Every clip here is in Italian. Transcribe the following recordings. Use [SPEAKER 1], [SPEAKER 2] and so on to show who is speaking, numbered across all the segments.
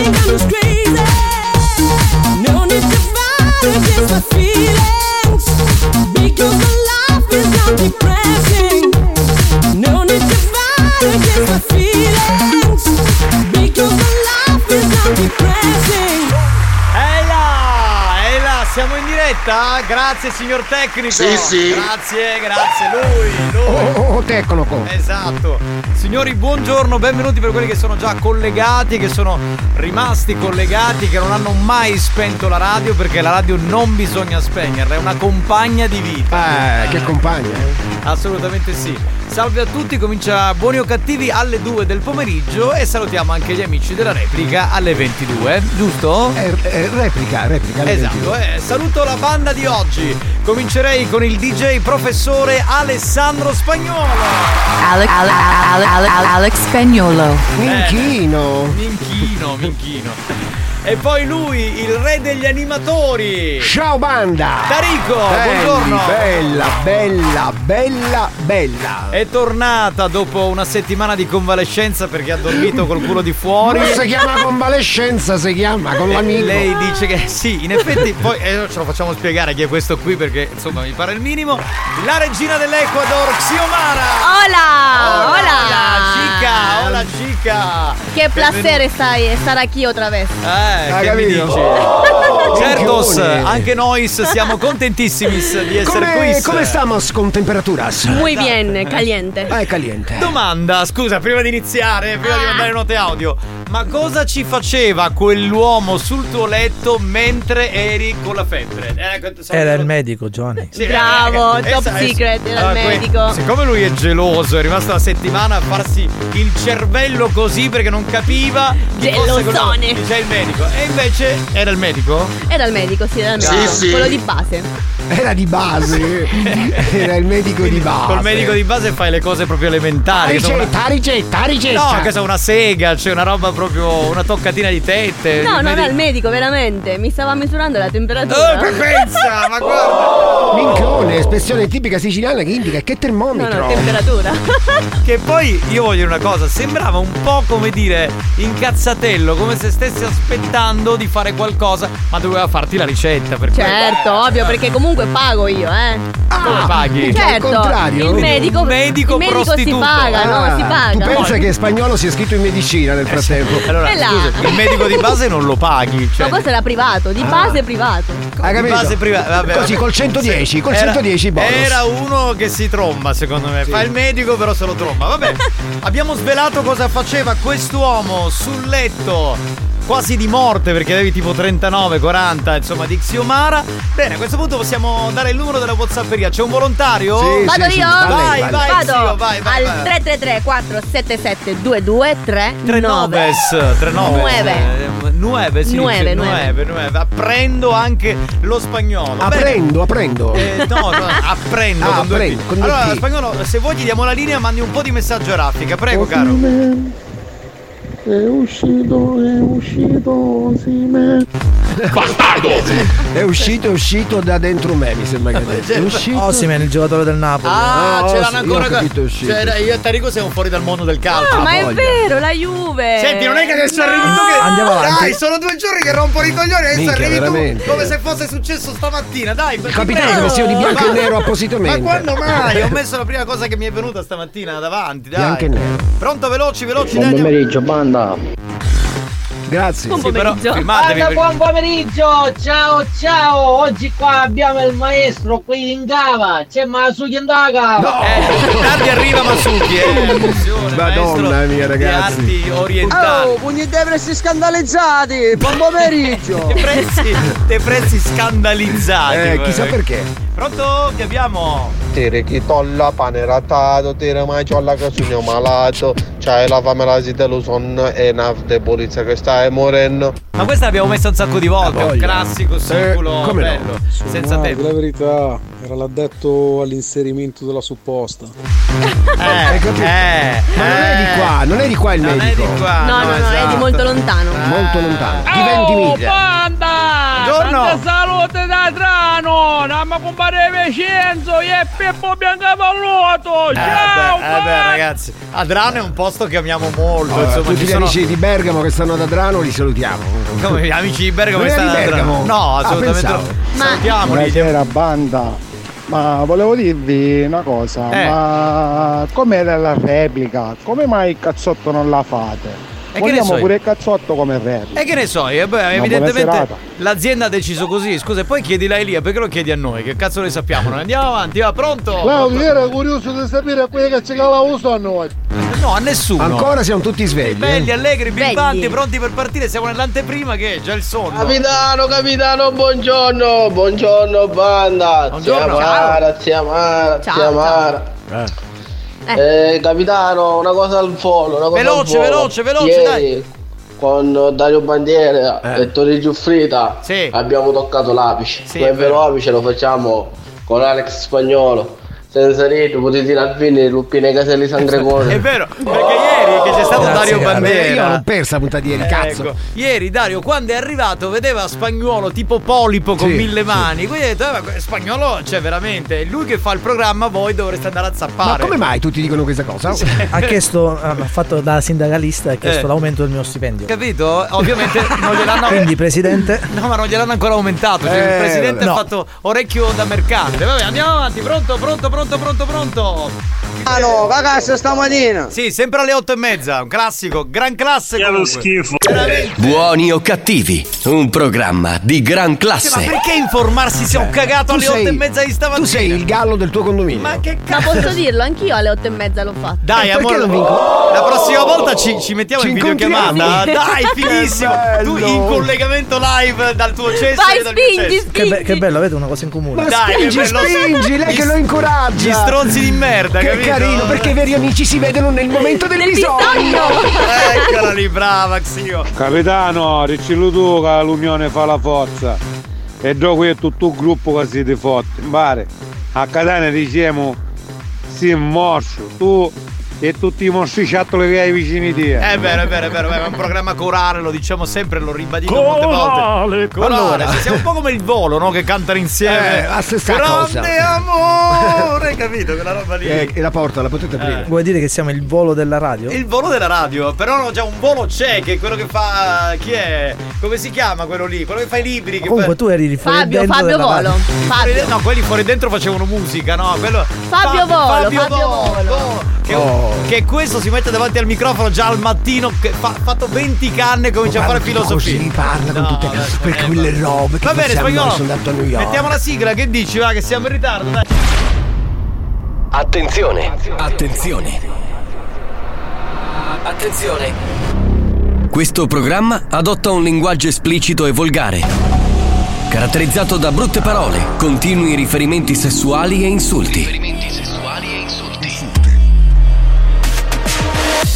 [SPEAKER 1] Feelings because the life is not the
[SPEAKER 2] diretta? Grazie signor tecnico.
[SPEAKER 3] Sì, sì.
[SPEAKER 2] Grazie, grazie. Lui, lui.
[SPEAKER 4] Oh, oh, tecnico.
[SPEAKER 2] Esatto. Signori, buongiorno, benvenuti per quelli che sono già collegati, che sono rimasti collegati, che non hanno mai spento la radio perché la radio non bisogna spegnerla, è una compagna di vita.
[SPEAKER 4] Eh, che compagna.
[SPEAKER 2] Assolutamente sì. Salve a tutti, comincia Buoni o Cattivi alle 2 del pomeriggio e salutiamo anche gli amici della replica alle 22, giusto?
[SPEAKER 4] replica, replica. alle
[SPEAKER 2] Esatto,
[SPEAKER 4] 22.
[SPEAKER 2] eh. saluto la banda di oggi. Comincerei con il DJ professore Alessandro Spagnolo.
[SPEAKER 5] Alex, Ale- Ale- Ale- Ale- Alex Spagnolo.
[SPEAKER 4] Minchino.
[SPEAKER 2] Minchino, minchino. E poi lui, il re degli animatori.
[SPEAKER 4] Ciao banda!
[SPEAKER 2] Tarico,
[SPEAKER 4] Belli,
[SPEAKER 2] buongiorno.
[SPEAKER 4] Bella, bella, bella, bella.
[SPEAKER 2] È tornata dopo una settimana di convalescenza perché ha dormito col culo di fuori.
[SPEAKER 4] Non si chiama convalescenza, si chiama con l'amico.
[SPEAKER 2] Eh, Lei dice che sì, in effetti poi eh, ce lo facciamo spiegare chi è questo qui perché insomma mi pare il minimo. La regina dell'Ecuador, Xiomara!
[SPEAKER 6] Hola, hola.
[SPEAKER 2] chica, hola chica!
[SPEAKER 6] Qué placer
[SPEAKER 2] Benvenuta.
[SPEAKER 6] estar, estar aquí otra vez.
[SPEAKER 2] Eh,
[SPEAKER 4] Hai
[SPEAKER 2] che mi
[SPEAKER 4] capito?
[SPEAKER 2] dici?
[SPEAKER 4] Oh,
[SPEAKER 2] Certos,
[SPEAKER 4] minchioni.
[SPEAKER 2] anche noi siamo contentissimi di essere
[SPEAKER 4] Come,
[SPEAKER 2] qui.
[SPEAKER 4] come estamos con temperaturas?
[SPEAKER 6] Muy
[SPEAKER 2] esatto.
[SPEAKER 6] bien, eh, caliente.
[SPEAKER 4] Ah, è caliente.
[SPEAKER 2] Domanda, scusa, prima di iniziare,
[SPEAKER 6] Ah.
[SPEAKER 2] prima di mandare note audio, ma cosa ci faceva quell'uomo sul tuo letto mentre eri con la febbre? Eh, ecco, Era il medico, Johnny. eh,
[SPEAKER 6] Bravo, top secret, era il medico.
[SPEAKER 2] Ah, siccome lui è geloso, è rimasto una settimana a farsi il cervello così perché non capiva. chi fosse quello-
[SPEAKER 6] Gelosone.
[SPEAKER 2] Dice il medico. E invece era il medico?
[SPEAKER 6] Era il medico, sì, era il
[SPEAKER 3] Sì,
[SPEAKER 6] medico.
[SPEAKER 3] sì.
[SPEAKER 6] Quello di base.
[SPEAKER 4] Era di base. Era il medico di base.
[SPEAKER 2] Col medico di base fai le cose proprio elementari. Ah, che sono una-
[SPEAKER 4] Ricetta, ricetta, ricetta.
[SPEAKER 2] No, che so, una sega, c'è una roba proprio, una toccatina di tette.
[SPEAKER 6] No,
[SPEAKER 2] Il
[SPEAKER 6] no,
[SPEAKER 2] medico-
[SPEAKER 6] era il medico, veramente. Mi stava misurando la
[SPEAKER 2] Oh,
[SPEAKER 6] temperatura.
[SPEAKER 2] che pensa, ma guarda
[SPEAKER 4] Oh!
[SPEAKER 2] Oh.
[SPEAKER 4] Minchione, espressione tipica siciliana che indica che
[SPEAKER 6] No,
[SPEAKER 4] termometro.
[SPEAKER 6] no, temperatura.
[SPEAKER 2] Che poi io voglio dire una cosa Sembrava un po' come dire Incazzatello Come se stessi aspettando di fare qualcosa Ma doveva farti la ricetta per
[SPEAKER 6] certo,
[SPEAKER 2] quello.
[SPEAKER 6] ovvio, perché comunque pago io, eh.
[SPEAKER 2] Come paghi?
[SPEAKER 4] Cioè, al
[SPEAKER 6] certo,
[SPEAKER 4] contrario?
[SPEAKER 6] il medico,
[SPEAKER 2] Un medico
[SPEAKER 6] il medico si
[SPEAKER 2] prostituto.
[SPEAKER 6] paga,
[SPEAKER 4] Ah,
[SPEAKER 6] no, si
[SPEAKER 4] Tu
[SPEAKER 6] paga.
[SPEAKER 4] pensa che spagnolo sia scritto in medicina nel frattempo?
[SPEAKER 2] Eh Allora,
[SPEAKER 6] E là.
[SPEAKER 2] scusa, il medico di base non lo paghi
[SPEAKER 6] Ma
[SPEAKER 2] cioè,
[SPEAKER 6] questo era privato, di base privato.
[SPEAKER 4] Ah. Hai
[SPEAKER 2] di
[SPEAKER 4] capito?
[SPEAKER 2] base privata vabbè,
[SPEAKER 4] Così
[SPEAKER 2] vabbè.
[SPEAKER 4] col 110, col
[SPEAKER 2] Era-
[SPEAKER 4] 110 bonus.
[SPEAKER 2] Era uno che si tromba, secondo me. Fa il medico, però se lo tromba. Vabbè, abbiamo svelato cosa faceva quest'uomo sul letto. Quasi di morte perché avevi tipo 39, 40, insomma, di Xiomara. Bene, a questo punto possiamo dare il numero della WhatsApperia. C'è un volontario?
[SPEAKER 4] Sì,
[SPEAKER 6] Vado
[SPEAKER 4] sì, sì,
[SPEAKER 6] io?
[SPEAKER 4] va lei,
[SPEAKER 2] Vai,
[SPEAKER 4] va lei.
[SPEAKER 2] vai, zio,
[SPEAKER 6] Vado
[SPEAKER 2] vai, vai, vai.
[SPEAKER 6] al 333 477
[SPEAKER 2] 39
[SPEAKER 6] 2239 Nueve.
[SPEAKER 2] 39 9 sì, 9
[SPEAKER 6] Nueve, nueve.
[SPEAKER 2] 9 9 apprendo anche lo spagnolo Bene.
[SPEAKER 4] Aprendo, aprendo.
[SPEAKER 2] Eh, no, no, apprendo.
[SPEAKER 4] Ah,
[SPEAKER 2] con due
[SPEAKER 4] apprendo,
[SPEAKER 2] P.
[SPEAKER 4] con due
[SPEAKER 2] allora,
[SPEAKER 4] P.
[SPEAKER 2] spagnolo, se vuoi gli diamo la linea, mandi un po' di messaggio a raffica, prego, caro.
[SPEAKER 4] È uscito, è uscito da dentro me, mi sembra che adesso. È uscito.
[SPEAKER 7] Osimen, il giocatore del Napoli.
[SPEAKER 2] Ah,
[SPEAKER 4] No,
[SPEAKER 2] ce
[SPEAKER 4] sì,
[SPEAKER 2] l'hanno
[SPEAKER 4] io
[SPEAKER 2] ancora.
[SPEAKER 4] ho capito, è uscito.
[SPEAKER 2] Cioè, io e Tarico siamo fuori dal mondo del calcio.
[SPEAKER 6] Ah, ma è
[SPEAKER 4] voglia.
[SPEAKER 6] vero, la Juve. Ah.
[SPEAKER 2] Senti, non è che adesso arrivi tu che.
[SPEAKER 7] Andiamo avanti.
[SPEAKER 2] Dai, sono due giorni che rompo i coglioni. Adesso
[SPEAKER 4] Minchia,
[SPEAKER 2] arrivi
[SPEAKER 4] veramente.
[SPEAKER 2] tu come se fosse successo stamattina. Dai,
[SPEAKER 4] Il capitano è vestito di bianco e nero appositamente.
[SPEAKER 2] Ma quando mai? Ho messo la prima cosa che mi è venuta stamattina davanti. Dai.
[SPEAKER 4] Bianco e nero.
[SPEAKER 2] Pronto, veloci, veloci. dai, andiamo.
[SPEAKER 8] banda.
[SPEAKER 4] Grazie.
[SPEAKER 6] Buon
[SPEAKER 2] Sì, però
[SPEAKER 6] pomeriggio.
[SPEAKER 2] filmatevi perché-
[SPEAKER 7] buon pomeriggio, ciao ciao, oggi qua abbiamo il maestro qui in cava, c'è Masuki in daga.
[SPEAKER 2] Eh, tardi arriva Masuki, eh. Attenzione,
[SPEAKER 4] Madonna
[SPEAKER 2] maestro
[SPEAKER 4] mia, ragazzi.
[SPEAKER 2] Di arti orientali.
[SPEAKER 7] Oh, pugni devresti scandalizzati, buon pomeriggio.
[SPEAKER 2] Te prezzi, te prezzi scandalizzati.
[SPEAKER 4] Eh,
[SPEAKER 2] vabbè.
[SPEAKER 4] chissà perché.
[SPEAKER 2] Pronto? Ti abbiamo.
[SPEAKER 7] Tere chi tolla pane rattato, tere mai ciolla che sogno malato, c'hai la fame la dello sonno e naf de polizia che stai morendo.
[SPEAKER 2] Ma questa l'abbiamo messa un sacco di volte.
[SPEAKER 4] Ah,
[SPEAKER 2] un
[SPEAKER 4] voglia.
[SPEAKER 2] classico singolo
[SPEAKER 4] Eh, come no.
[SPEAKER 2] bello. Senza tempo.
[SPEAKER 7] Ah, verità era l'addetto all'inserimento della supposta.
[SPEAKER 2] Eh,
[SPEAKER 4] capito?
[SPEAKER 2] eh,
[SPEAKER 4] Ma non è di qua, non è di qua il
[SPEAKER 2] Non è
[SPEAKER 4] medico.
[SPEAKER 2] di qua.
[SPEAKER 6] No, no, no, è di
[SPEAKER 2] esatto. Oh,
[SPEAKER 6] molto lontano.
[SPEAKER 4] Molto lontano. Di 20 miglia.
[SPEAKER 7] Banda!
[SPEAKER 2] Buongiorno.
[SPEAKER 7] Tante salute da Trano! Namma compare Vincenzo e Peppo Biancavallotto!
[SPEAKER 2] Eh,
[SPEAKER 7] Ciao!
[SPEAKER 2] beh, eh, beh, ragazzi, Adrano è un posto che amiamo molto.
[SPEAKER 4] Allora,
[SPEAKER 2] insomma,
[SPEAKER 4] Ah, tutti
[SPEAKER 2] ci
[SPEAKER 4] gli
[SPEAKER 2] sono
[SPEAKER 4] amici di Bergamo che stanno ad Adrano li salutiamo.
[SPEAKER 2] Come gli amici di Bergamo
[SPEAKER 4] Non
[SPEAKER 2] che
[SPEAKER 4] è
[SPEAKER 2] stanno
[SPEAKER 4] di Bergamo?
[SPEAKER 2] No,
[SPEAKER 4] Ah,
[SPEAKER 2] assolutamente
[SPEAKER 4] pensavo.
[SPEAKER 2] no.
[SPEAKER 6] Ma-
[SPEAKER 2] Salutiamoli.
[SPEAKER 7] banda! Ma volevo dirvi una cosa,
[SPEAKER 2] Eh.
[SPEAKER 7] ma com'era la replica? Come mai il cazzotto non la fate?
[SPEAKER 2] E che ne
[SPEAKER 3] Vogliamo
[SPEAKER 2] so io?
[SPEAKER 3] pure il cazzotto come verbi.
[SPEAKER 2] E che ne so, io, beh,
[SPEAKER 3] Una buona
[SPEAKER 2] evidentemente
[SPEAKER 3] serata.
[SPEAKER 2] l'azienda ha deciso così. Scusa, e poi chiedi a Elia, perché lo chiedi a noi? Che cazzo ne sappiamo? Noi andiamo avanti, va pronto?
[SPEAKER 9] Claudio, io ero curioso di sapere a quelli che ci calavo a noi.
[SPEAKER 2] No, a nessuno.
[SPEAKER 4] Ancora siamo tutti svegli.
[SPEAKER 2] Belli,
[SPEAKER 4] eh.
[SPEAKER 2] allegri, bimbanti, pronti per partire. Siamo nell'anteprima che è già il sonno.
[SPEAKER 10] Capitano, capitano, buongiorno, buongiorno banda, zia
[SPEAKER 2] Buongiorno.
[SPEAKER 10] Mara, zia Mara,
[SPEAKER 2] Ciao,
[SPEAKER 10] zia
[SPEAKER 2] ciao.
[SPEAKER 10] Mara. Eh, capitano, una cosa al volo, una cosa
[SPEAKER 2] Veloce,
[SPEAKER 10] al volo.
[SPEAKER 2] veloce, veloce,
[SPEAKER 10] Ieri,
[SPEAKER 2] dai.
[SPEAKER 10] Con Dario Bandiera
[SPEAKER 4] Eh.
[SPEAKER 10] e Tori Giuffrida abbiamo toccato l'apice.
[SPEAKER 2] Sì,
[SPEAKER 10] Poi
[SPEAKER 2] è
[SPEAKER 10] il vero apice lo facciamo con Alex Spagnolo. Senza rito, potete tirare vini, lupine, caselli, sangregone.
[SPEAKER 2] È vero, perché ieri che c'è stato
[SPEAKER 4] Grazie,
[SPEAKER 2] Dario
[SPEAKER 4] cara.
[SPEAKER 2] Bandiera.
[SPEAKER 4] Io non persa la puntata di ieri, cazzo.
[SPEAKER 2] Ecco, Ieri Dario quando è arrivato vedeva Spagnuolo tipo polipo con
[SPEAKER 4] Sì,
[SPEAKER 2] mille
[SPEAKER 4] sì.
[SPEAKER 2] mani. Quindi ha detto, "Eh, ma Spagnuolo, cioè veramente, è lui che fa il programma, voi dovreste andare a zappare.
[SPEAKER 4] Ma come mai tutti dicono questa cosa?
[SPEAKER 11] Ha chiesto, ah, ha fatto da sindacalista, ha chiesto
[SPEAKER 2] Eh.
[SPEAKER 11] l'aumento del mio stipendio.
[SPEAKER 2] Capito? Ovviamente non gliel'hanno
[SPEAKER 11] Quindi, presidente,
[SPEAKER 2] No, ma non gliel'hanno ancora aumentato. cioè,
[SPEAKER 11] Eh,
[SPEAKER 2] il presidente
[SPEAKER 11] vabbè.
[SPEAKER 2] ha
[SPEAKER 11] No.
[SPEAKER 2] fatto orecchio da mercante. Vabbè, andiamo avanti. Pronto, pronto, pronto, pronto, pronto.
[SPEAKER 12] Ah no, cagasse stamattina.
[SPEAKER 2] Sì, sempre alle otto e mezza. Un classico, gran classe. Che schifo. Veramente.
[SPEAKER 13] Buoni o cattivi, un programma di gran
[SPEAKER 2] Sì, ma
[SPEAKER 13] classe.
[SPEAKER 2] perché informarsi se
[SPEAKER 11] Eh,
[SPEAKER 2] ho cagato alle otto e mezza di stamattina?
[SPEAKER 4] Tu sei il gallo del tuo condominio. Ma
[SPEAKER 2] che
[SPEAKER 6] Ma posso dirlo, anch'io alle otto e mezza l'ho fatto.
[SPEAKER 2] Dai, amore, la prossima volta ci, ci mettiamo
[SPEAKER 6] Ci
[SPEAKER 2] in
[SPEAKER 6] incontriamo.
[SPEAKER 2] videochiamata. Dai,
[SPEAKER 6] Che
[SPEAKER 2] finissimo. Tu
[SPEAKER 11] bello.
[SPEAKER 2] in collegamento live dal tuo cesso
[SPEAKER 6] Vai,
[SPEAKER 2] e dal mio
[SPEAKER 6] spingi,
[SPEAKER 2] cesso.
[SPEAKER 11] che, be- che bello, avete una cosa in comune.
[SPEAKER 2] che bello. Gli- Gli stronzi di merda,
[SPEAKER 4] Che
[SPEAKER 2] capito?
[SPEAKER 4] carino, perché i veri amici si vedono nel momento del bisogno.
[SPEAKER 2] Eccola lì, brava, Xio.
[SPEAKER 3] Capitano, ricillo tu che l'unione fa la forza. E dopo è tutto il gruppo che siete forti. Pare. A Catania diciamo si è morso. Tu e tutti i morsiciattoli che hai vicini di te.
[SPEAKER 11] eh.
[SPEAKER 2] Mm. È vero, è vero, è vero, è vero, è un programma corale, lo diciamo sempre, lo ribadito molte volte.
[SPEAKER 3] Corale,
[SPEAKER 2] Corale,
[SPEAKER 3] allora.
[SPEAKER 2] sì, siamo un po' come il volo, no? Che cantano insieme.
[SPEAKER 4] Eh, la stessa
[SPEAKER 2] Grande
[SPEAKER 4] cosa.
[SPEAKER 2] amore, capito? Quella roba lì.
[SPEAKER 4] Eh, e la porta la potete aprire.
[SPEAKER 11] Vuoi dire che siamo il volo della radio?
[SPEAKER 4] Esatto.
[SPEAKER 2] Il volo della radio, però no, già un volo c'è, che è quello che fa. chi è? Come si chiama quello lì? Quello che fa i libri. Che
[SPEAKER 11] Comunque
[SPEAKER 2] fa...
[SPEAKER 11] tu eri fuori
[SPEAKER 6] Fabio,
[SPEAKER 11] dentro
[SPEAKER 6] Fabio
[SPEAKER 11] della radio.
[SPEAKER 6] Volo.
[SPEAKER 2] Fuori
[SPEAKER 6] Fabio.
[SPEAKER 2] de- No, quelli fuori dentro facevano musica, no? Quello.
[SPEAKER 6] Fabio Volo,
[SPEAKER 2] Fabio
[SPEAKER 6] Fabio Volo.
[SPEAKER 2] Che,
[SPEAKER 4] Oh.
[SPEAKER 2] che questo si mette davanti al microfono già al mattino, che fa fatto 20 canne e comincia a fare filosofia.
[SPEAKER 4] Così parla con tutte per quelle robe che
[SPEAKER 2] Va bene,
[SPEAKER 4] facciamo,
[SPEAKER 2] spagnolo.
[SPEAKER 4] sono andato a New York.
[SPEAKER 2] Mettiamo la sigla, che dici? Va, che siamo in ritardo, dai.
[SPEAKER 13] Attenzione, attenzione. Attenzione. Questo programma adotta un linguaggio esplicito e volgare, caratterizzato da brutte parole, continui riferimenti sessuali e insulti.
[SPEAKER 14] Riferimenti sessuali e insulti.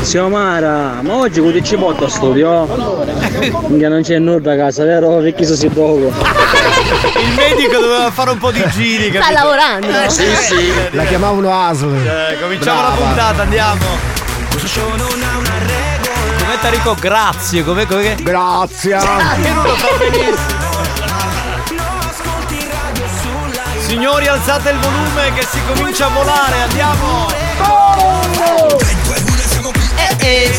[SPEAKER 15] Siamo Mara, ma oggi cosa ci porta a studio? Che non c'è nulla a casa, vero? Perché so si poco.
[SPEAKER 2] Il medico doveva fare un po' di giri, capito?
[SPEAKER 6] Sta lavorando.
[SPEAKER 2] Eh, sì, sì.
[SPEAKER 4] La chiamavano ASL.
[SPEAKER 2] Eh, cominciamo la
[SPEAKER 4] Brava.
[SPEAKER 2] puntata, andiamo. Come Tarico, grazie, come come
[SPEAKER 4] Grazie.
[SPEAKER 2] Che non Cioè, lo fa benissimo. Signori, alzate il volume che si comincia a volare, andiamo. Eh,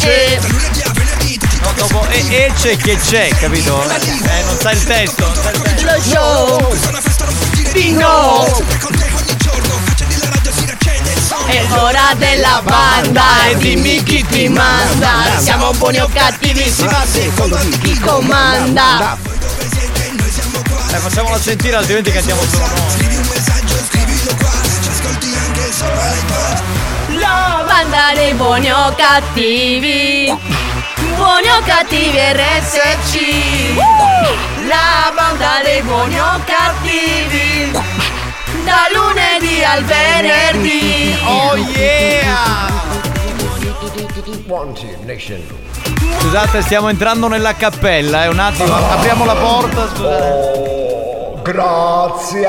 [SPEAKER 2] Cioè, No, dopo e, e c'è che c'è, capito? Eh, non sa il testo. non sa il testo.
[SPEAKER 1] Lo show di no È l'ora della banda e dimmi chi ti manda Siamo buoni o cattivissimi a seconda di chi comanda
[SPEAKER 2] Eh, facciamola sentire, altrimenti cantiamo solo noi.
[SPEAKER 1] La banda dei buoni o cattivi Buoni o cattivi RSC La banda dei buoni o cattivi Da lunedì al venerdì
[SPEAKER 2] Oh yeah Scusate, stiamo entrando nella cappella, eh, un attimo, apriamo la porta, scusate.
[SPEAKER 4] Grazie.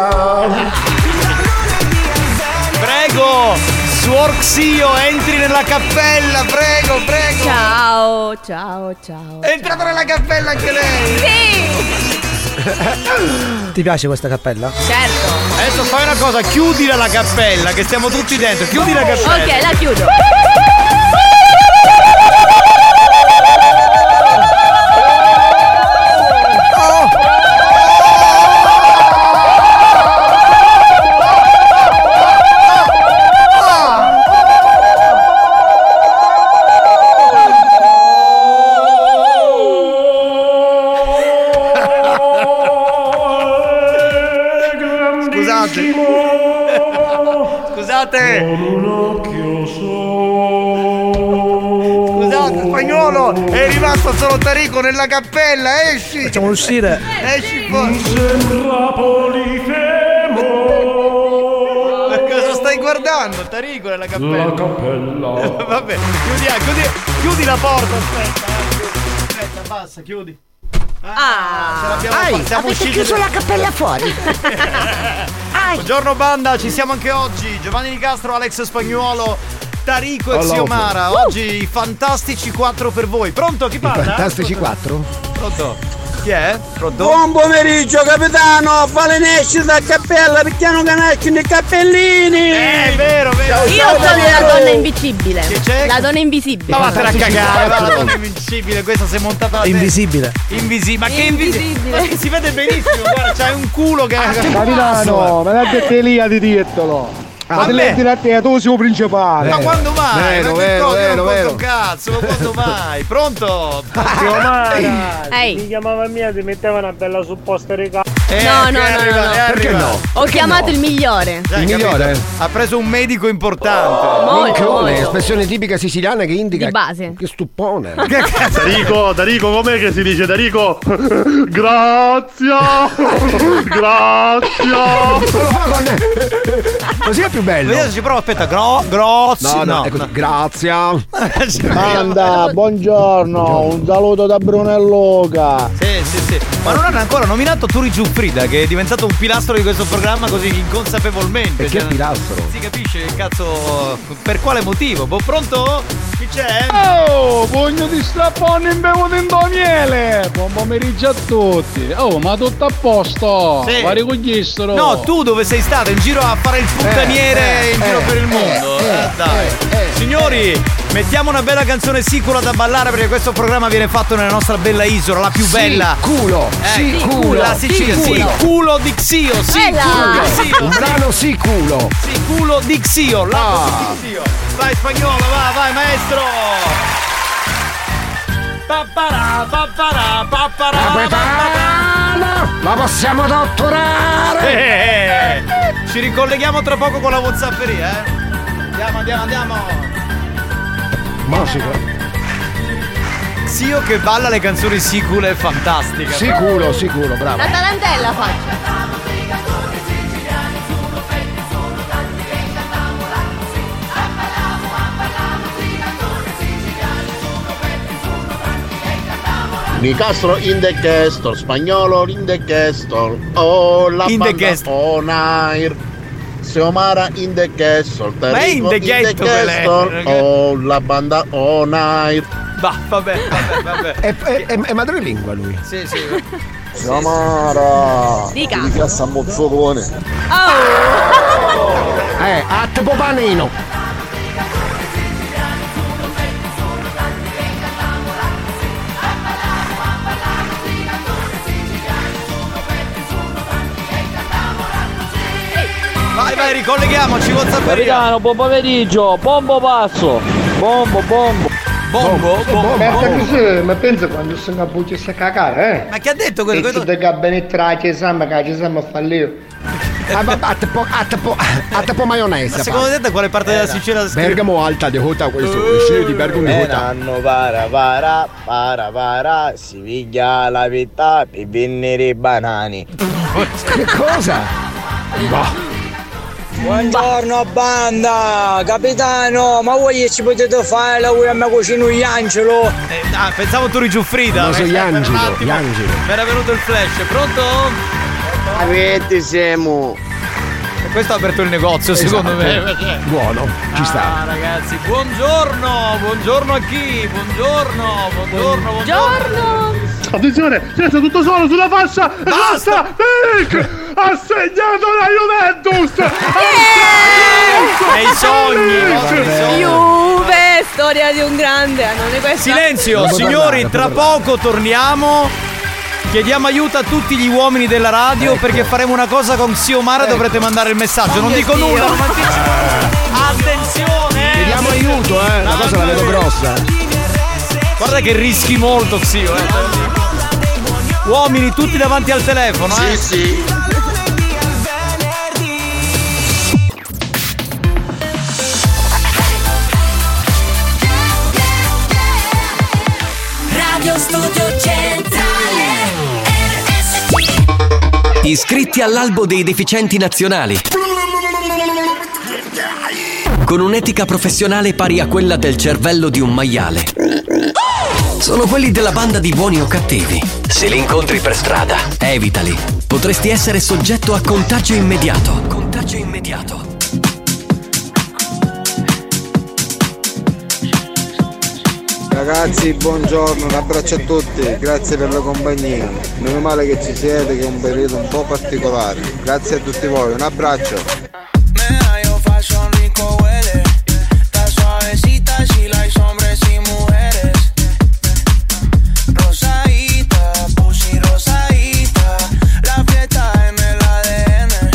[SPEAKER 2] Prego, Suor Xio, entri nella cappella, prego, prego.
[SPEAKER 6] Ciao, ciao, ciao.
[SPEAKER 2] È entrata nella cappella anche lei.
[SPEAKER 6] Sì.
[SPEAKER 10] Ti piace questa cappella?
[SPEAKER 6] Certo.
[SPEAKER 2] Adesso fai una cosa, chiudila la cappella, che stiamo tutti dentro. Chiudi la cappella.
[SPEAKER 6] Ok, la chiudo.
[SPEAKER 2] Scusate. Scusate. Scusate, spagnolo, è rimasto solo Tarico nella cappella, esci.
[SPEAKER 10] Facciamo uscire.
[SPEAKER 2] Esci fuori. sembra polifemo. Cosa stai guardando? Tarico nella cappella.
[SPEAKER 16] La
[SPEAKER 2] cappella. Vabbè, chiudi, ah, chiudi, chiudi la porta, aspetta. Aspetta, basta, chiudi. Ah, ce l'abbiamo
[SPEAKER 17] Ai,
[SPEAKER 2] fatta, siamo
[SPEAKER 17] avete
[SPEAKER 2] usciti
[SPEAKER 17] chiuso
[SPEAKER 2] da-
[SPEAKER 17] la cappella fuori.
[SPEAKER 2] Buongiorno banda, ci siamo anche oggi. Giovanni Di Castro, Alex Spagnuolo, Tarico e
[SPEAKER 4] Hello.
[SPEAKER 2] Xiomara.
[SPEAKER 4] Woo!
[SPEAKER 17] Uh!
[SPEAKER 2] Oggi i fantastici quattro per voi. Pronto? Chi parla?
[SPEAKER 4] Fantastici 4?
[SPEAKER 2] Pronto? Chi è? Pronto?
[SPEAKER 1] Buon pomeriggio capitano, falenesci da cappella perché non canasci nei cappellini!
[SPEAKER 2] Eh, È vero, vero!
[SPEAKER 6] Io sono la donna invisibile. La donna
[SPEAKER 2] Ma
[SPEAKER 6] invisibile.
[SPEAKER 2] vattene a cagare, va, la donna invincibile, questa si è montata la
[SPEAKER 10] Invisibile.
[SPEAKER 2] Invisibile, ma che invisibile? Ma si vede benissimo, guarda, c'hai Ah, un culo che
[SPEAKER 11] Capitano, me l'ha detto Elia di dirtelo. Ma te
[SPEAKER 2] vabbè.
[SPEAKER 11] l'hai tirato te, tu sei il principale.
[SPEAKER 2] Ma quando mai?
[SPEAKER 11] Vero,
[SPEAKER 2] Ma che
[SPEAKER 11] vero,
[SPEAKER 2] cosa? Io
[SPEAKER 11] vero,
[SPEAKER 2] non conto
[SPEAKER 11] vero.
[SPEAKER 2] un cazzo, ma quando mai? Pronto?
[SPEAKER 6] Ehi. Eh,
[SPEAKER 8] Mi chiamava mia, ti metteva una bella supposta regà.
[SPEAKER 2] Eh,
[SPEAKER 6] No, no, no, no, no.
[SPEAKER 2] Perché no?
[SPEAKER 6] Ho chiamato il migliore.
[SPEAKER 2] Dai, capito?
[SPEAKER 11] eh.
[SPEAKER 2] Ha preso un medico importante.
[SPEAKER 4] Minchione, espressione tipica siciliana che indica.
[SPEAKER 6] Oh, Di base.
[SPEAKER 4] Che stupone.
[SPEAKER 8] Darico, Darico, com'è che si dice Darico? Grazie! Grazie!
[SPEAKER 4] Così è più bello.
[SPEAKER 2] Vediamo se ci provo, aspetta, gro, grosso.
[SPEAKER 4] No, no, è così. Grazie.
[SPEAKER 11] Anda, buongiorno, un saluto da Bruno e Luca.
[SPEAKER 2] Sì, sì, sì. Ma non hanno ancora nominato Turi Giuffrida, che è diventato un pilastro di questo programma così inconsapevolmente.
[SPEAKER 4] Perché
[SPEAKER 2] Cioè,
[SPEAKER 4] pilastro?
[SPEAKER 2] Si capisce che cazzo. per quale motivo? Boh, pronto? Chi c'è?
[SPEAKER 7] Oh, pugno di strappone imbevuto in do miele! Buon pomeriggio a tutti! Oh, ma tutto a posto!
[SPEAKER 2] Sì.
[SPEAKER 7] Ma ricogliessero!
[SPEAKER 2] No, tu dove sei stato? In giro a fare il puttaniere
[SPEAKER 7] eh,
[SPEAKER 2] in giro
[SPEAKER 7] eh,
[SPEAKER 2] per il
[SPEAKER 7] eh,
[SPEAKER 2] mondo.
[SPEAKER 7] eh,
[SPEAKER 2] Eh, dai. Signori, mettiamo una bella canzone sicura da ballare perché questo programma viene fatto nella nostra bella isola, la più bella.
[SPEAKER 4] Culo.
[SPEAKER 2] Eh,
[SPEAKER 4] sì, culo.
[SPEAKER 2] La Sicilia, sì,
[SPEAKER 4] Culo.
[SPEAKER 2] culo di Xio, sì,
[SPEAKER 4] Bella.
[SPEAKER 2] culo di Xio.
[SPEAKER 4] Un brano sì, culo.
[SPEAKER 2] Sì, culo di Xio, la
[SPEAKER 4] Ah.
[SPEAKER 2] di Xio. Vai spagnolo, va, vai maestro. Papparà, papparà, papparà, papparà.
[SPEAKER 4] La possiamo dottorare!
[SPEAKER 2] Eh, Ci ricolleghiamo tra poco con la Whatsapperia, eh. Andiamo, andiamo, andiamo.
[SPEAKER 4] Mosico.
[SPEAKER 2] Xio che balla le canzoni sicule è fantastica.
[SPEAKER 4] Sicuro, sicuro, bravo.
[SPEAKER 6] La tarantella faccio.
[SPEAKER 18] Nicastro in the castor, spagnolo in the castor, oh la
[SPEAKER 2] In the
[SPEAKER 18] banda on air. Xiomara in the castle,
[SPEAKER 2] Ma è in the castle quella è, ragazzi.
[SPEAKER 18] oh la banda on air.
[SPEAKER 2] Bah, vabbè, vabbè, vabbè.
[SPEAKER 4] È, è, è, è madrelingua lui.
[SPEAKER 2] Sì, sì.
[SPEAKER 18] Xiomara,
[SPEAKER 6] Dica.
[SPEAKER 18] mica sta mozzocone.
[SPEAKER 4] Eh, a tipo panino.
[SPEAKER 2] Vai, vai, ricolleghiamoci, Whatsapperia.
[SPEAKER 19] Capitano, buon pomeriggio, bombo pazzo, bombo, bombo.
[SPEAKER 2] Bombo,
[SPEAKER 11] Pensa così, ma pensa quando sono a buccia a cagare, eh?
[SPEAKER 2] Ma che ha detto
[SPEAKER 11] quello? Questo da gabbinettra che siamo, che siamo falliti.
[SPEAKER 4] Ah, ma- A tipo, a tipo, a tipo maionese.
[SPEAKER 2] Ma secondo te da quale parte della Sicilia si
[SPEAKER 4] Eh,
[SPEAKER 2] Uh,
[SPEAKER 4] Bergamo alta di Hota Eh, questo, vicino di Bergamo di
[SPEAKER 20] Eh,
[SPEAKER 4] Hota.
[SPEAKER 20] nanno, para, para, para, para, si piglia la vita per vendere i banani.
[SPEAKER 4] Che cosa? Boh,
[SPEAKER 1] Buongiorno banda, capitano, ma voi ci potete fare la voi a me cucino gli angelo?
[SPEAKER 2] Ah, pensavo Turi Giuffrida.
[SPEAKER 1] Famoso
[SPEAKER 2] Eh, per un
[SPEAKER 1] Iangelo,
[SPEAKER 2] attimo.
[SPEAKER 1] Iangelo.
[SPEAKER 2] Mi era venuto il flash, pronto?
[SPEAKER 1] Avete siamo.
[SPEAKER 2] Questo ha aperto il negozio,
[SPEAKER 4] Esatto.
[SPEAKER 2] secondo me.
[SPEAKER 4] Buono, ci sta.
[SPEAKER 2] Ah, ragazzi, buongiorno, buongiorno a chi? Buongiorno, buongiorno, buongiorno.
[SPEAKER 21] Attenzione, senza tutto solo sulla fascia. Basta! Nick ha segnato la Juventus!
[SPEAKER 2] Nei sogni!
[SPEAKER 6] Juve, storia di un grande. ah, Non è questa.
[SPEAKER 2] Silenzio, signori, tra poco torniamo. Chiediamo aiuto a tutti gli uomini della
[SPEAKER 4] Ecco.
[SPEAKER 2] radio perché faremo una cosa con Siomara. Dovrete mandare il messaggio. Non dico nulla, non Attenzione!
[SPEAKER 4] Chiediamo aiuto, eh! La cosa la vedo grossa.
[SPEAKER 2] Guarda che rischi molto, Xio, eh. Uomini tutti davanti al telefono, eh. Sì, sì.
[SPEAKER 1] Radio Studio Centrale RSC
[SPEAKER 13] Iscritti all'albo dei deficienti nazionali. Con un'etica professionale pari a quella del cervello di un maiale. Sono quelli della banda di buoni o cattivi. Se li incontri per strada, evitali. Potresti essere soggetto a contagio immediato. Contagio immediato.
[SPEAKER 7] Ragazzi, buongiorno, un abbraccio a tutti, grazie per la compagnia. Meno male che ci siete, che è un periodo un po' particolare. Grazie a tutti voi, un abbraccio.
[SPEAKER 10] Suavecita si likes hombres y mujeres Rosadita, pussy rosadita La fiesta en el ADN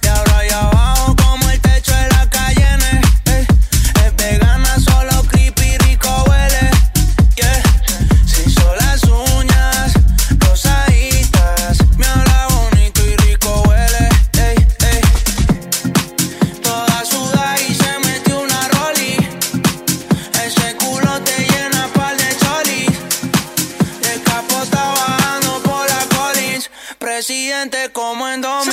[SPEAKER 10] De ahora y abajo como el techo de la Cayenne Ey, Es vegana, solo creepy, rico huele Yeah. Se hizo las uñas rosaditas Me habla bonito y rico huele Ey, ey Toda suda y se metió una roli. Ese culo te llena par de cholis. El capo está bajando por la Collins. Presidente como en Domi.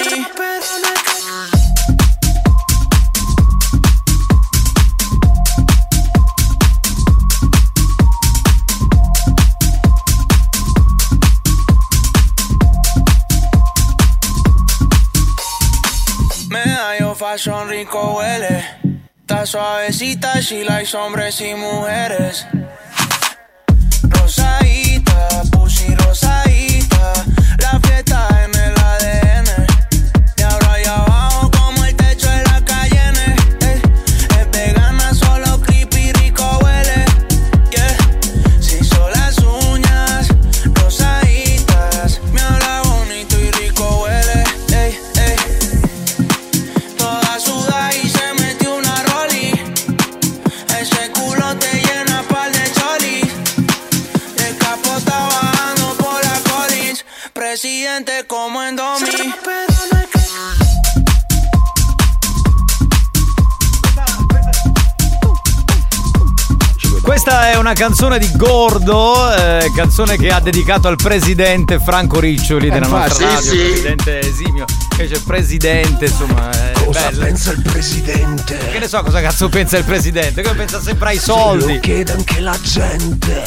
[SPEAKER 10] Me hallo fashion rico huele. Está suavecita, she likes hombres y mujeres. Rosadita, pussy rosadita. La fiesta en el ADN. De ahora y abajo como el techo de la Cayenne. Ey, Es vegana, solo creepy, rico huele. Yeah. Se hizo las uñas rosaditas. Me habla bonito y rico huele. Ey, ey. Toda suda y se metió una roli. Ese culo te llena par de choli. El capo está bajando por la Collins. Presidente como en Domi.
[SPEAKER 2] Questa è una canzone di Gordo, eh, canzone che ha dedicato al presidente Franco Riccioli della nostra radio. Presidente esimio, che c'è il presidente, insomma. È
[SPEAKER 1] Cosa
[SPEAKER 2] pensa il presidente? Eh, Che ne so cosa cazzo pensa il presidente? Che pensa sempre ai soldi.
[SPEAKER 1] Lo chiede anche la gente.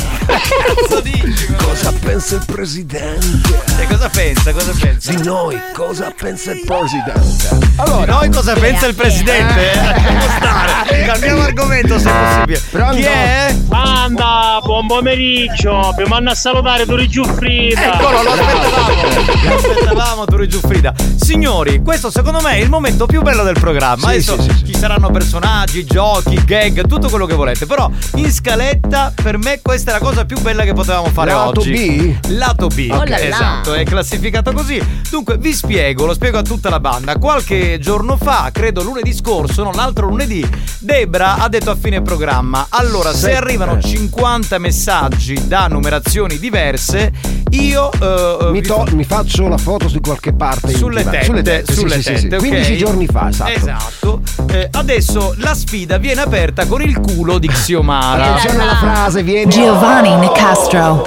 [SPEAKER 1] Cosa dici? Cosa pensa il presidente?
[SPEAKER 2] E cosa pensa? Cosa pensa?
[SPEAKER 1] Di noi, cosa pensa il presidente?
[SPEAKER 2] Allora, noi cosa pensa il presidente?
[SPEAKER 4] Eh.
[SPEAKER 2] Lasciamo stare. Cambiamo argomento se possibile. Chi è?
[SPEAKER 22] Banda, buon pomeriggio. Mi manda a salutare Tori Giuffrida.
[SPEAKER 2] Eccolo, lo aspettavamo. Lo aspettavamo, Turi Giuffrida. Signori, questo secondo me è il momento più bello del programma. Adesso ci saranno personaggi, giochi, gag, tutto quello che volete. Però in scaletta, per me, questa è la cosa più bella che potevamo fare
[SPEAKER 4] Lato
[SPEAKER 2] oggi.
[SPEAKER 4] B?
[SPEAKER 2] Lato B.
[SPEAKER 4] Oh là là.
[SPEAKER 2] esatto, è classificato così. Dunque, vi spiego, lo spiego a tutta la banda. Qualche giorno fa, credo lunedì scorso, non l'altro lunedì, Debra ha detto a fine programma: Allora, se
[SPEAKER 23] Sette.
[SPEAKER 2] arrivano 50 messaggi da numerazioni diverse, io eh,
[SPEAKER 4] Mi,
[SPEAKER 2] vi-
[SPEAKER 4] to- mi faccio la foto su qualche parte
[SPEAKER 2] sulle
[SPEAKER 4] intima.
[SPEAKER 2] tette,
[SPEAKER 4] sulle tette, sì,
[SPEAKER 2] sulle
[SPEAKER 4] sì, sì, sì.
[SPEAKER 2] tette, ok?
[SPEAKER 4] 15 giorni fa esatto,
[SPEAKER 2] Esatto. Eh, adesso la sfida viene aperta con il culo di Xiomara.
[SPEAKER 4] attenzione alla frase vieni
[SPEAKER 24] Giovanni Nicastro.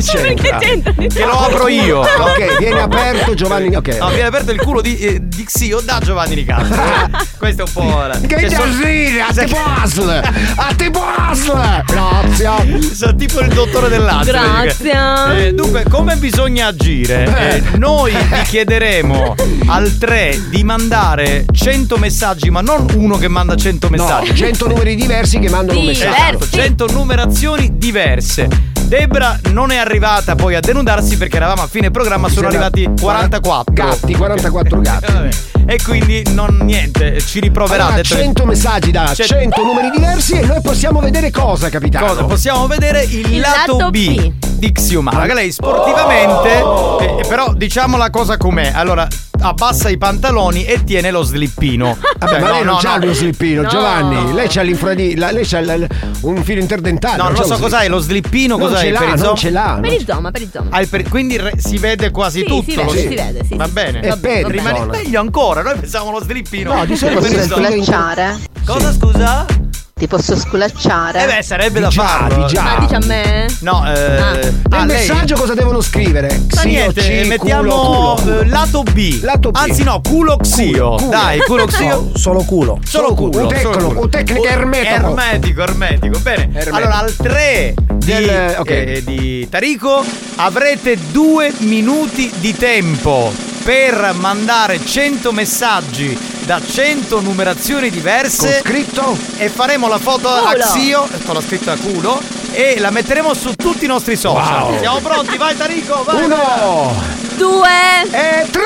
[SPEAKER 2] c'entra? Che lo apro io.
[SPEAKER 4] ok viene aperto Giovanni ok
[SPEAKER 2] No, viene aperto il culo di, eh, di Xio da Giovanni Nicastro. Eh, Questo è un po'. la-
[SPEAKER 4] Che
[SPEAKER 2] cioè, sono-
[SPEAKER 4] giardino, a te puzzle, a te puzzle.
[SPEAKER 2] Grazie. Sono tipo il dottore dell'altro.
[SPEAKER 6] Grazie.
[SPEAKER 2] Eh, dunque, come bisogna agire? Eh, noi vi chiederemo al 3 di mandare 100 messaggi, ma non uno che manda 100
[SPEAKER 4] No,
[SPEAKER 2] messaggi.
[SPEAKER 4] 100 numeri diversi che mandano un messaggio.
[SPEAKER 2] Esatto, 100 numerazioni diverse. Debra non è arrivata poi a denudarsi perché eravamo a fine programma, sono
[SPEAKER 4] Sembra-
[SPEAKER 2] arrivati 44
[SPEAKER 4] Esatto. Gatti, 44 gatti.
[SPEAKER 2] Eh, vabbè. E quindi non niente, ci riproverà.
[SPEAKER 4] Allora,
[SPEAKER 2] ha detto che-
[SPEAKER 4] 100 messaggi da
[SPEAKER 2] Cioè-
[SPEAKER 4] 100 numeri diversi e noi possiamo vedere cosa, capitano.
[SPEAKER 2] Cosa? Possiamo vedere il, lato, B, di Xiomara. Che lei sportivamente,
[SPEAKER 4] Oh!
[SPEAKER 2] eh, eh, però diciamo la cosa com'è. Allora, abbassa i pantaloni e tiene lo slippino.
[SPEAKER 4] Vabbè,
[SPEAKER 2] Cioè,
[SPEAKER 4] ma
[SPEAKER 2] no,
[SPEAKER 4] lei non
[SPEAKER 2] no,
[SPEAKER 4] c'ha
[SPEAKER 2] no.
[SPEAKER 4] lo slippino, Giovanni. Lei c'ha l'infradì, la- lei c'ha il- un filo interdentale.
[SPEAKER 2] No, non
[SPEAKER 4] c'ha
[SPEAKER 2] lo so
[SPEAKER 4] slip-
[SPEAKER 2] cos'hai, lo slippino,
[SPEAKER 4] Non
[SPEAKER 2] cos'hai?
[SPEAKER 4] ce l'ha,
[SPEAKER 2] per i
[SPEAKER 4] non
[SPEAKER 2] zo-
[SPEAKER 4] ce l'ha.
[SPEAKER 6] Per il zoma, per il zoma.
[SPEAKER 2] Ah, il per- quindi re- si vede quasi
[SPEAKER 6] Sì,
[SPEAKER 2] tutto.
[SPEAKER 6] si vede,
[SPEAKER 2] lo-
[SPEAKER 6] si vede, sì,
[SPEAKER 2] va
[SPEAKER 6] sì,
[SPEAKER 2] bene.
[SPEAKER 6] sì, va bene.
[SPEAKER 2] Va bene. Rimane
[SPEAKER 6] Zona.
[SPEAKER 2] meglio ancora. Noi pensavamo lo slippino.
[SPEAKER 8] No, di solito
[SPEAKER 2] Per
[SPEAKER 8] si
[SPEAKER 2] il
[SPEAKER 8] usa il
[SPEAKER 2] zona.
[SPEAKER 8] sculacciare.
[SPEAKER 2] Cosa scusa?
[SPEAKER 8] Ti posso sculacciare?
[SPEAKER 2] Eh beh, sarebbe da farlo.
[SPEAKER 6] Ma dici a me?
[SPEAKER 2] No, eh.
[SPEAKER 6] Ah.
[SPEAKER 4] Nel
[SPEAKER 2] lei-
[SPEAKER 4] messaggio cosa devono scrivere?
[SPEAKER 2] Ma
[SPEAKER 4] Xio,
[SPEAKER 2] niente,
[SPEAKER 4] C,
[SPEAKER 2] mettiamo
[SPEAKER 4] culo, culo.
[SPEAKER 2] eh, lato B. Anzi, no, culo xio. Dai, culo xio.
[SPEAKER 11] No, solo culo.
[SPEAKER 2] Solo culo.
[SPEAKER 4] Un tecnico,
[SPEAKER 2] solo culo.
[SPEAKER 4] un tecnico ermetico.
[SPEAKER 2] Ermetico, ermetico. Bene.
[SPEAKER 4] Ermetico.
[SPEAKER 2] Allora, al 3 di,
[SPEAKER 4] Del- ok.
[SPEAKER 2] eh, di Tarico avrete due minuti di tempo per mandare 100 messaggi da 100 numerazioni diverse.
[SPEAKER 4] scritto?
[SPEAKER 2] E faremo la foto a
[SPEAKER 4] Culo.
[SPEAKER 2] Xio con la scritta culo e la metteremo su tutti i nostri social.
[SPEAKER 4] Wow.
[SPEAKER 2] Siamo pronti, vai Tarico, vai.
[SPEAKER 4] Uno.
[SPEAKER 6] Due
[SPEAKER 4] e tre!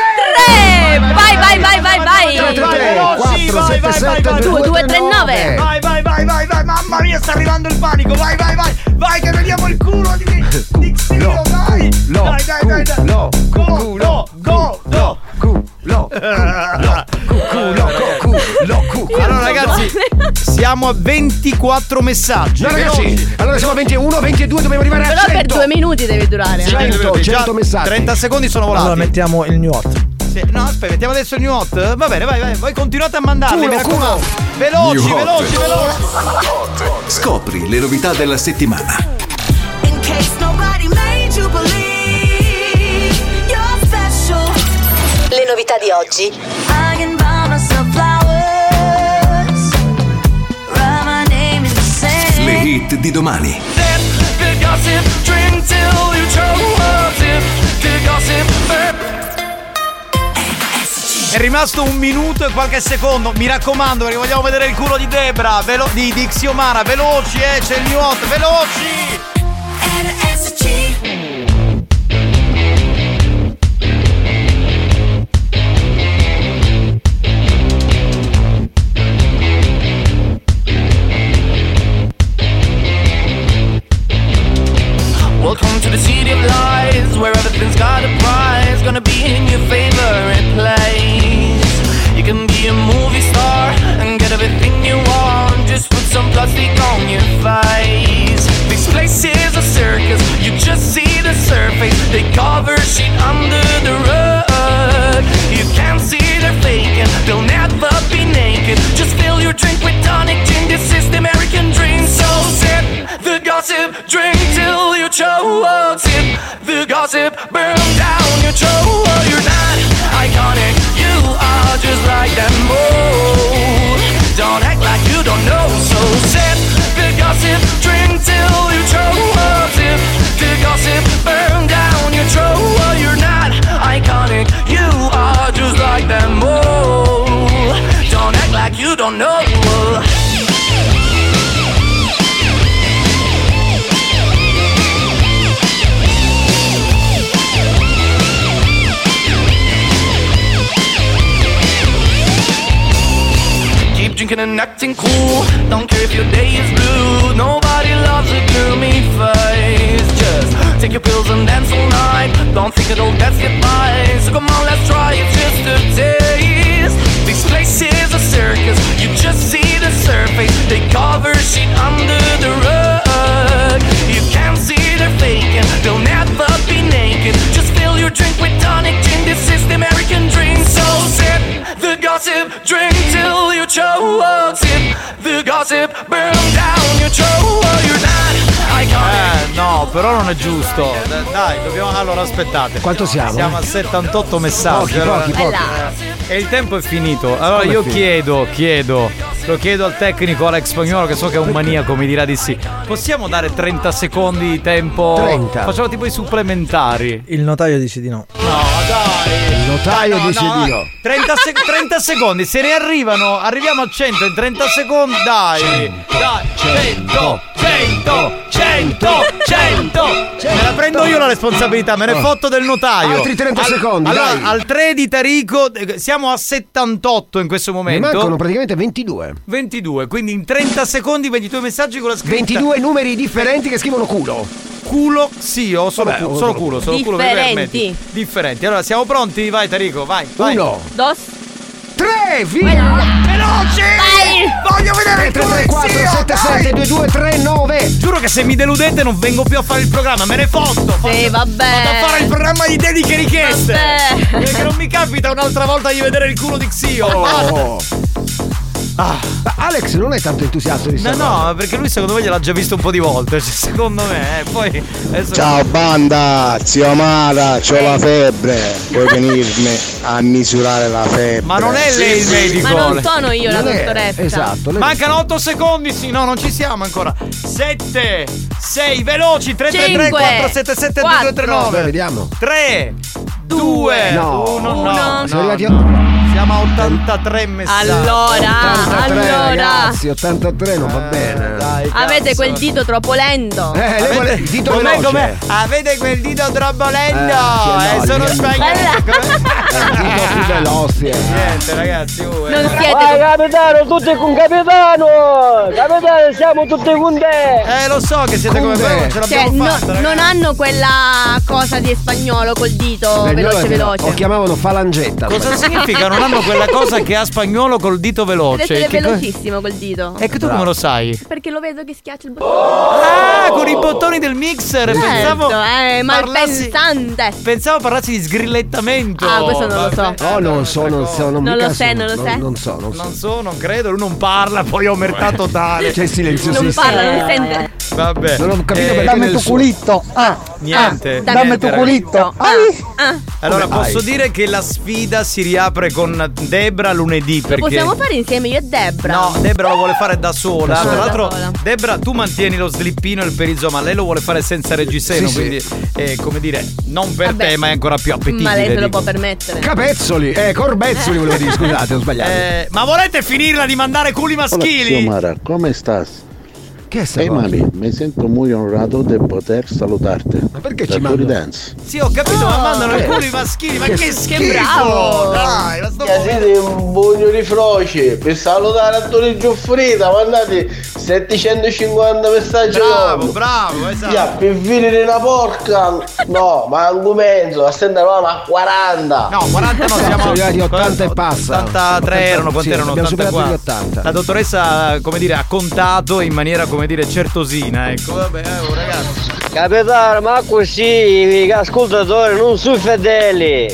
[SPEAKER 6] Tre! Vai, vai, vai, vai, vai!
[SPEAKER 2] Tre, tre, tre, quattro, sette, sette,
[SPEAKER 6] Due,
[SPEAKER 2] due,
[SPEAKER 6] due,
[SPEAKER 2] tre,
[SPEAKER 6] tre,
[SPEAKER 2] nove.
[SPEAKER 6] nove!
[SPEAKER 2] Vai, vai, vai, vai, vai, mamma mia, sta arrivando il panico. Vai, vai, vai, vai, che vediamo il culo di, di Xio, vai. Dai, dai, dai, dai. Culo, culo, culo, culo, culo, culo, culo, culo. Allora, ragazzi, siamo a 24 messaggi.
[SPEAKER 4] No, ragazzi, allora siamo a 21, 22, dobbiamo arrivare a
[SPEAKER 6] Però
[SPEAKER 4] 100.
[SPEAKER 6] per due minuti devi durare. eh.
[SPEAKER 4] 100, 100 messaggi.
[SPEAKER 2] 30 secondi sono volati.
[SPEAKER 11] Allora mettiamo il new hot.
[SPEAKER 2] Sì, no, aspetta, mettiamo adesso il new hot. Va bene, vai, vai, voi continuate a mandarli,
[SPEAKER 4] Culo,
[SPEAKER 2] mi raccomando.
[SPEAKER 4] culo.
[SPEAKER 2] Veloci,
[SPEAKER 25] New hot.
[SPEAKER 2] veloci, veloci.
[SPEAKER 25] Scopri le novità della settimana.
[SPEAKER 26] In case nobody made you believe you're special. Le novità di oggi. I can buy myself flowers. Write my name in the sand.
[SPEAKER 25] Le hit di domani.
[SPEAKER 26] Good gossip, drink till you choke. Loves it. Good gossip,
[SPEAKER 2] È rimasto un minuto e qualche secondo. Mi raccomando, perché vogliamo vedere il culo di Debra, velo- di, di Xiomara. Veloci, eh, c'è il new hot, veloci.
[SPEAKER 26] Welcome to the city of lies, where everything's got a prize. Gonna be in your favorite place. You can be a movie star and get everything you want, just put some plastic on your face. This place is a circus, you just see the surface. They cover shit under the rug. You can't see they're faking, they'll never be naked. Just fill your drink with tonic gin, this is the American dream. So sip the gossip, drink till you choke. Sip the gossip, burn down your choke. You're not iconic, you are just like them all. Don't act like you don't know, so sip the gossip, drink till you choke. Sip the gossip, burn down your choke. You're not iconic, you are just like them all. Don't act like you don't know. Keep drinking and acting cool. Don't care if your day is blue. Nobody loves a gloomy face. Just take your pills and dance all night. Don't think it'll that's goodbye. So come on, let's try it just a taste. This place is a circus. You just see the surface. They cover shit under the rug. You can't see they're faking. They'll never be naked. Just fill your drink with tonic gin. This is the American dream. So sip the gossip, drink till you choke. Sip the gossip, burn down your choke. You're not iconic.
[SPEAKER 2] Eh, no, però non è giusto. D- Eh, Dai, dobbiamo. Allora, aspettate.
[SPEAKER 4] Quanto siamo?
[SPEAKER 2] Siamo a 78 messaggi.
[SPEAKER 4] Pochi,
[SPEAKER 2] allora-
[SPEAKER 4] pochi, pochi.
[SPEAKER 2] E il tempo è finito. Allora
[SPEAKER 4] Come è
[SPEAKER 2] io
[SPEAKER 4] finito?
[SPEAKER 2] chiedo, chiedo, lo chiedo al tecnico Alex Spagnolo, che so che è un maniaco, mi dirà di sì. Possiamo dare 30 secondi di tempo?
[SPEAKER 11] 30.
[SPEAKER 2] Facciamo tipo i supplementari.
[SPEAKER 11] Il notaio dice di no.
[SPEAKER 4] Il notaio dice di no.
[SPEAKER 2] 30, sec- 30 secondi, se ne arrivano, arriviamo a 100 in 30 secondi, dai. 100, 100, 100, 100. Me la prendo io la responsabilità, me ne
[SPEAKER 4] Ah.
[SPEAKER 2] fotto del notaio.
[SPEAKER 4] Altri 30
[SPEAKER 2] Al-
[SPEAKER 4] secondi,
[SPEAKER 2] Allora,
[SPEAKER 4] dai.
[SPEAKER 2] al 3 di Tarico eh, siamo a 78 in questo
[SPEAKER 4] Ne
[SPEAKER 2] momento.
[SPEAKER 4] mancano praticamente 22.
[SPEAKER 2] 22, quindi in 30 secondi 22 messaggi con la scritta
[SPEAKER 4] 22 numeri differenti che scrivono culo.
[SPEAKER 2] Culo sì, ho solo,
[SPEAKER 4] Vabbè,
[SPEAKER 2] cu-
[SPEAKER 4] ho-
[SPEAKER 2] solo culo, solo culo mi
[SPEAKER 6] Differenti.
[SPEAKER 2] permetti. Differenti. Allora, siamo pronti? Vai Tarico, vai, vai.
[SPEAKER 4] Uno.
[SPEAKER 6] Dos.
[SPEAKER 4] Tre,
[SPEAKER 6] via!
[SPEAKER 2] Veloce! Voglio vedere
[SPEAKER 4] 3,
[SPEAKER 2] il
[SPEAKER 4] 3, 3,
[SPEAKER 2] tuo
[SPEAKER 4] 4,
[SPEAKER 2] zio,
[SPEAKER 4] 7, 7, 2, 2, 3, 9.
[SPEAKER 2] Giuro che se mi deludete non vengo più a fare il programma, me ne fotto.
[SPEAKER 6] Sì, vabbè.
[SPEAKER 2] Vado a fare il programma di dediche e richieste.
[SPEAKER 6] Eh. Vabbè.
[SPEAKER 2] Perché non mi capita un'altra volta di vedere il culo di Xio. Basta.
[SPEAKER 4] Ma Ah, Alex non è tanto entusiasta di
[SPEAKER 2] No,
[SPEAKER 4] sta
[SPEAKER 2] no, ma perché lui secondo me gliel'ha già visto un po' di volte. cioè, secondo me, eh. poi. adesso-
[SPEAKER 27] Ciao banda, zio Mara, c'ho la febbre. Vuoi venirmi a misurare la febbre?
[SPEAKER 2] Ma non è lei il medico.
[SPEAKER 6] Ma non sono io la
[SPEAKER 2] Non è-
[SPEAKER 6] dottoressa.
[SPEAKER 2] Mancano 8 secondi, sì, no, non ci siamo ancora. 7, 6, veloci, 3, 3, 3, 4, 7, 7, 2, 2, 3, 9.
[SPEAKER 4] Beh, vediamo.
[SPEAKER 2] 3, 2, 1, no. no.
[SPEAKER 4] Sono arrivati a
[SPEAKER 2] Siamo a 83 messaggi.
[SPEAKER 6] Allora,
[SPEAKER 4] 83,
[SPEAKER 6] allora.
[SPEAKER 4] ragazzi, 83 non va
[SPEAKER 2] Eh,
[SPEAKER 4] bene. Dai,
[SPEAKER 6] Avete quel dito troppo lento.
[SPEAKER 4] Eh, lei vuole il dito veloce. Ah.
[SPEAKER 2] Avete quel dito troppo
[SPEAKER 4] Eh, sì,
[SPEAKER 2] lento.
[SPEAKER 4] no,
[SPEAKER 2] eh, sono
[SPEAKER 4] lì-
[SPEAKER 2] sbagliato.
[SPEAKER 4] più veloci.
[SPEAKER 2] Niente, ragazzi. oh, eh.
[SPEAKER 12] Vai capitano, tutti con capitano! Capitano, siamo tutti con te!
[SPEAKER 2] Eh lo so che siete come me, non ce
[SPEAKER 6] Cioè,
[SPEAKER 2] l'abbiamo
[SPEAKER 6] no-
[SPEAKER 2] fatta. ragazzi.
[SPEAKER 6] non hanno quella cosa di spagnolo col dito
[SPEAKER 4] Beh,
[SPEAKER 6] veloce
[SPEAKER 4] loro-
[SPEAKER 6] veloce.
[SPEAKER 4] O chiamavano falangetta.
[SPEAKER 2] Cosa
[SPEAKER 4] ormai.
[SPEAKER 2] significa? Non hanno quella cosa che ha spagnolo col dito
[SPEAKER 6] Deve
[SPEAKER 2] veloce.
[SPEAKER 6] essere
[SPEAKER 2] Che co-
[SPEAKER 6] velocissimo col dito.
[SPEAKER 2] E che Ecco, tu come lo sai?
[SPEAKER 6] Perché lo vedo che schiaccia il bottone.
[SPEAKER 2] Ah, con i bottoni del mixer.
[SPEAKER 6] Certo,
[SPEAKER 2] Pensavo.
[SPEAKER 6] eh,
[SPEAKER 2] parlassi-
[SPEAKER 6] malpensante.
[SPEAKER 2] Pensavo parlassi di sgrillettamento. Ecco.
[SPEAKER 6] Ah, questo non lo so.
[SPEAKER 4] Oh, non so, non so, non,
[SPEAKER 6] Non
[SPEAKER 4] mica
[SPEAKER 6] lo
[SPEAKER 4] so,
[SPEAKER 6] sai, non lo sai?
[SPEAKER 4] Non so, non so.
[SPEAKER 2] Non so, non credo, lui non parla, poi ho mertato tale. Eh,
[SPEAKER 4] C'è il
[SPEAKER 6] Non
[SPEAKER 4] silenziosissimo.
[SPEAKER 6] parla, non sente.
[SPEAKER 2] Vabbè. Eh,
[SPEAKER 4] Non ho capito perché
[SPEAKER 2] dammi
[SPEAKER 4] nel
[SPEAKER 2] tu
[SPEAKER 4] suo-
[SPEAKER 12] Pulito! Ah!
[SPEAKER 2] Niente.
[SPEAKER 12] Ah, dammi
[SPEAKER 2] Niente,
[SPEAKER 12] tu Ah.
[SPEAKER 2] ragazzi.
[SPEAKER 12] pulito!
[SPEAKER 2] Allora,
[SPEAKER 4] Come
[SPEAKER 2] posso
[SPEAKER 4] hai?
[SPEAKER 2] dire che la sfida si riapre con Debra lunedì perché.
[SPEAKER 6] Possiamo fare insieme io e Debra.
[SPEAKER 2] No, Debra lo vuole fare da sola.
[SPEAKER 6] Da sola.
[SPEAKER 2] Tra l'altro,
[SPEAKER 6] Da sola.
[SPEAKER 2] Debra, tu mantieni lo slippino e il perizoma, lei lo vuole fare senza reggiseno,
[SPEAKER 4] Sì, sì.
[SPEAKER 2] quindi eh, come dire, non per
[SPEAKER 6] Vabbè.
[SPEAKER 2] te, ma è ancora più appetibile.
[SPEAKER 6] Ma lei se lo
[SPEAKER 2] dico.
[SPEAKER 6] può permettere.
[SPEAKER 4] Capezzoli, eh, corbezzoli volevo dire, scusate, ho sbagliato.
[SPEAKER 2] Eh, ma volete finirla di mandare culi maschili?
[SPEAKER 3] Mara, come stas?
[SPEAKER 4] che è sta
[SPEAKER 3] Ehi
[SPEAKER 4] cosa?
[SPEAKER 3] Mari, mi sento molto onorato di poter salutarti. Ma
[SPEAKER 4] perché
[SPEAKER 3] ci mandi? Dance.
[SPEAKER 2] Sì, ho capito, ma mandano i
[SPEAKER 3] Eh.
[SPEAKER 2] culi maschili, ma che,
[SPEAKER 3] Che
[SPEAKER 2] schifo!
[SPEAKER 3] schifo.
[SPEAKER 2] Bravo! Dai, ma sto
[SPEAKER 3] Siete un bugno di froce per salutare Antonio Giuffrida, mandate 750 messaggi
[SPEAKER 2] Bravo, bravo, esatto.
[SPEAKER 3] Via, per venire una porca! No, ma un mezzo, la stenda ma 40!
[SPEAKER 2] No, 40 no, siamo
[SPEAKER 4] Siamo arrivati a 80 e passa.
[SPEAKER 2] 83 erano, quanti
[SPEAKER 4] Sì,
[SPEAKER 2] erano?
[SPEAKER 4] Abbiamo superato
[SPEAKER 2] 84.
[SPEAKER 4] gli 80.
[SPEAKER 2] La dottoressa, come dire, ha contato in maniera, come dire, certosina, ecco. Vabbè, eh, oh, ragazzi.
[SPEAKER 12] Capitano, ma così, ascoltatore, non sono fedeli!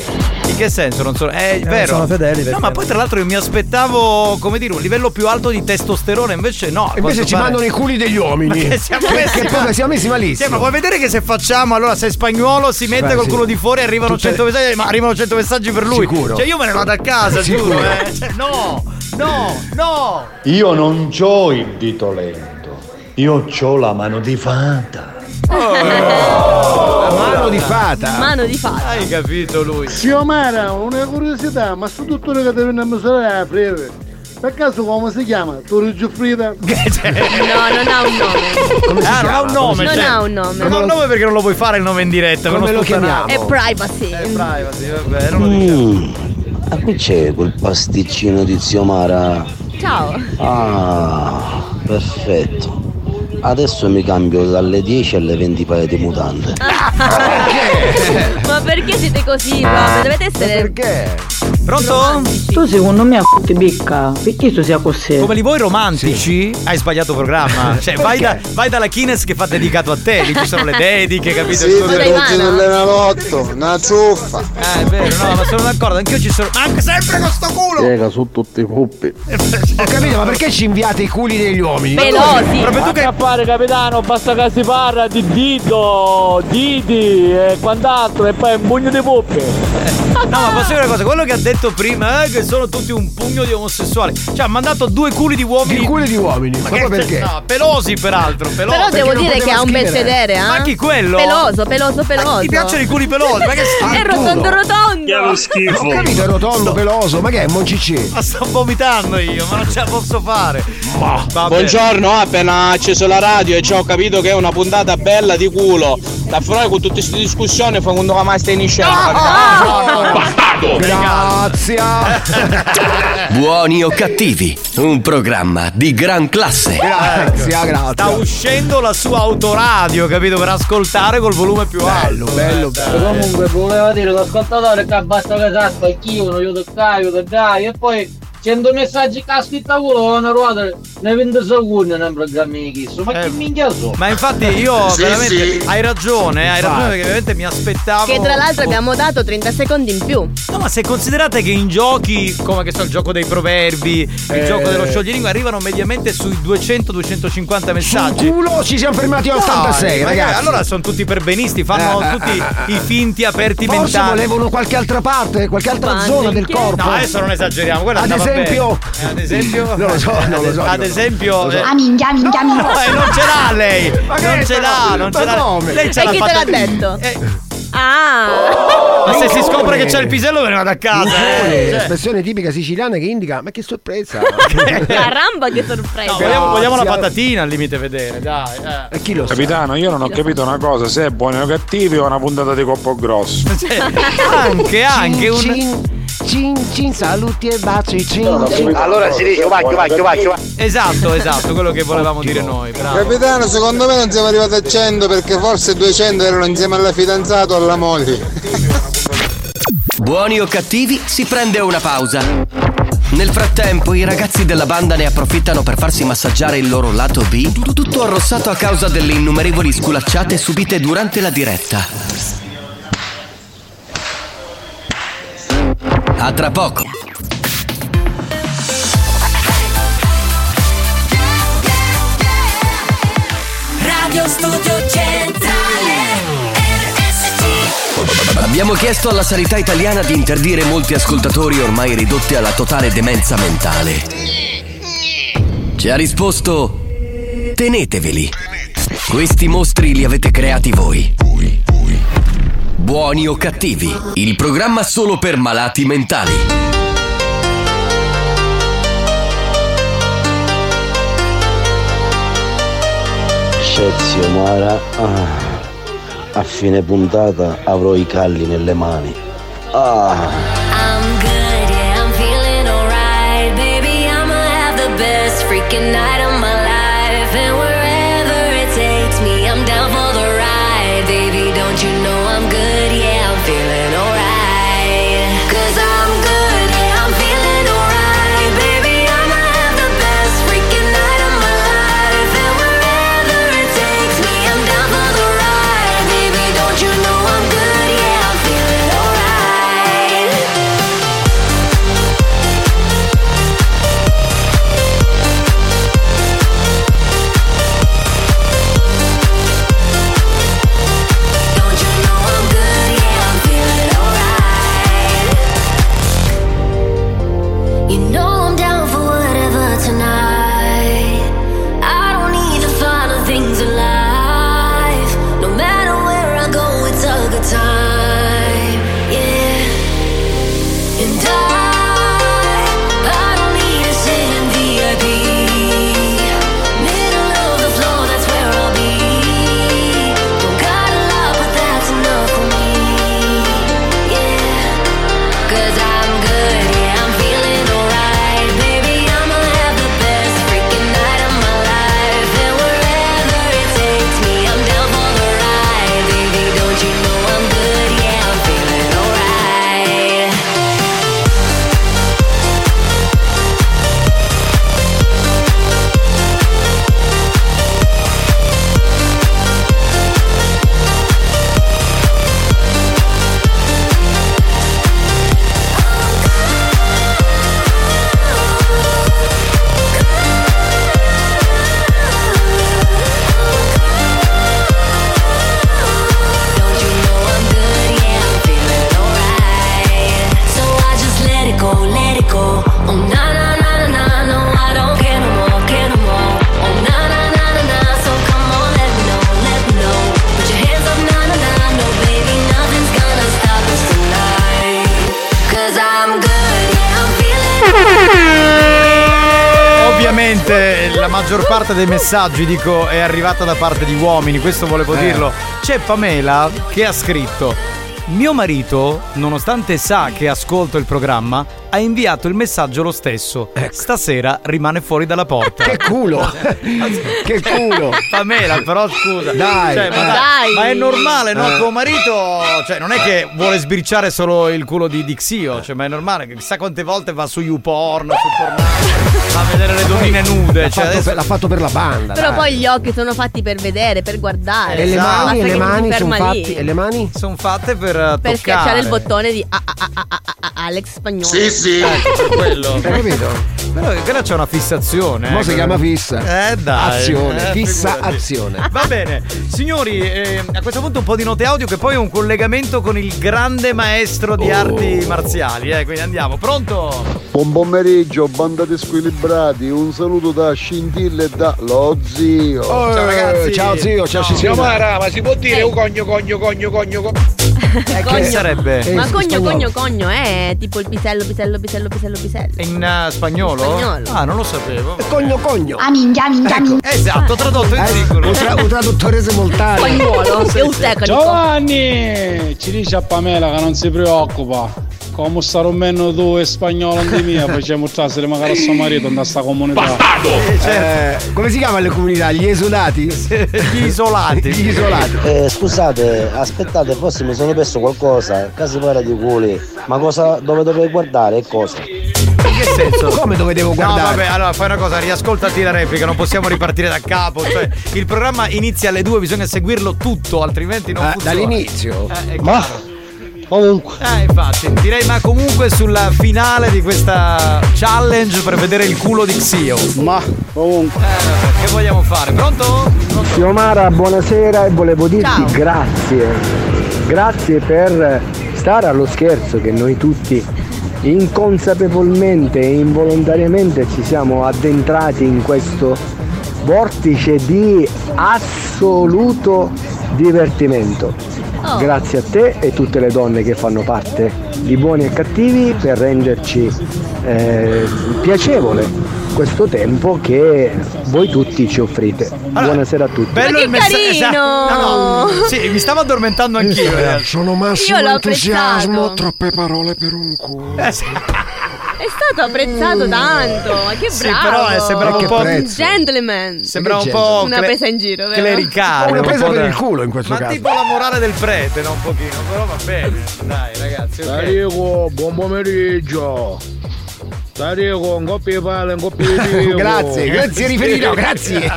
[SPEAKER 2] In che senso? Non sono. È
[SPEAKER 4] Eh,
[SPEAKER 2] vero.
[SPEAKER 11] sono fedeli,
[SPEAKER 2] No,
[SPEAKER 11] perché-
[SPEAKER 2] ma poi tra l'altro io mi aspettavo, come dire, un livello più alto di testosterone, invece no. a
[SPEAKER 4] Invece
[SPEAKER 2] quanto
[SPEAKER 4] ci
[SPEAKER 2] pare-
[SPEAKER 4] mandano i culi degli uomini.
[SPEAKER 2] Ma che siamo
[SPEAKER 4] Che
[SPEAKER 2] messi
[SPEAKER 4] proprio
[SPEAKER 2] male.
[SPEAKER 4] siamo messi malissimo.
[SPEAKER 2] Sì, ma vuoi vedere che se facciamo allora se spagnolo si mette
[SPEAKER 4] Beh,
[SPEAKER 2] col
[SPEAKER 4] sì.
[SPEAKER 2] culo di fuori arrivano
[SPEAKER 4] Tutte-
[SPEAKER 2] 100 messaggi, ma arrivano 100 messaggi per lui.
[SPEAKER 4] Sicuro.
[SPEAKER 2] Cioè io me ne vado a casa,
[SPEAKER 4] Sicuro.
[SPEAKER 2] giuro, eh. Cioè, no! No, no!
[SPEAKER 10] Io non ho il dito lento, io ho la mano di fata.
[SPEAKER 4] Mano di fata.
[SPEAKER 6] Mano di fata.
[SPEAKER 2] Hai capito lui?
[SPEAKER 28] Zio Mara, una curiosità, ma sto dottore che deve venire a misurare la febbre, per caso come si chiama? Torre Giuffrida?
[SPEAKER 6] No, non ha un nome.
[SPEAKER 4] Come si
[SPEAKER 2] ah, non
[SPEAKER 4] chiama?
[SPEAKER 2] ha un nome,
[SPEAKER 6] Non
[SPEAKER 2] cioè.
[SPEAKER 6] ha un nome.
[SPEAKER 2] Non ha un nome perché non lo puoi fare il nome in diretta,
[SPEAKER 4] Come
[SPEAKER 2] per non
[SPEAKER 4] lo
[SPEAKER 2] sputtanare.
[SPEAKER 6] È privacy.
[SPEAKER 12] Eh,
[SPEAKER 2] Privacy, vabbè, non lo diciamo.
[SPEAKER 29] Ma che Mm. Ah, c'è quel pasticcino di zio Mara?
[SPEAKER 6] Ciao.
[SPEAKER 29] Ah, perfetto. Adesso mi cambio dalle 10 alle 20 paia di mutande.
[SPEAKER 6] Ma perché siete così
[SPEAKER 2] Ah,
[SPEAKER 6] proprio? Dovete essere.
[SPEAKER 4] perché?
[SPEAKER 2] Pronto?
[SPEAKER 14] Tu secondo me a f***i bicca, perché tu sia così?
[SPEAKER 2] Come li vuoi romantici? Hai sbagliato programma. Cioè, vai, da- vai dalla Kines che fa dedicato a te, lì ci sono le dediche, capito?
[SPEAKER 27] Sì,
[SPEAKER 2] Il tuo-
[SPEAKER 27] te leggi dell'enalotto, una zuffa.
[SPEAKER 2] Eh, è vero, no, ma sono d'accordo, anch'io ci sono. Anche sempre con sto culo!
[SPEAKER 3] Piega su tutti i puppi.
[SPEAKER 6] Eh.
[SPEAKER 4] Ho capito, ma perché ci inviate i culi degli uomini?
[SPEAKER 6] Veloci.
[SPEAKER 2] Proprio tu che.
[SPEAKER 12] fare capitano, basta che si parla di dito, diti e quant'altro e poi un pugno di poppe.
[SPEAKER 2] No, ma posso dire una cosa, quello che ha detto prima è che sono tutti un pugno di omosessuali. Cioè, ha mandato due culi di uomini.
[SPEAKER 4] I culi di uomini, ma proprio
[SPEAKER 2] che-
[SPEAKER 4] perché?
[SPEAKER 2] No, pelosi peraltro, pelosi.
[SPEAKER 6] Però devo
[SPEAKER 4] non
[SPEAKER 6] dire che
[SPEAKER 4] poteva
[SPEAKER 6] ha un bel
[SPEAKER 4] scrivere.
[SPEAKER 6] sedere, eh?
[SPEAKER 2] Ma chi quello?
[SPEAKER 6] Peloso, peloso,
[SPEAKER 2] Ma
[SPEAKER 6] peloso.
[SPEAKER 2] Ti piacciono i culi pelosi? Ma che schifo!
[SPEAKER 6] È rotondo,
[SPEAKER 4] Arturo.
[SPEAKER 6] rotondo!
[SPEAKER 18] Che è uno schifo.
[SPEAKER 4] Ho capito, rotondo, peloso, ma che è, Moncicci?
[SPEAKER 2] Ma sto vomitando io, ma non ce la posso fare. Vabbè.
[SPEAKER 7] Buongiorno, ho appena acceso la radio e ci ho capito che è una puntata bella di culo. Da fuori con tutte queste discussioni fa quando la mai stai in
[SPEAKER 4] Grazie.
[SPEAKER 7] Eh.
[SPEAKER 13] Buoni o cattivi, un programma di gran classe.
[SPEAKER 2] Grazie, grazie. Sta uscendo la sua autoradio, capito? Per ascoltare col volume più alto. Eh, Bello,
[SPEAKER 9] Comunque voleva dire l'ascoltatore che basta che casca il chiuno, io te caio, te dai, e poi 100 messaggi che ha scritto a volo, una ruota, ne 20 secondi nel programma di Chisso, ma che minchia sono?
[SPEAKER 2] Eh, Ma infatti io
[SPEAKER 9] Sì,
[SPEAKER 2] veramente
[SPEAKER 9] sì.
[SPEAKER 2] hai ragione, hai
[SPEAKER 9] Infatti.
[SPEAKER 2] ragione perché veramente mi aspettavo.
[SPEAKER 6] Che tra l'altro abbiamo dato 30 secondi in più.
[SPEAKER 2] No, ma se considerate che in giochi come che so il gioco dei proverbi, il
[SPEAKER 4] Eh.
[SPEAKER 2] gioco dello scioglilingua arrivano mediamente sui 200-250 messaggi.
[SPEAKER 4] Culo, ci siamo fermati a 86,
[SPEAKER 2] Dai,
[SPEAKER 4] ragazzi.
[SPEAKER 2] Allora sono tutti perbenisti, fanno
[SPEAKER 4] Eh, eh,
[SPEAKER 2] tutti
[SPEAKER 4] eh,
[SPEAKER 2] i finti aperti
[SPEAKER 4] Forse
[SPEAKER 2] mentali.
[SPEAKER 4] volevano qualche altra parte, qualche altra zona del corpo.
[SPEAKER 2] No, adesso non esageriamo, quello
[SPEAKER 4] Ad
[SPEAKER 2] andava
[SPEAKER 4] esempio,
[SPEAKER 2] bene.
[SPEAKER 4] Mm,
[SPEAKER 2] Eh, Ad esempio
[SPEAKER 4] Non lo so, non lo so,
[SPEAKER 2] Ad
[SPEAKER 4] io.
[SPEAKER 2] esempio eh,
[SPEAKER 4] Ah,
[SPEAKER 1] minchia, minchia,
[SPEAKER 2] eh, non ce l'ha lei!
[SPEAKER 1] Ma che
[SPEAKER 2] Non ce
[SPEAKER 1] però?
[SPEAKER 2] l'ha, non ce
[SPEAKER 1] Ma
[SPEAKER 2] l'ha!
[SPEAKER 1] come?
[SPEAKER 2] Lei ce
[SPEAKER 6] e
[SPEAKER 2] l'ha
[SPEAKER 6] chi te
[SPEAKER 2] fatta- Eh.
[SPEAKER 6] l'ha detto? Ah!
[SPEAKER 2] Ma se si scopre che c'è il pisello ve ne vado a casa! eh. Cioè,
[SPEAKER 4] espressione tipica siciliana che indica, ma che sorpresa!
[SPEAKER 6] Caramba, che sorpresa!
[SPEAKER 2] no, vogliamo, vogliamo la patatina al limite vedere, dai! eh.
[SPEAKER 15] Capitano, io non ho capito una cosa, se è buoni o cattivi o una puntata di corpo grosso.
[SPEAKER 2] Cioè, anche, anche un.
[SPEAKER 4] Cin, cin, cin, saluti e baci, cin, cin.
[SPEAKER 27] Allora si dice,
[SPEAKER 4] vai, vai, vai,
[SPEAKER 2] Esatto, esatto, quello che volevamo dire noi, bravo.
[SPEAKER 27] Capitano, secondo me non siamo arrivati a 100 perché forse 200 erano insieme alla fidanzata o alla moglie.
[SPEAKER 13] Buoni o cattivi, si prende una pausa. Nel frattempo, i ragazzi della banda ne approfittano per farsi massaggiare il loro lato B, tut- tutto arrossato a causa delle innumerevoli sculacciate subite durante la diretta. A tra poco.
[SPEAKER 1] Radio Studio Centrale
[SPEAKER 13] Abbiamo chiesto alla sanità italiana di interdire molti ascoltatori ormai ridotti alla totale demenza mentale. Ci ha risposto: teneteveli. Questi mostri li avete creati voi. Buoni o cattivi, il programma solo per malati mentali.
[SPEAKER 29] Cezio Mara, ah, a fine puntata avrò i calli nelle mani. Ah,
[SPEAKER 1] I'm good, yeah, I'm feeling alright Baby, I'ma have the best freaking night of my life And wherever it takes me, I'm down for the ride Baby, don't you know I'm good, yeah, I'm feeling alright Cause I'm good, yeah, I'm feeling alright Baby, I'ma have the best freaking night of my life And wherever it takes me, I'm down for the ride Baby, don't you know I'm good, yeah, I'm feeling alright
[SPEAKER 9] Oh, Oh,
[SPEAKER 2] Sicuramente la maggior parte dei messaggi, dico, è arrivata da parte di uomini, questo volevo
[SPEAKER 30] Eh.
[SPEAKER 2] dirlo. C'è Pamela che ha scritto: Mio marito, nonostante sa che ascolto il programma, ha inviato il messaggio lo stesso. Stasera rimane fuori dalla porta. Che
[SPEAKER 4] Ecco. culo! che culo!
[SPEAKER 2] Pamela, però scusa.
[SPEAKER 4] Dai,
[SPEAKER 2] Cioè, ma, dai.
[SPEAKER 4] eh. Dai.
[SPEAKER 2] ma è normale, no?
[SPEAKER 4] Eh.
[SPEAKER 2] Tuo marito, cioè, non è che vuole sbirciare solo il culo di, di Xio,
[SPEAKER 4] Eh.
[SPEAKER 2] cioè, ma è normale che chissà quante volte va su YouPorn, su Pornhub, va a vedere le donne nude.
[SPEAKER 4] L'ha,
[SPEAKER 2] cioè,
[SPEAKER 4] fatto
[SPEAKER 2] adesso-
[SPEAKER 4] per, l'ha fatto per la banda.
[SPEAKER 6] Però
[SPEAKER 4] dai.
[SPEAKER 6] poi gli occhi sono fatti per vedere, per guardare.
[SPEAKER 2] Eh,
[SPEAKER 4] E le mani,
[SPEAKER 6] Basta
[SPEAKER 4] e
[SPEAKER 6] che
[SPEAKER 4] le
[SPEAKER 6] non si
[SPEAKER 4] mani son
[SPEAKER 6] ferma lì.
[SPEAKER 4] fatti- e le mani?
[SPEAKER 2] Sono fatte per, eh,
[SPEAKER 6] Per
[SPEAKER 2] toccare.
[SPEAKER 6] schiacciare il bottone di a- a- a- a- a- a- Alex Spagnolo.
[SPEAKER 2] Ecco, quello.
[SPEAKER 4] Hai capito?
[SPEAKER 2] Però quella c'è una fissazione.
[SPEAKER 4] Mo
[SPEAKER 2] eh,
[SPEAKER 4] si
[SPEAKER 2] quella-
[SPEAKER 4] chiama fissa.
[SPEAKER 2] Eh dai.
[SPEAKER 4] Azione,
[SPEAKER 2] eh,
[SPEAKER 4] fissa
[SPEAKER 2] figurati.
[SPEAKER 4] azione.
[SPEAKER 2] Va bene, signori, eh, a questo punto un po' di note audio che poi è un collegamento con il grande maestro
[SPEAKER 4] Oh.
[SPEAKER 2] di arti marziali, eh, quindi andiamo. Pronto?
[SPEAKER 11] Buon pomeriggio, banda di squilibrati, un saluto da Scintille e da lo zio.
[SPEAKER 4] Oh, Ciao, ragazzi. ciao, zio, ciao, Scintilla.
[SPEAKER 11] Mara, ma si può dire
[SPEAKER 1] Eh.
[SPEAKER 11] un cogno, cogno, cogno, cogno, cogno.
[SPEAKER 6] Cogno.
[SPEAKER 2] sarebbe? Eh,
[SPEAKER 6] Ma
[SPEAKER 2] in
[SPEAKER 6] cogno,
[SPEAKER 2] spagnolo.
[SPEAKER 6] cogno, cogno, eh? Tipo il pisello, pisello, pisello, pisello, pisello.
[SPEAKER 2] In eh, spagnolo?
[SPEAKER 6] Spagnolo.
[SPEAKER 2] Ah, non lo sapevo.
[SPEAKER 4] Cogno cogno.
[SPEAKER 6] Ah, minchia, minchia, minchia.
[SPEAKER 2] Esatto, tradotto in singolo.
[SPEAKER 4] Eh, Un traduttore simultaneo.
[SPEAKER 6] Spagnolo, è un tecnico.
[SPEAKER 18] Giovanni, ci dice a Pamela che non si preoccupa. Come starò meno tu e spagnolo di mia, facciamo trasere magari a suo marito andare a sta comunità.
[SPEAKER 4] Eh, come si chiama le comunità? Gli esodati?
[SPEAKER 2] Gli isolati.
[SPEAKER 4] Gli isolati.
[SPEAKER 29] Eh, scusate, aspettate, forse mi sono perso qualcosa. Casi parla di culi, ma cosa dove dovrei guardare e cosa?
[SPEAKER 2] In che senso?
[SPEAKER 4] Come dove devo
[SPEAKER 2] No,
[SPEAKER 29] guardare?
[SPEAKER 2] vabbè, allora fai una cosa, riascoltati la replica, non possiamo ripartire da capo. Cioè,
[SPEAKER 4] Eh.
[SPEAKER 2] il programma inizia alle due, bisogna seguirlo tutto, altrimenti non funziona.
[SPEAKER 4] Eh, dall'inizio?
[SPEAKER 2] Eh, è
[SPEAKER 4] Ma-
[SPEAKER 2] chiaro.
[SPEAKER 11] Comunque.
[SPEAKER 2] Eh, infatti, direi ma comunque sulla finale di questa challenge per vedere il culo di Xio. Eh,
[SPEAKER 11] Ma comunque.
[SPEAKER 2] che vogliamo fare? Pronto?
[SPEAKER 7] Zio Mara, buonasera e volevo dirti grazie. Grazie per stare allo scherzo che noi tutti inconsapevolmente e involontariamente ci siamo addentrati in questo vortice di assoluto divertimento. Grazie a te e tutte le donne che fanno parte di buoni e cattivi per renderci eh, piacevole questo tempo che voi tutti ci offrite. Buonasera a tutti.
[SPEAKER 2] Bello il messa-
[SPEAKER 6] carino!
[SPEAKER 2] esatto. No, no, sì, mi stavo addormentando anch'io. eh. in realtà.
[SPEAKER 4] Eh, Sono
[SPEAKER 6] Io l'ho apprezzato.
[SPEAKER 4] troppe parole per un culo.
[SPEAKER 2] Eh, sì.
[SPEAKER 6] È stato
[SPEAKER 2] Mm.
[SPEAKER 6] apprezzato tanto. Ma che bravo.
[SPEAKER 2] Sì, però, eh, sembrava un po'-
[SPEAKER 6] Un gentleman.
[SPEAKER 2] Sembrava un po'
[SPEAKER 6] Una
[SPEAKER 2] cle-
[SPEAKER 6] presa in giro, vero?
[SPEAKER 2] Clericale.
[SPEAKER 4] Una
[SPEAKER 2] un
[SPEAKER 4] presa
[SPEAKER 2] po'
[SPEAKER 4] per
[SPEAKER 2] da-
[SPEAKER 4] il culo in questo
[SPEAKER 2] Ah, Ma
[SPEAKER 4] caso.
[SPEAKER 2] tipo la morale del prete, no? Un pochino, però va bene. Dai, ragazzi. ok.
[SPEAKER 18] Tarico, buon pomeriggio. Tarico, un coppia di palle, un coppia di tiro.
[SPEAKER 4] Grazie, grazie riferito, grazie.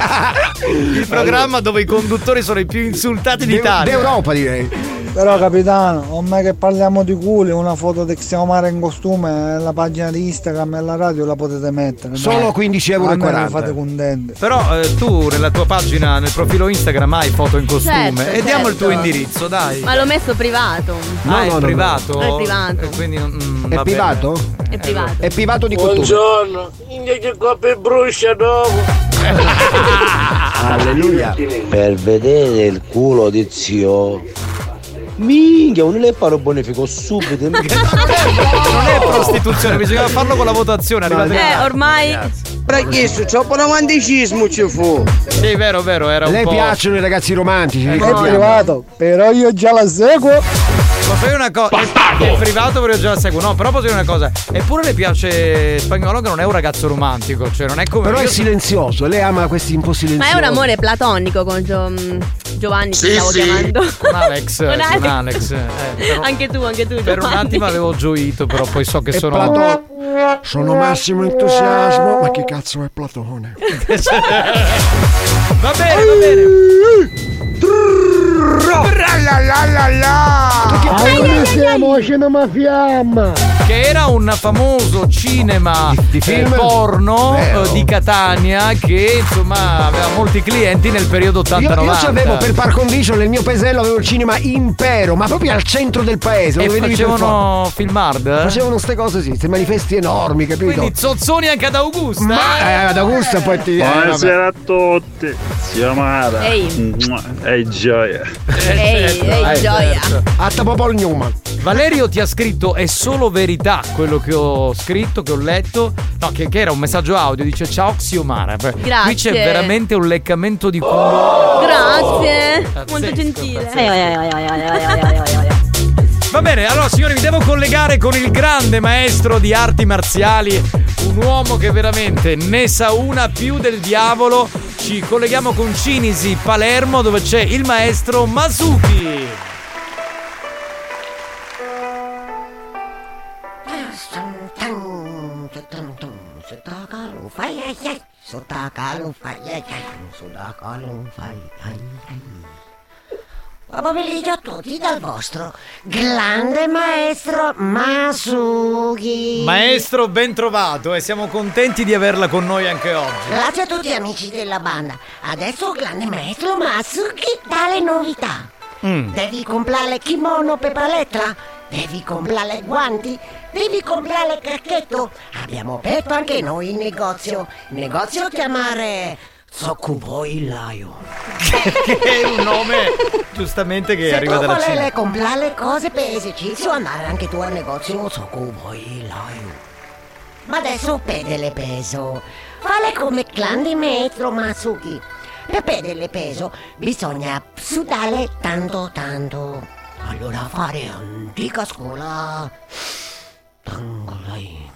[SPEAKER 2] Il programma dove i conduttori sono i più insultati d'Italia.
[SPEAKER 4] D'Europa direi.
[SPEAKER 7] Però capitano, ormai che parliamo di culi, una foto di Xiomara in costume la pagina di Instagram e la radio la potete mettere. dai.
[SPEAKER 4] Solo 15,40 euro.
[SPEAKER 7] Almeno mi fate contenti.
[SPEAKER 2] Però eh, tu nella tua pagina, nel profilo Instagram hai foto in costume.
[SPEAKER 6] Certo,
[SPEAKER 2] e diamo il tuo
[SPEAKER 6] certo.
[SPEAKER 2] indirizzo, dai.
[SPEAKER 6] Ma l'ho messo privato.
[SPEAKER 2] ah, è
[SPEAKER 4] no, no, no.
[SPEAKER 2] privato?
[SPEAKER 6] No, è privato.
[SPEAKER 2] Eh, Quindi, mm, va
[SPEAKER 4] È
[SPEAKER 2] bene.
[SPEAKER 4] privato?
[SPEAKER 6] È privato.
[SPEAKER 4] È privato di costume.
[SPEAKER 1] Buongiorno, invece qua per brucia dopo.
[SPEAKER 4] Alleluia.
[SPEAKER 29] Per vedere il culo di zio. Minchia, un lepparo bonifico subito.
[SPEAKER 2] Non è prostituzione, bisognava farlo con la votazione. Arrivate
[SPEAKER 6] Eh, ormai.
[SPEAKER 7] Ragazzi, c'è un po' romanticismo ci fu.
[SPEAKER 2] Sì, vero, vero, era
[SPEAKER 4] A
[SPEAKER 2] un
[SPEAKER 4] lei
[SPEAKER 2] po'. Eh,
[SPEAKER 4] piacciono i ragazzi romantici,
[SPEAKER 7] È
[SPEAKER 4] ricordiamo.
[SPEAKER 7] privato, però io già la seguo.
[SPEAKER 2] Ma fai una cosa. È privato perché io già la seguo. No, però posso dire una cosa. Eppure le piace spagnolo che non è un ragazzo romantico. Cioè, non è come.
[SPEAKER 4] Però è
[SPEAKER 2] io-
[SPEAKER 4] silenzioso, lei ama questi un po'
[SPEAKER 6] Ma
[SPEAKER 2] Eh,
[SPEAKER 4] silenziosi.
[SPEAKER 6] è un amore platonico con Gio- mm, Giovanni, ti stavo chiamando.
[SPEAKER 2] Con Alex,
[SPEAKER 6] Con
[SPEAKER 2] con
[SPEAKER 6] Alex.
[SPEAKER 2] Alex. eh, per, un-
[SPEAKER 6] Anche tu, anche tu.
[SPEAKER 2] per un
[SPEAKER 6] Giovanni.
[SPEAKER 2] attimo avevo gioito, però poi so che
[SPEAKER 4] È
[SPEAKER 2] sono.
[SPEAKER 4] Platone. Sono massimo entusiasmo. Ma che cazzo è Platone?
[SPEAKER 2] Va bene, va bene.
[SPEAKER 4] Ah,
[SPEAKER 18] Allora siamo cinema fiamma.
[SPEAKER 2] Che era un famoso cinema di
[SPEAKER 18] film?
[SPEAKER 2] porno
[SPEAKER 18] Vero.
[SPEAKER 4] oh.
[SPEAKER 2] eh, di Catania che insomma aveva molti clienti nel periodo 80-90.
[SPEAKER 4] Io, io avevo per par condicio nel mio paesello avevo il cinema impero, ma proprio al centro del paese.
[SPEAKER 2] E
[SPEAKER 4] Dove vedevi per forza.
[SPEAKER 2] facevano film hard? eh?
[SPEAKER 4] Facevano queste cose, sì, questi manifesti enormi, capito?
[SPEAKER 2] Quindi zozzoni anche ad Augusta.
[SPEAKER 4] Ma eh,
[SPEAKER 2] eh?
[SPEAKER 4] ad Augusta poi ti. eh, vabbè.
[SPEAKER 8] Buonasera a tutti, zio Mara.
[SPEAKER 6] Ehi.
[SPEAKER 8] Mua, E gioia.
[SPEAKER 6] Ehi, ehi, gioia.
[SPEAKER 4] A Popol certo. Newman.
[SPEAKER 2] certo. Valerio ti ha scritto è solo verità quello che ho scritto, che ho letto. No, che, che era un messaggio audio, dice ciao Xiomara. Beh, Qui
[SPEAKER 6] Grazie.
[SPEAKER 2] c'è veramente un leccamento di culo.
[SPEAKER 6] Grazie,
[SPEAKER 2] Pazzesco,
[SPEAKER 6] molto gentile.
[SPEAKER 2] pazzesco. Va bene, allora signori, vi devo collegare con il grande maestro di arti marziali, un uomo che veramente ne sa una più del diavolo. Ci colleghiamo con Cinisi, Palermo, dove c'è il maestro Masuki.
[SPEAKER 31] Buon pomeriggio a tutti dal vostro grande maestro Masuki.
[SPEAKER 2] Maestro, ben trovato e siamo contenti di averla con noi anche oggi.
[SPEAKER 31] Grazie a tutti amici della banda. Adesso il grande maestro Masuki dà le novità.
[SPEAKER 2] Mm.
[SPEAKER 31] Devi comprare kimono per palestra, devi comprare guanti, devi comprare cacchetto. Abbiamo aperto anche noi il negozio. Il negozio chiamare Sokuboi Lion.
[SPEAKER 2] Che è un nome giustamente che
[SPEAKER 31] Se
[SPEAKER 2] arriva
[SPEAKER 31] tu
[SPEAKER 2] dalla
[SPEAKER 31] vuole
[SPEAKER 2] Cina.
[SPEAKER 31] comprare le cose per esercizio, andare anche tu al negozio Sokuboi Lion. Ma adesso pedele peso. Fale come clan di metro Masuki. Per pedele peso bisogna sudare tanto tanto. Allora fare antica scuola. Tangolai.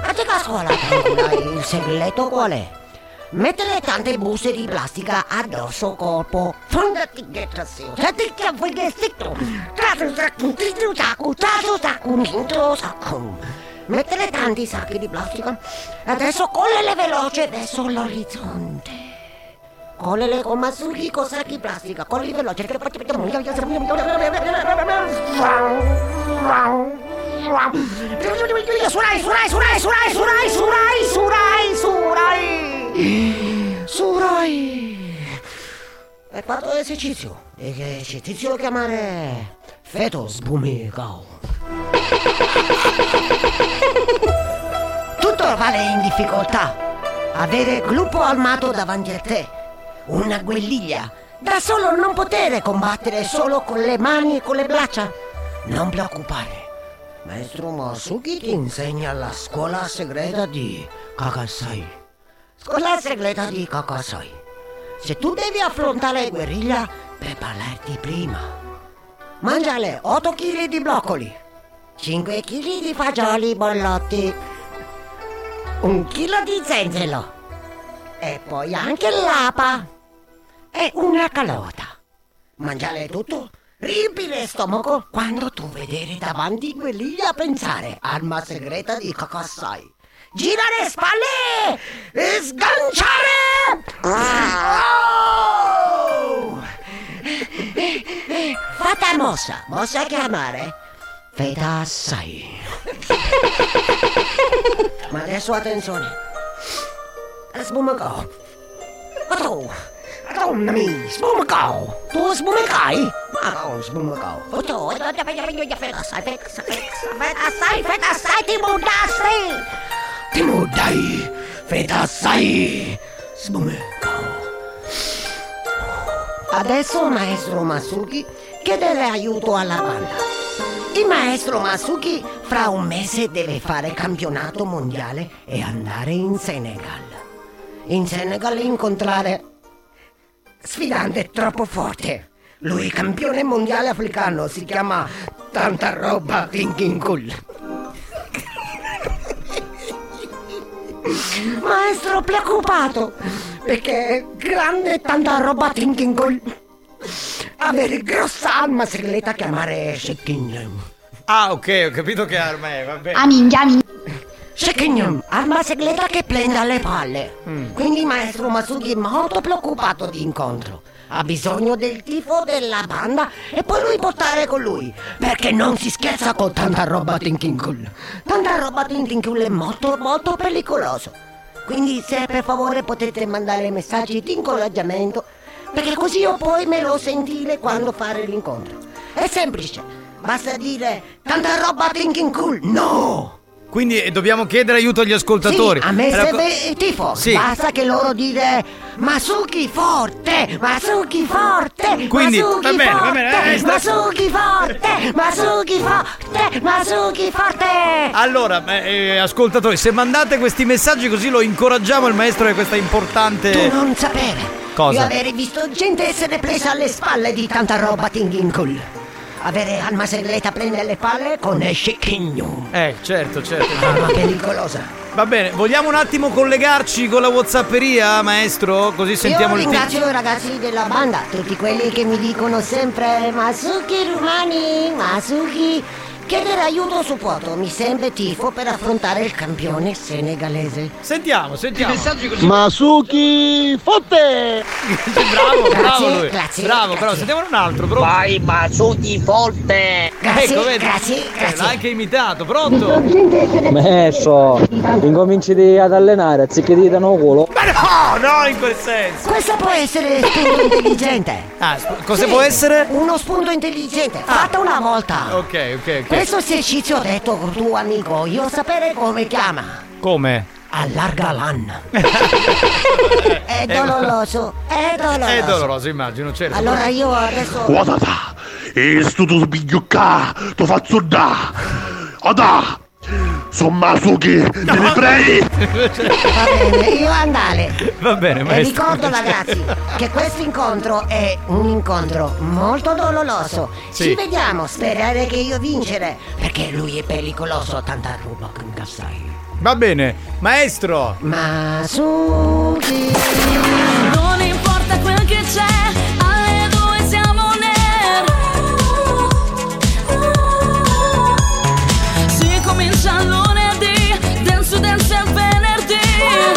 [SPEAKER 31] Antica scuola, tangolai. Il segreto qual è? Mettere tante buste di plastica addosso al corpo. Fondati che trassio. Senti che vuoi che stitto. Trasu sacco, titu sacco, trasu sacco, minto sacco. Mettere tanti sacchi di plastica. Adesso collele veloce verso l'orizzonte. Collele con Masuki con sacchi di plastica. Colli veloce. che poi ti mettiamo- Surai, surai, surai, surai, surai, surai, surai, surai. Surai. Hai fatto esercizio. E che esercizio chiamare? Fetos bumigao. Tutto vale in difficoltà. Avere gruppo armato davanti a te. Una guerriglia. Da solo non poter combattere solo con le mani e con le braccia. Non preoccupare. Maestro Masuki ti insegna la scuola segreta di Kakasai. Scuola segreta di Kakasai. Se tu devi affrontare guerriglia, prepararti prima. Mangiare 8 kg di broccoli, 5 kg di fagioli bollotti, un chilo di zenzero e poi anche l'apa e una carota. Mangiare tutto, riempire stomaco quando tu vedere davanti guerriglia pensare arma segreta di Kakasai. Girare spalle e sganciare! Oh! Fatta mossa, mossa chiamare. Feta assai. Ma adesso attenzione. Sbumacao. Atto. Attomnami. Sbumacao. Tu sbumacai? Ma no, sbumacao. Atto. Feta assai, feta assai, feta assai, feta assai, ti mudassi. Ti mudai. Feta assai. Sbumacao. Adesso maestro Masuki chiedere aiuto alla banda. Il maestro Masuki fra un mese deve fare campionato mondiale e andare in Senegal. In Senegal incontrare sfidante troppo forte. Lui campione mondiale africano si chiama tanta roba Thinking Cool. Maestro preoccupato perché grande tanta roba Thinking Cool. Avere grossa alma segreta chiamare Shekinyon.
[SPEAKER 2] Ah, ok, ho capito che arma è, va
[SPEAKER 31] Ah,
[SPEAKER 2] bene.
[SPEAKER 31] Shekinyon, arma segreta che prende le palle.
[SPEAKER 2] Mm.
[SPEAKER 31] Quindi maestro Masugi è molto preoccupato di incontro. Ha bisogno del tifo della banda e poi lui portare con lui. Perché non si scherza con tanta roba Thinking Cool. Tanta roba Thinking Cool è molto molto pericoloso. Quindi se per favore potete mandare messaggi di incoraggiamento, perché così io poi me lo sentire quando fare l'incontro. È semplice, basta dire tanta roba Thinking Cool, no!
[SPEAKER 2] Quindi eh, dobbiamo chiedere aiuto agli ascoltatori.
[SPEAKER 31] Sì, a me
[SPEAKER 2] È la co-
[SPEAKER 31] serve il tifo.
[SPEAKER 2] Sì.
[SPEAKER 31] Basta che loro dire Masuki forte, Masuki forte,
[SPEAKER 2] Quindi,
[SPEAKER 31] Masuki
[SPEAKER 2] va bene,
[SPEAKER 31] forte,
[SPEAKER 2] va bene, eh, sta-
[SPEAKER 31] Masuki forte, Masuki forte, Masuki forte.
[SPEAKER 2] Allora, eh, eh, ascoltatori, se mandate questi messaggi così lo incoraggiamo il maestro di questa importante.
[SPEAKER 31] Tu non sapere. Io
[SPEAKER 2] Cosa?
[SPEAKER 31] avere visto gente essere presa alle spalle di tanta roba tingincul. Avere alma segreta prendere le palle con Eshikinu.
[SPEAKER 2] Eh, certo, certo.
[SPEAKER 31] Arma Ah, pericolosa.
[SPEAKER 2] Va bene, vogliamo un attimo collegarci con la Whatsapperia, maestro? Così sentiamo
[SPEAKER 31] Io
[SPEAKER 2] il
[SPEAKER 31] ringrazio
[SPEAKER 2] team.
[SPEAKER 31] i ragazzi della banda, tutti quelli che mi dicono sempre Masuki Rumani, Masuki. Chiedere aiuto su Poto mi sembra tifo per affrontare il campione senegalese.
[SPEAKER 2] Sentiamo, sentiamo. messaggi
[SPEAKER 32] Masuki Fotte!
[SPEAKER 2] Bravo, bravo
[SPEAKER 32] Grazie,
[SPEAKER 2] lui.
[SPEAKER 32] grazie,
[SPEAKER 2] bravo, bravo.
[SPEAKER 32] grazie.
[SPEAKER 2] Sentiamo un altro, pronto. Vai, Masuki forte.
[SPEAKER 32] Grazie,
[SPEAKER 2] ecco, vedi.
[SPEAKER 32] grazie,
[SPEAKER 2] Eh,
[SPEAKER 32] grazie.
[SPEAKER 2] L'ha anche imitato, pronto?
[SPEAKER 7] Messo, incominci ad allenare, anziché di danno culo.
[SPEAKER 2] No, no, in quel senso.
[SPEAKER 31] Questo può essere spunto intelligente.
[SPEAKER 2] Ah, sp- cosa
[SPEAKER 31] Sì,
[SPEAKER 2] può essere?
[SPEAKER 31] Uno spunto intelligente, fatta una volta.
[SPEAKER 2] Ok, ok, ok.
[SPEAKER 31] Ah. Questo esercizio ho detto con tuo amico, io sapere come chiama.
[SPEAKER 2] Come?
[SPEAKER 31] Allarga l'anna. È doloroso, è doloroso.
[SPEAKER 2] È doloroso, immagino, certo.
[SPEAKER 31] Allora io adesso...
[SPEAKER 21] Guardata! E sto tu sbigliocca! Tu faccio da! Ada! Sono Masuki! Te ne prendi!
[SPEAKER 31] Va bene, io andare.
[SPEAKER 2] Va bene,
[SPEAKER 31] E
[SPEAKER 2] maestro.
[SPEAKER 31] ricordo ragazzi che questo incontro è un incontro molto doloroso.
[SPEAKER 2] Sì.
[SPEAKER 31] Ci vediamo, sperare che io vincere, perché lui è pericoloso, tanta roba che incassai.
[SPEAKER 2] Va bene, maestro.
[SPEAKER 31] Ma su
[SPEAKER 25] Non importa quel che c'è, alle due siamo nel Si comincia a lunedì, dance to dance al venerdì È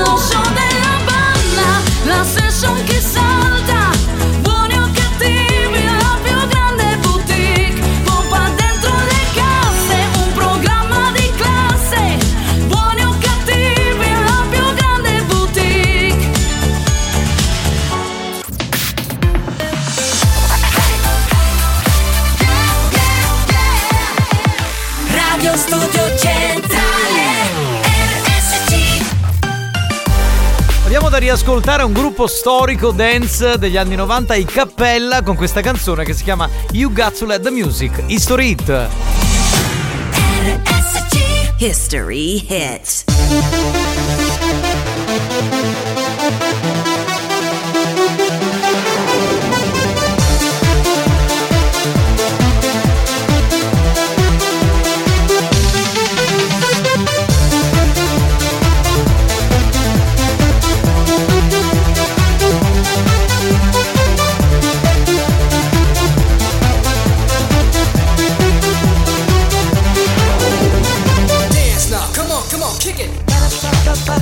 [SPEAKER 25] lo show della banda, la session che salta Buoni o cattivi, la più grande boutique Pompa dentro le casse, un programma di classe Buoni o cattivi, la più grande boutique. Radio Studio Centrale RSC
[SPEAKER 2] Abbiamo da riascoltare un gruppo storico dance degli anni 90, i Cappella, con questa canzone che si chiama You Got to Let the Music, History Hit.
[SPEAKER 33] History hit.
[SPEAKER 25] Dance now, come on, come on, kick it.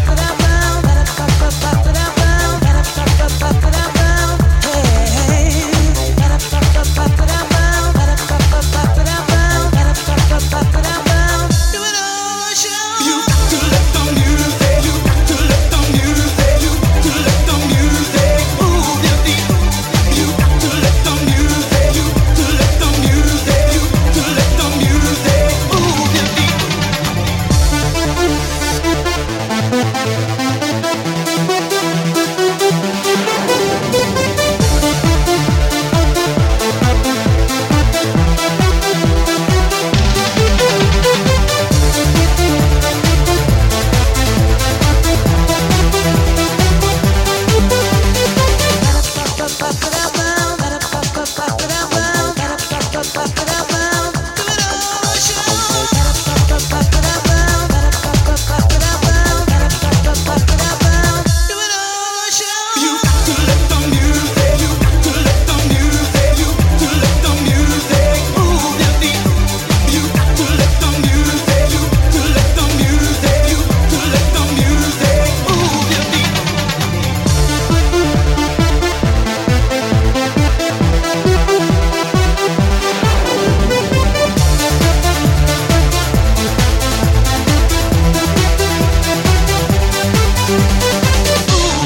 [SPEAKER 1] We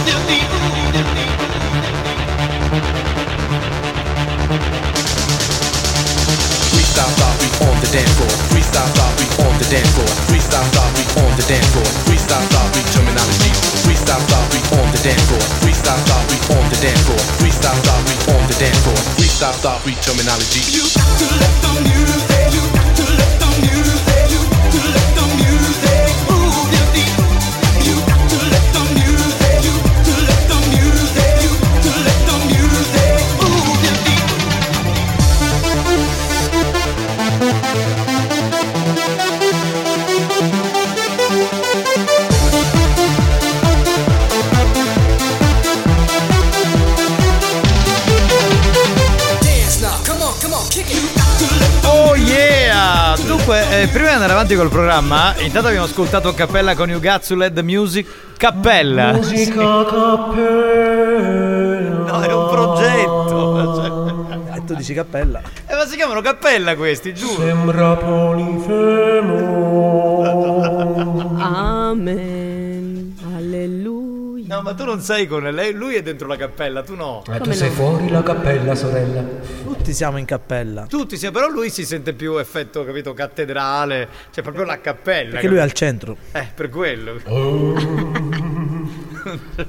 [SPEAKER 1] stop, stop, we on the
[SPEAKER 21] the dance floor. Freestyle stop, we on the dance floor. Freestyle stop, we on the dance floor. Freestyle stop, we terminology. Freestyle stop, we on the dance floor. Freestyle stop, we on the dance floor. Freestyle stop, we on the dance floor. Freestyle stop, we terminology. You got to let the music. You got to let the music. You got to let the music move your feet. You got to let the music. You got to let the music. You got to let the music move your feet. Dance now, come on, come on, kick it.
[SPEAKER 2] Oh yeah! Dunque, eh, prima di andare avanti col programma, intanto abbiamo ascoltato Cappella con Yugazzu Led Music. Cappella!
[SPEAKER 10] Musica cappella.
[SPEAKER 2] No, è un progetto!
[SPEAKER 7] E tu dici cappella.
[SPEAKER 2] Eh, ma si chiamano Cappella questi, giuro!
[SPEAKER 7] Sembra polifemo.
[SPEAKER 34] Amen. Alleluia.
[SPEAKER 2] No, ma tu non sei con lei, lui è dentro la cappella, tu no.
[SPEAKER 7] Ma Eh, tu sei fuori la cappella, sorella.
[SPEAKER 2] Tutti siamo in cappella. Tutti siamo, però lui si sente più effetto, capito, cattedrale, cioè proprio la cappella.
[SPEAKER 7] Perché lui è al
[SPEAKER 2] capito?
[SPEAKER 7] centro.
[SPEAKER 2] Eh, per quello.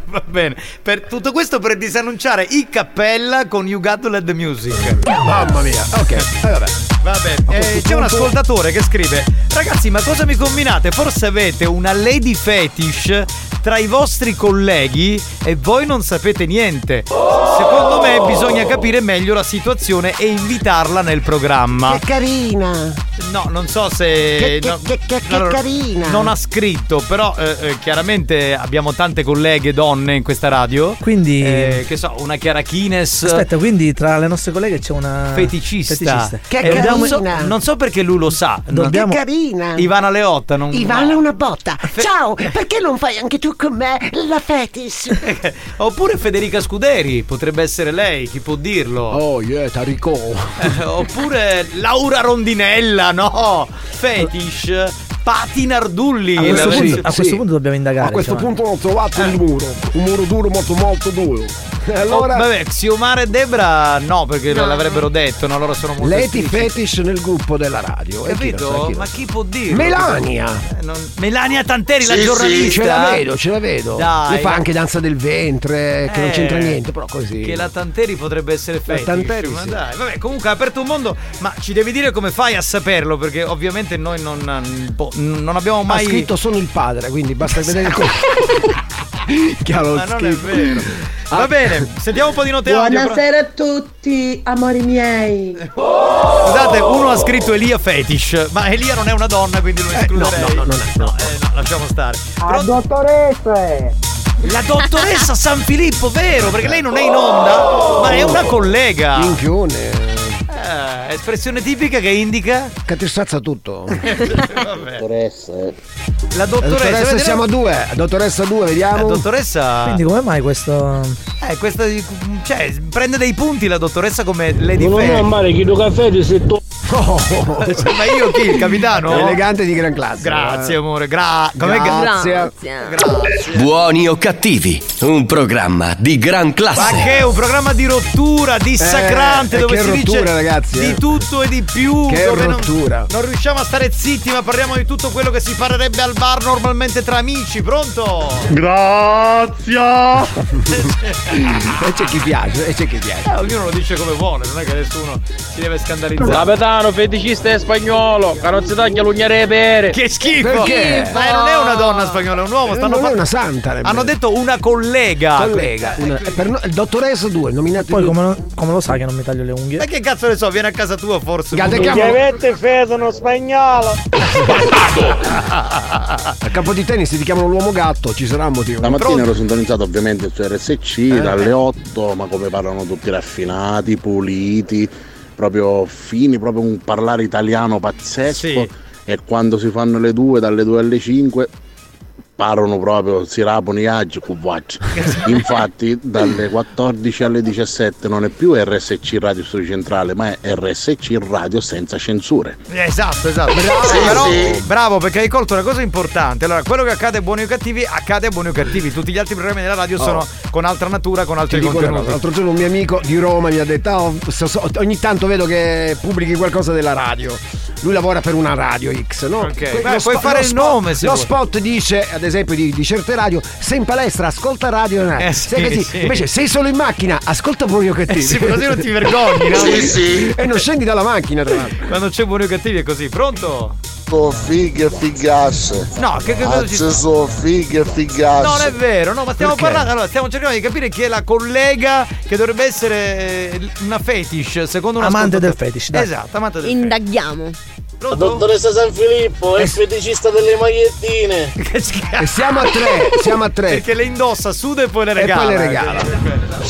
[SPEAKER 2] Va bene, per tutto questo per disannunciare i cappella con You Got to Let the Music.
[SPEAKER 10] Mamma mia, ok, eh, vabbè.
[SPEAKER 2] Vabbè, eh, c'è un ascoltatore che scrive: Ragazzi, ma cosa mi combinate? Forse avete una lady fetish tra i vostri colleghi e voi non sapete niente. Secondo me bisogna capire meglio la situazione e invitarla nel programma.
[SPEAKER 31] Che carina!
[SPEAKER 2] No, non so se.
[SPEAKER 31] Che- che-
[SPEAKER 2] no,
[SPEAKER 31] che- che- che carina.
[SPEAKER 2] Non ha scritto, però eh, eh, chiaramente abbiamo tante colleghe donne in questa radio.
[SPEAKER 7] Quindi-
[SPEAKER 2] Eh, che so, una Chiara Kines.
[SPEAKER 7] Aspetta, quindi tra le nostre colleghe c'è una
[SPEAKER 2] Feticista.
[SPEAKER 31] Che
[SPEAKER 2] Eh, non so-
[SPEAKER 31] carina.
[SPEAKER 2] non so perché lui lo sa.
[SPEAKER 31] Che carina!
[SPEAKER 2] Ivana Leotta non
[SPEAKER 31] Ivana è una botta. Ciao, perché non fai anche tu con me la fetis?
[SPEAKER 2] Oppure Federica Scuderi, potrebbe essere lei, chi può dirlo? Oh yeah, Tarico. oppure Laura Rondinella, no? Fetish Pati Nardulli.
[SPEAKER 7] A questo,
[SPEAKER 2] la-
[SPEAKER 7] punto, a
[SPEAKER 2] sì.
[SPEAKER 7] questo punto dobbiamo indagare.
[SPEAKER 2] A questo
[SPEAKER 7] diciamo.
[SPEAKER 2] punto
[SPEAKER 35] ho trovato un muro, un muro duro molto molto duro. E
[SPEAKER 2] Oh,
[SPEAKER 35] allora
[SPEAKER 2] vabbè, Xiomara e Debra no, perché l'avrebbero detto, no? Loro sono molto
[SPEAKER 4] Lady
[SPEAKER 2] strict.
[SPEAKER 4] Fetish nel gruppo della radio. E chi lo sa,
[SPEAKER 2] Capito?
[SPEAKER 4] chi lo
[SPEAKER 2] Ma
[SPEAKER 4] sa.
[SPEAKER 2] chi può dirlo?
[SPEAKER 4] Melania!
[SPEAKER 2] Eh, non- Melania Tanteri, la
[SPEAKER 4] Sì, sì,
[SPEAKER 2] giornalista.
[SPEAKER 4] ce la vedo, ce la vedo.
[SPEAKER 2] Dai.
[SPEAKER 4] Lui fa anche danza del ventre, che non
[SPEAKER 2] Eh,
[SPEAKER 4] c'entra niente, però così.
[SPEAKER 2] Che la Tanteri potrebbe essere fetish.
[SPEAKER 4] Tanteri,
[SPEAKER 2] ma
[SPEAKER 4] sì.
[SPEAKER 2] dai, vabbè, comunque ha aperto un mondo, ma ci devi dire come fai a saperlo, perché ovviamente noi non, boh, non abbiamo mai.
[SPEAKER 4] Ha scritto sono il padre, quindi basta vedere il corso. Chiaro,
[SPEAKER 2] Ma non è vero.
[SPEAKER 4] Ah.
[SPEAKER 2] Va bene, sentiamo un po' di note audio. però-
[SPEAKER 1] Buonasera a tutti, amori miei.
[SPEAKER 2] Scusate, uno ha scritto Elia Fetish, ma Elia non è una donna, quindi
[SPEAKER 4] Eh,
[SPEAKER 2] lo escluderei. no, no, no, no, eh, no, lasciamo stare.
[SPEAKER 1] La dottoressa.
[SPEAKER 2] La dottoressa San Filippo, vero? Perché lei non è in
[SPEAKER 4] Oh!
[SPEAKER 2] onda, ma è una collega.
[SPEAKER 4] Minchione.
[SPEAKER 2] Eh, espressione tipica che indica
[SPEAKER 4] Che ti stazza tutto.
[SPEAKER 1] Dottoressa.
[SPEAKER 2] la dottoressa.
[SPEAKER 4] Dottoressa
[SPEAKER 2] vedete?
[SPEAKER 4] siamo a due, dottoressa due, vediamo.
[SPEAKER 2] La Eh, dottoressa-
[SPEAKER 7] Quindi come mai questo.
[SPEAKER 2] Eh, questa. Cioè, prende dei punti la dottoressa come Lady
[SPEAKER 36] Non
[SPEAKER 2] Fetish.
[SPEAKER 36] male chi do caffè ti sei to-
[SPEAKER 2] Cioè, ma io chi? Il capitano?
[SPEAKER 4] Elegante di gran classe.
[SPEAKER 2] Grazie, amore. Gra- com'è che-
[SPEAKER 4] Grazie.
[SPEAKER 13] Buoni o cattivi, un programma di gran classe.
[SPEAKER 2] Ma che è un programma di rottura, dissacrante,
[SPEAKER 13] Eh,
[SPEAKER 2] dove
[SPEAKER 13] che
[SPEAKER 2] si dice
[SPEAKER 13] rottura, ragazzi, eh.
[SPEAKER 2] di tutto e di più.
[SPEAKER 13] Che
[SPEAKER 2] dove non-
[SPEAKER 13] rottura.
[SPEAKER 2] Non, riusciamo a stare zitti, ma parliamo di tutto quello che si parlerebbe al bar normalmente tra amici. Pronto?
[SPEAKER 37] Grazie!
[SPEAKER 4] e c'è chi piace, e c'è chi piace.
[SPEAKER 2] Eh, ognuno lo dice come vuole, non è che nessuno si deve scandalizzare.
[SPEAKER 36] Capitano, feticista è spagnolo, che non si taglia l'ugnere pere.
[SPEAKER 2] Che schifo!
[SPEAKER 4] Eh,
[SPEAKER 36] Perché?
[SPEAKER 2] Ma eh, non è una donna spagnola, è un uomo. Stanno
[SPEAKER 4] non è
[SPEAKER 2] fa-
[SPEAKER 4] una santa. nemmeno.
[SPEAKER 2] Hanno detto una collega.
[SPEAKER 4] Collega. Una- per no- dottoressa 2, nominato
[SPEAKER 7] Poi come, come lo sa che non mi taglio le unghie?
[SPEAKER 2] Ma che cazzo ne so, viene a casa tua forse.
[SPEAKER 4] Gate chiamo- Chiavette
[SPEAKER 36] fedono spagnolo.
[SPEAKER 4] Al campo di tennis ti chiamano l'uomo gatto, ci sarà un motivo.
[SPEAKER 18] La mattina ero sintonizzato ovviamente su RSC dalle 8, ma come parlano tutti raffinati, puliti, proprio fini, proprio un parlare italiano pazzesco. E quando si fanno le 2, dalle 2 alle 5 parlano proprio, si rapono i aggi, cuvacci. Infatti dalle 14 alle 17 non è più RSC Radio Studio Centrale, ma è RSC Radio senza censure.
[SPEAKER 2] Eh, Esatto, esatto.
[SPEAKER 18] Bravo.
[SPEAKER 2] Sì,
[SPEAKER 18] Sì,
[SPEAKER 2] però-
[SPEAKER 18] sì.
[SPEAKER 2] bravo, perché hai colto una cosa importante. Allora, quello che accade a buoni o cattivi, accade a buoni o cattivi. Tutti gli altri programmi della radio
[SPEAKER 4] Oh.
[SPEAKER 2] sono con altra natura, con
[SPEAKER 4] Ti
[SPEAKER 2] altri
[SPEAKER 4] dico una cosa,
[SPEAKER 2] contenuti.
[SPEAKER 4] l'altro giorno un mio amico di Roma mi ha detto "Ah, ho- so- so- ogni tanto vedo che pubblichi qualcosa della radio. lui lavora per una radio X, no?
[SPEAKER 2] Ok,
[SPEAKER 4] Que-
[SPEAKER 2] beh,
[SPEAKER 4] lo
[SPEAKER 2] puoi fare
[SPEAKER 4] lo
[SPEAKER 2] il nome, se
[SPEAKER 4] Lo
[SPEAKER 2] vuoi.
[SPEAKER 4] spot dice, ad esempio, di, di certe radio: sei in palestra, ascolta radio. Nat".
[SPEAKER 2] Eh, sì,
[SPEAKER 4] Sei così.
[SPEAKER 2] sì.
[SPEAKER 4] Invece, sei solo in macchina, ascolta Buoni o cattivi.
[SPEAKER 2] Eh, sì, così non ti vergogni, no?
[SPEAKER 4] Sì, sì. E non scendi dalla macchina, tra l'altro.
[SPEAKER 2] Quando c'è buoni o cattivi è così, pronto?
[SPEAKER 27] Oh, fighe figasse.
[SPEAKER 2] No, che- che cosa ci-
[SPEAKER 27] sono fighe
[SPEAKER 4] Ah,
[SPEAKER 27] figasse.
[SPEAKER 2] Non è vero, no, ma stiamo
[SPEAKER 27] Perché?
[SPEAKER 2] parlando. Allora, stiamo cercando di capire chi è la collega che dovrebbe essere eh, una fetish, secondo una
[SPEAKER 12] Amante del fetish, dai.
[SPEAKER 2] Esatto, amante del
[SPEAKER 6] Indaghiamo.
[SPEAKER 2] La
[SPEAKER 7] dottoressa San Filippo è feticista delle magliettine.
[SPEAKER 4] Eh, E siamo a tre, siamo a tre.
[SPEAKER 2] Perché le indossa, suda e poi le
[SPEAKER 4] poi
[SPEAKER 2] regala. eh,
[SPEAKER 4] le regala.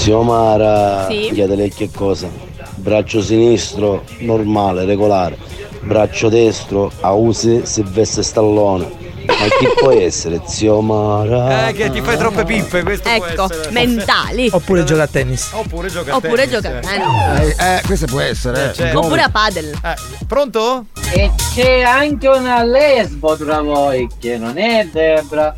[SPEAKER 29] Siomara,
[SPEAKER 6] Sì.
[SPEAKER 29] chiedele che cosa? Braccio sinistro normale, regolare. Braccio destro a use se veste stallone. Ma chi può essere, zio Mara?
[SPEAKER 2] Eh, che ti fai troppe pippe, questo
[SPEAKER 6] Ecco, mentali.
[SPEAKER 12] Oppure gioca a tennis.
[SPEAKER 2] Oppure gioca
[SPEAKER 6] Oppure gioca a
[SPEAKER 4] Eh, eh, questo può essere. eh.
[SPEAKER 2] certo.
[SPEAKER 6] Oppure a padel.
[SPEAKER 2] Cioè, pronto?
[SPEAKER 9] E c'è anche una lesbo tra voi che non è Debra.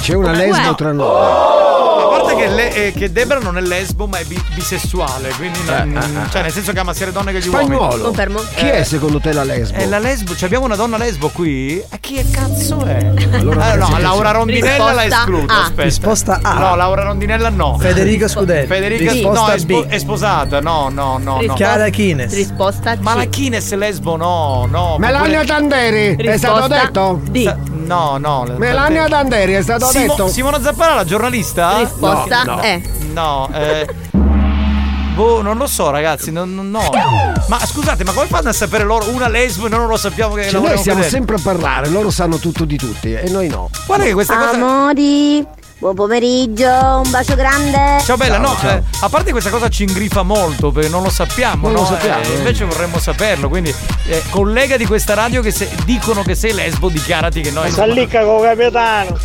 [SPEAKER 4] C'è una lesbo tra noi.
[SPEAKER 2] A parte che, le- eh, che Debra non è lesbo, ma è bi- bisessuale. Quindi, non-
[SPEAKER 4] Eh,
[SPEAKER 2] cioè, nel senso che ama sia le donne che gli uomini.
[SPEAKER 4] Spagnuolo. Chi
[SPEAKER 2] Eh,
[SPEAKER 4] è secondo te la lesbo?
[SPEAKER 2] È la lesbo, cioè abbiamo una donna lesbo qui? A chi è cazzo è?
[SPEAKER 4] Allora,
[SPEAKER 2] Ah, no,
[SPEAKER 4] ragazzi,
[SPEAKER 2] Laura Rondinella la
[SPEAKER 12] risposta
[SPEAKER 2] escludo,
[SPEAKER 12] A.
[SPEAKER 2] aspetta.
[SPEAKER 12] Risposta A.
[SPEAKER 2] No, Laura Rondinella no.
[SPEAKER 12] Federica Scudelli.
[SPEAKER 2] Federica
[SPEAKER 12] Risposta
[SPEAKER 2] no, è, spo-
[SPEAKER 12] B.
[SPEAKER 2] è sposata, no, no, no, no.
[SPEAKER 12] Risposta- Chiara Chines.
[SPEAKER 6] Risposta
[SPEAKER 2] Ma la Chines è lesbo, no, no.
[SPEAKER 4] Melania Tanderi, è stato detto?
[SPEAKER 2] Sa- no, no. la-
[SPEAKER 4] Melania Tanderi, è stato
[SPEAKER 2] Simo-
[SPEAKER 4] detto?
[SPEAKER 2] Simona Zappara, la giornalista?
[SPEAKER 4] Risposta
[SPEAKER 2] no, no.
[SPEAKER 4] è.
[SPEAKER 2] No, eh. Boh, non lo so, ragazzi, non, non- no. Ma scusate, ma come fanno a sapere loro una lesbo e noi non lo sappiamo che
[SPEAKER 4] Cioè,
[SPEAKER 2] la
[SPEAKER 4] noi
[SPEAKER 2] vogliamo
[SPEAKER 4] stiamo
[SPEAKER 2] vedere?
[SPEAKER 4] sempre a parlare, loro sanno tutto di tutti eh, e noi no.
[SPEAKER 2] Guarda che
[SPEAKER 9] Ah,
[SPEAKER 2] questa cosa.
[SPEAKER 15] Amori, buon pomeriggio, un bacio grande.
[SPEAKER 2] Ciao bella, no,
[SPEAKER 4] ciao.
[SPEAKER 2] eh, a parte questa cosa ci ingrifa molto perché non lo sappiamo,
[SPEAKER 4] Non
[SPEAKER 2] no?
[SPEAKER 4] lo sappiamo,
[SPEAKER 2] Eh,
[SPEAKER 4] eh.
[SPEAKER 2] invece vorremmo saperlo, quindi eh, collega di questa radio che se dicono che sei lesbo, dichiarati che Eh, noi
[SPEAKER 7] Sallicca con capitano.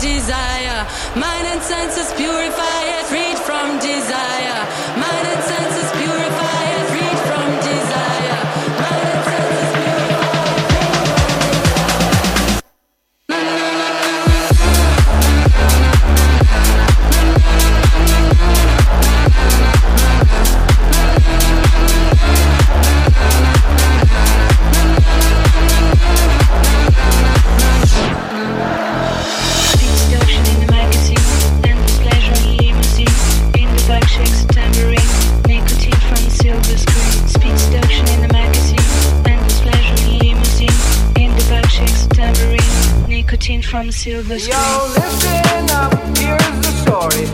[SPEAKER 25] desire. Mind and senses purify it, freed from desire. Mind and senses purify it, freed from desire.
[SPEAKER 9] Distortion in the magazine, endless pleasure in limousine, in the bike shakes a tambourine, nicotine from the silver screen. Speed seduction in the magazine, endless pleasure in limousine, in the bike shakes a tambourine, nicotine from the silver screen. Yo, listen up, here's the story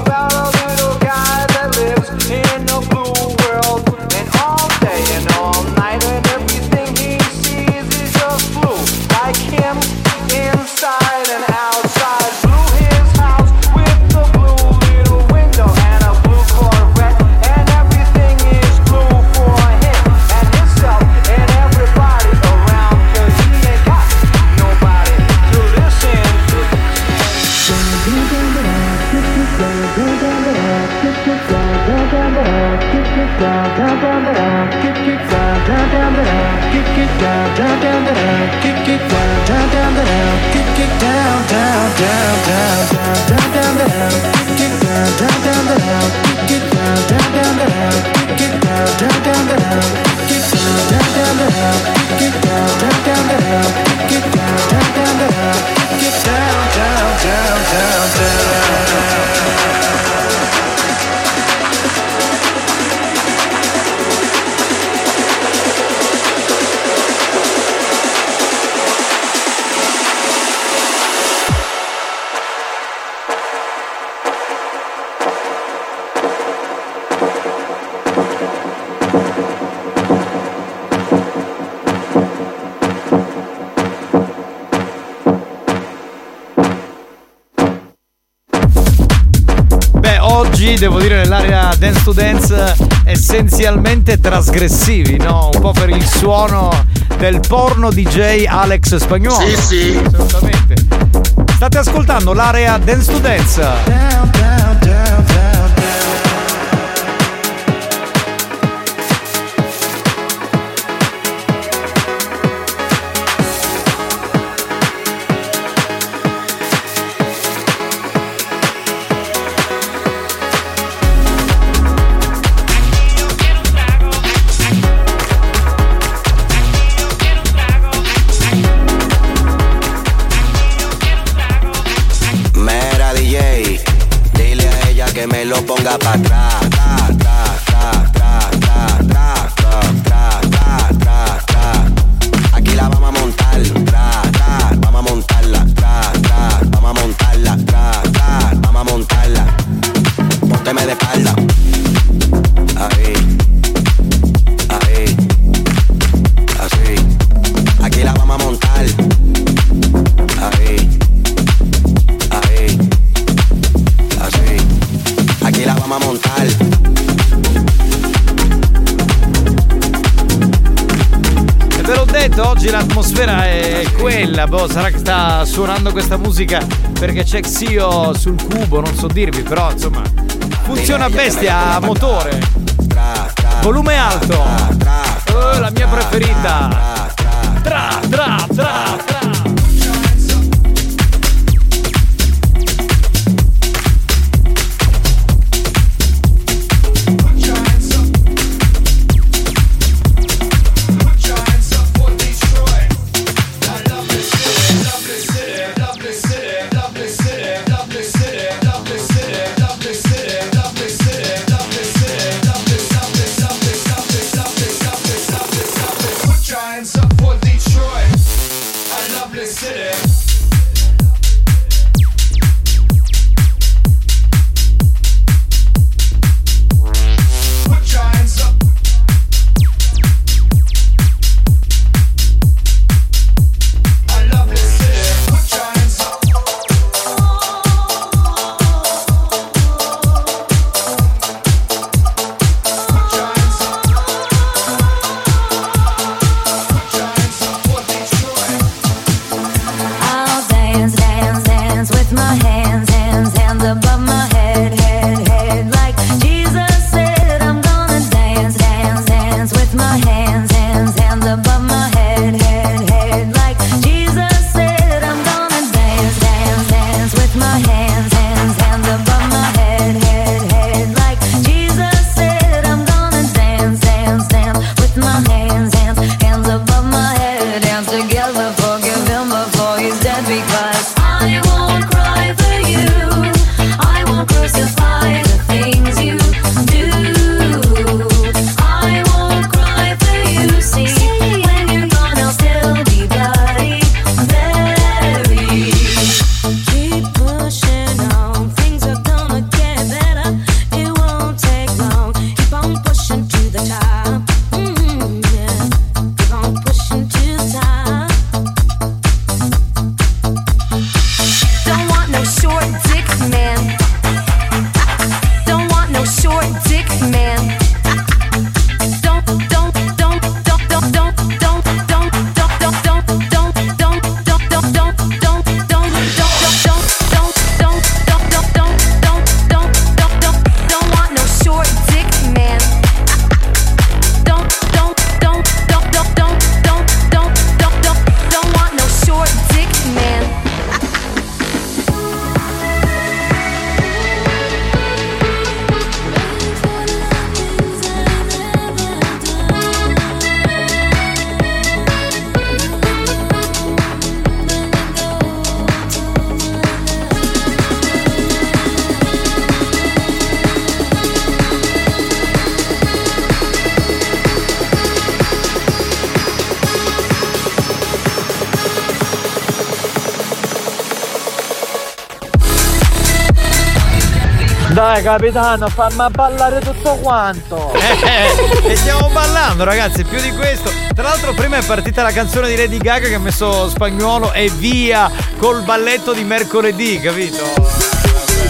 [SPEAKER 9] about a little guy that lives in a blue world, and all day and all night and everything he sees is just blue, like him inside and outside. Blue his house with the blue little window and a blue Corvette, and everything is blue for him and himself and everybody around, 'cause he ain't got nobody to listen to.
[SPEAKER 2] Beh, oggi devo dire nell'area Dance to Dance essenzialmente trasgressivi, no? Un po' per il suono del porno DJ Alex Spagnolo.
[SPEAKER 38] Sì, sì.
[SPEAKER 2] Assolutamente. State ascoltando l'area Dance to Dance.
[SPEAKER 1] Mera DJ, dile a ella que me lo ponga para atrás. Aquí la vamos a montar, tra, tra, vamos a montarla, tra, tra, vamos a montarla, tra, tra, vamos a montarla. Pónteme de espalda. Ahí, ahí, así. Aquí la vamos a montar. Ahí. Ahí, así. Aquí la vamos a montar.
[SPEAKER 2] E ve l'ho detto, oggi l'atmosfera è quella, boh, sarà che sta suonando questa musica perché c'è Xio sul cubo, non so dirvi, però insomma funziona a bestia a motore. Volume alto. Eh, la mia preferita. Tra, tra, tra, tra.
[SPEAKER 9] Mm, Dai capitano, fammi ballare tutto quanto.
[SPEAKER 2] Eh, e stiamo ballando ragazzi, più di questo. Tra l'altro prima è partita la canzone di Lady Gaga che ha messo spagnolo e via col balletto di mercoledì, capito?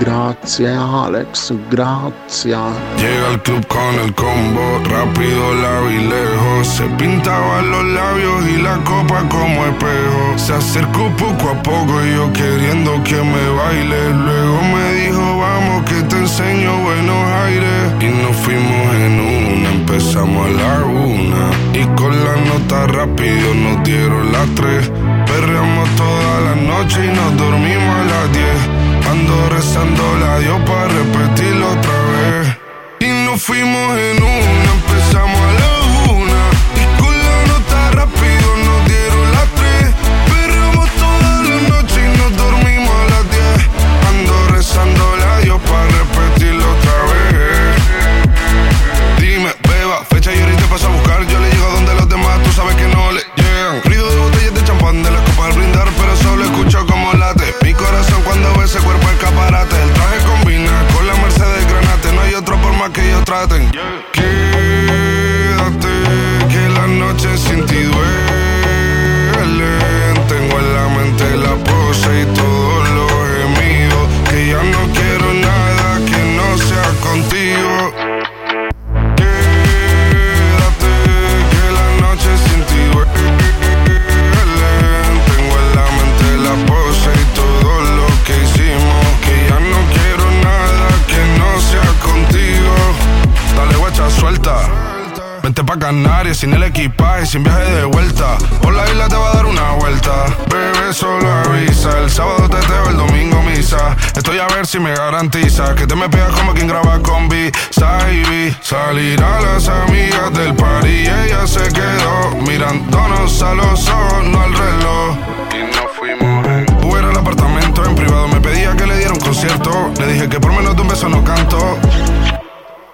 [SPEAKER 11] Grazie Alex, grazie.
[SPEAKER 14] Llega al club con el combo, rápido la vi lejos. Se pintaba los labios y la copa como espejo. Se acercó poco a poco y yo queriendo que me baile. Luego me dijo, vamos que te enseño buenos aires. Y nos fuimos en una, empezamos a la una. Y con la nota rápido nos dieron las tres. Perreamos toda la noche y nos dormimos a las diez. Ando rezando la Dios para repetirlo otra vez. Y nos fuimos en una, empezamos a la una. Y con la nota rápido nos dieron las tres. Perramos toda la noche y nos dormimos a las diez. Ando rezando la Dios para repetirlo otra vez. Dime, beba, fecha y hora y te paso a buscar. Yo le llego donde los demás, tú sabes que no le llegan. Ruido de botellas de champán de las copas al brindar, pero solo escucho como late. Mi corazón cuando ve ese cuerpo escaparate. El traje combina con la Mercedes Granate. No hay otro por más que ellos traten. Quédate, que la noche sin ti duelen. Tengo en la mente la pose y todos los gemidos. Que ya no quiero nada que no sea contigo. Quédate, que la noche sin ti duelen. Tengo en la mente la pose y todo lo que hicimos. Que ya no quiero nada que no sea contigo. Dale guacha, suelta. Vente pa' Canarias sin el equipaje, sin viaje de vuelta. Por la isla te va a dar una vuelta. Bebé, solo avisa. El sábado te teo, el domingo misa. Estoy a ver si me garantiza que te me pegas como quien graba con B. Saibi. Salir a las amigas del par y ella se quedó mirándonos a los ojos, no al reloj. Y nos fuimos en Uber al apartamento en privado. Me pedía que le diera un concierto. Le dije que por menos de un beso no canto.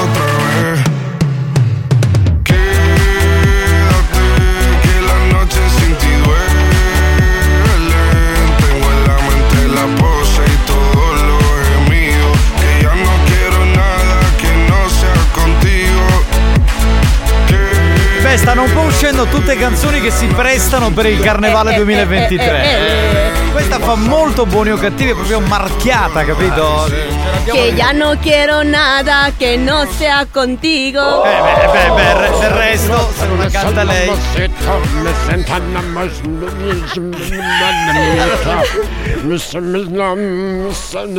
[SPEAKER 14] otra vez. Quédate, que la noche sin ti duele. Tengo en la mente la pose y todos los gemidos. Que ya no quiero nada que no sea contigo.
[SPEAKER 2] Beh, stanno un po' uscendo tutte canzoni che si prestano per il carnevale 2023. Questa fa molto buoni o cattivi, è proprio marchiata,
[SPEAKER 27] Ah,
[SPEAKER 2] capito?
[SPEAKER 6] Que ya no quiero nada que no sea contigo.
[SPEAKER 2] Eh, beh, beh, beh, re- del resto, se non la canta lei.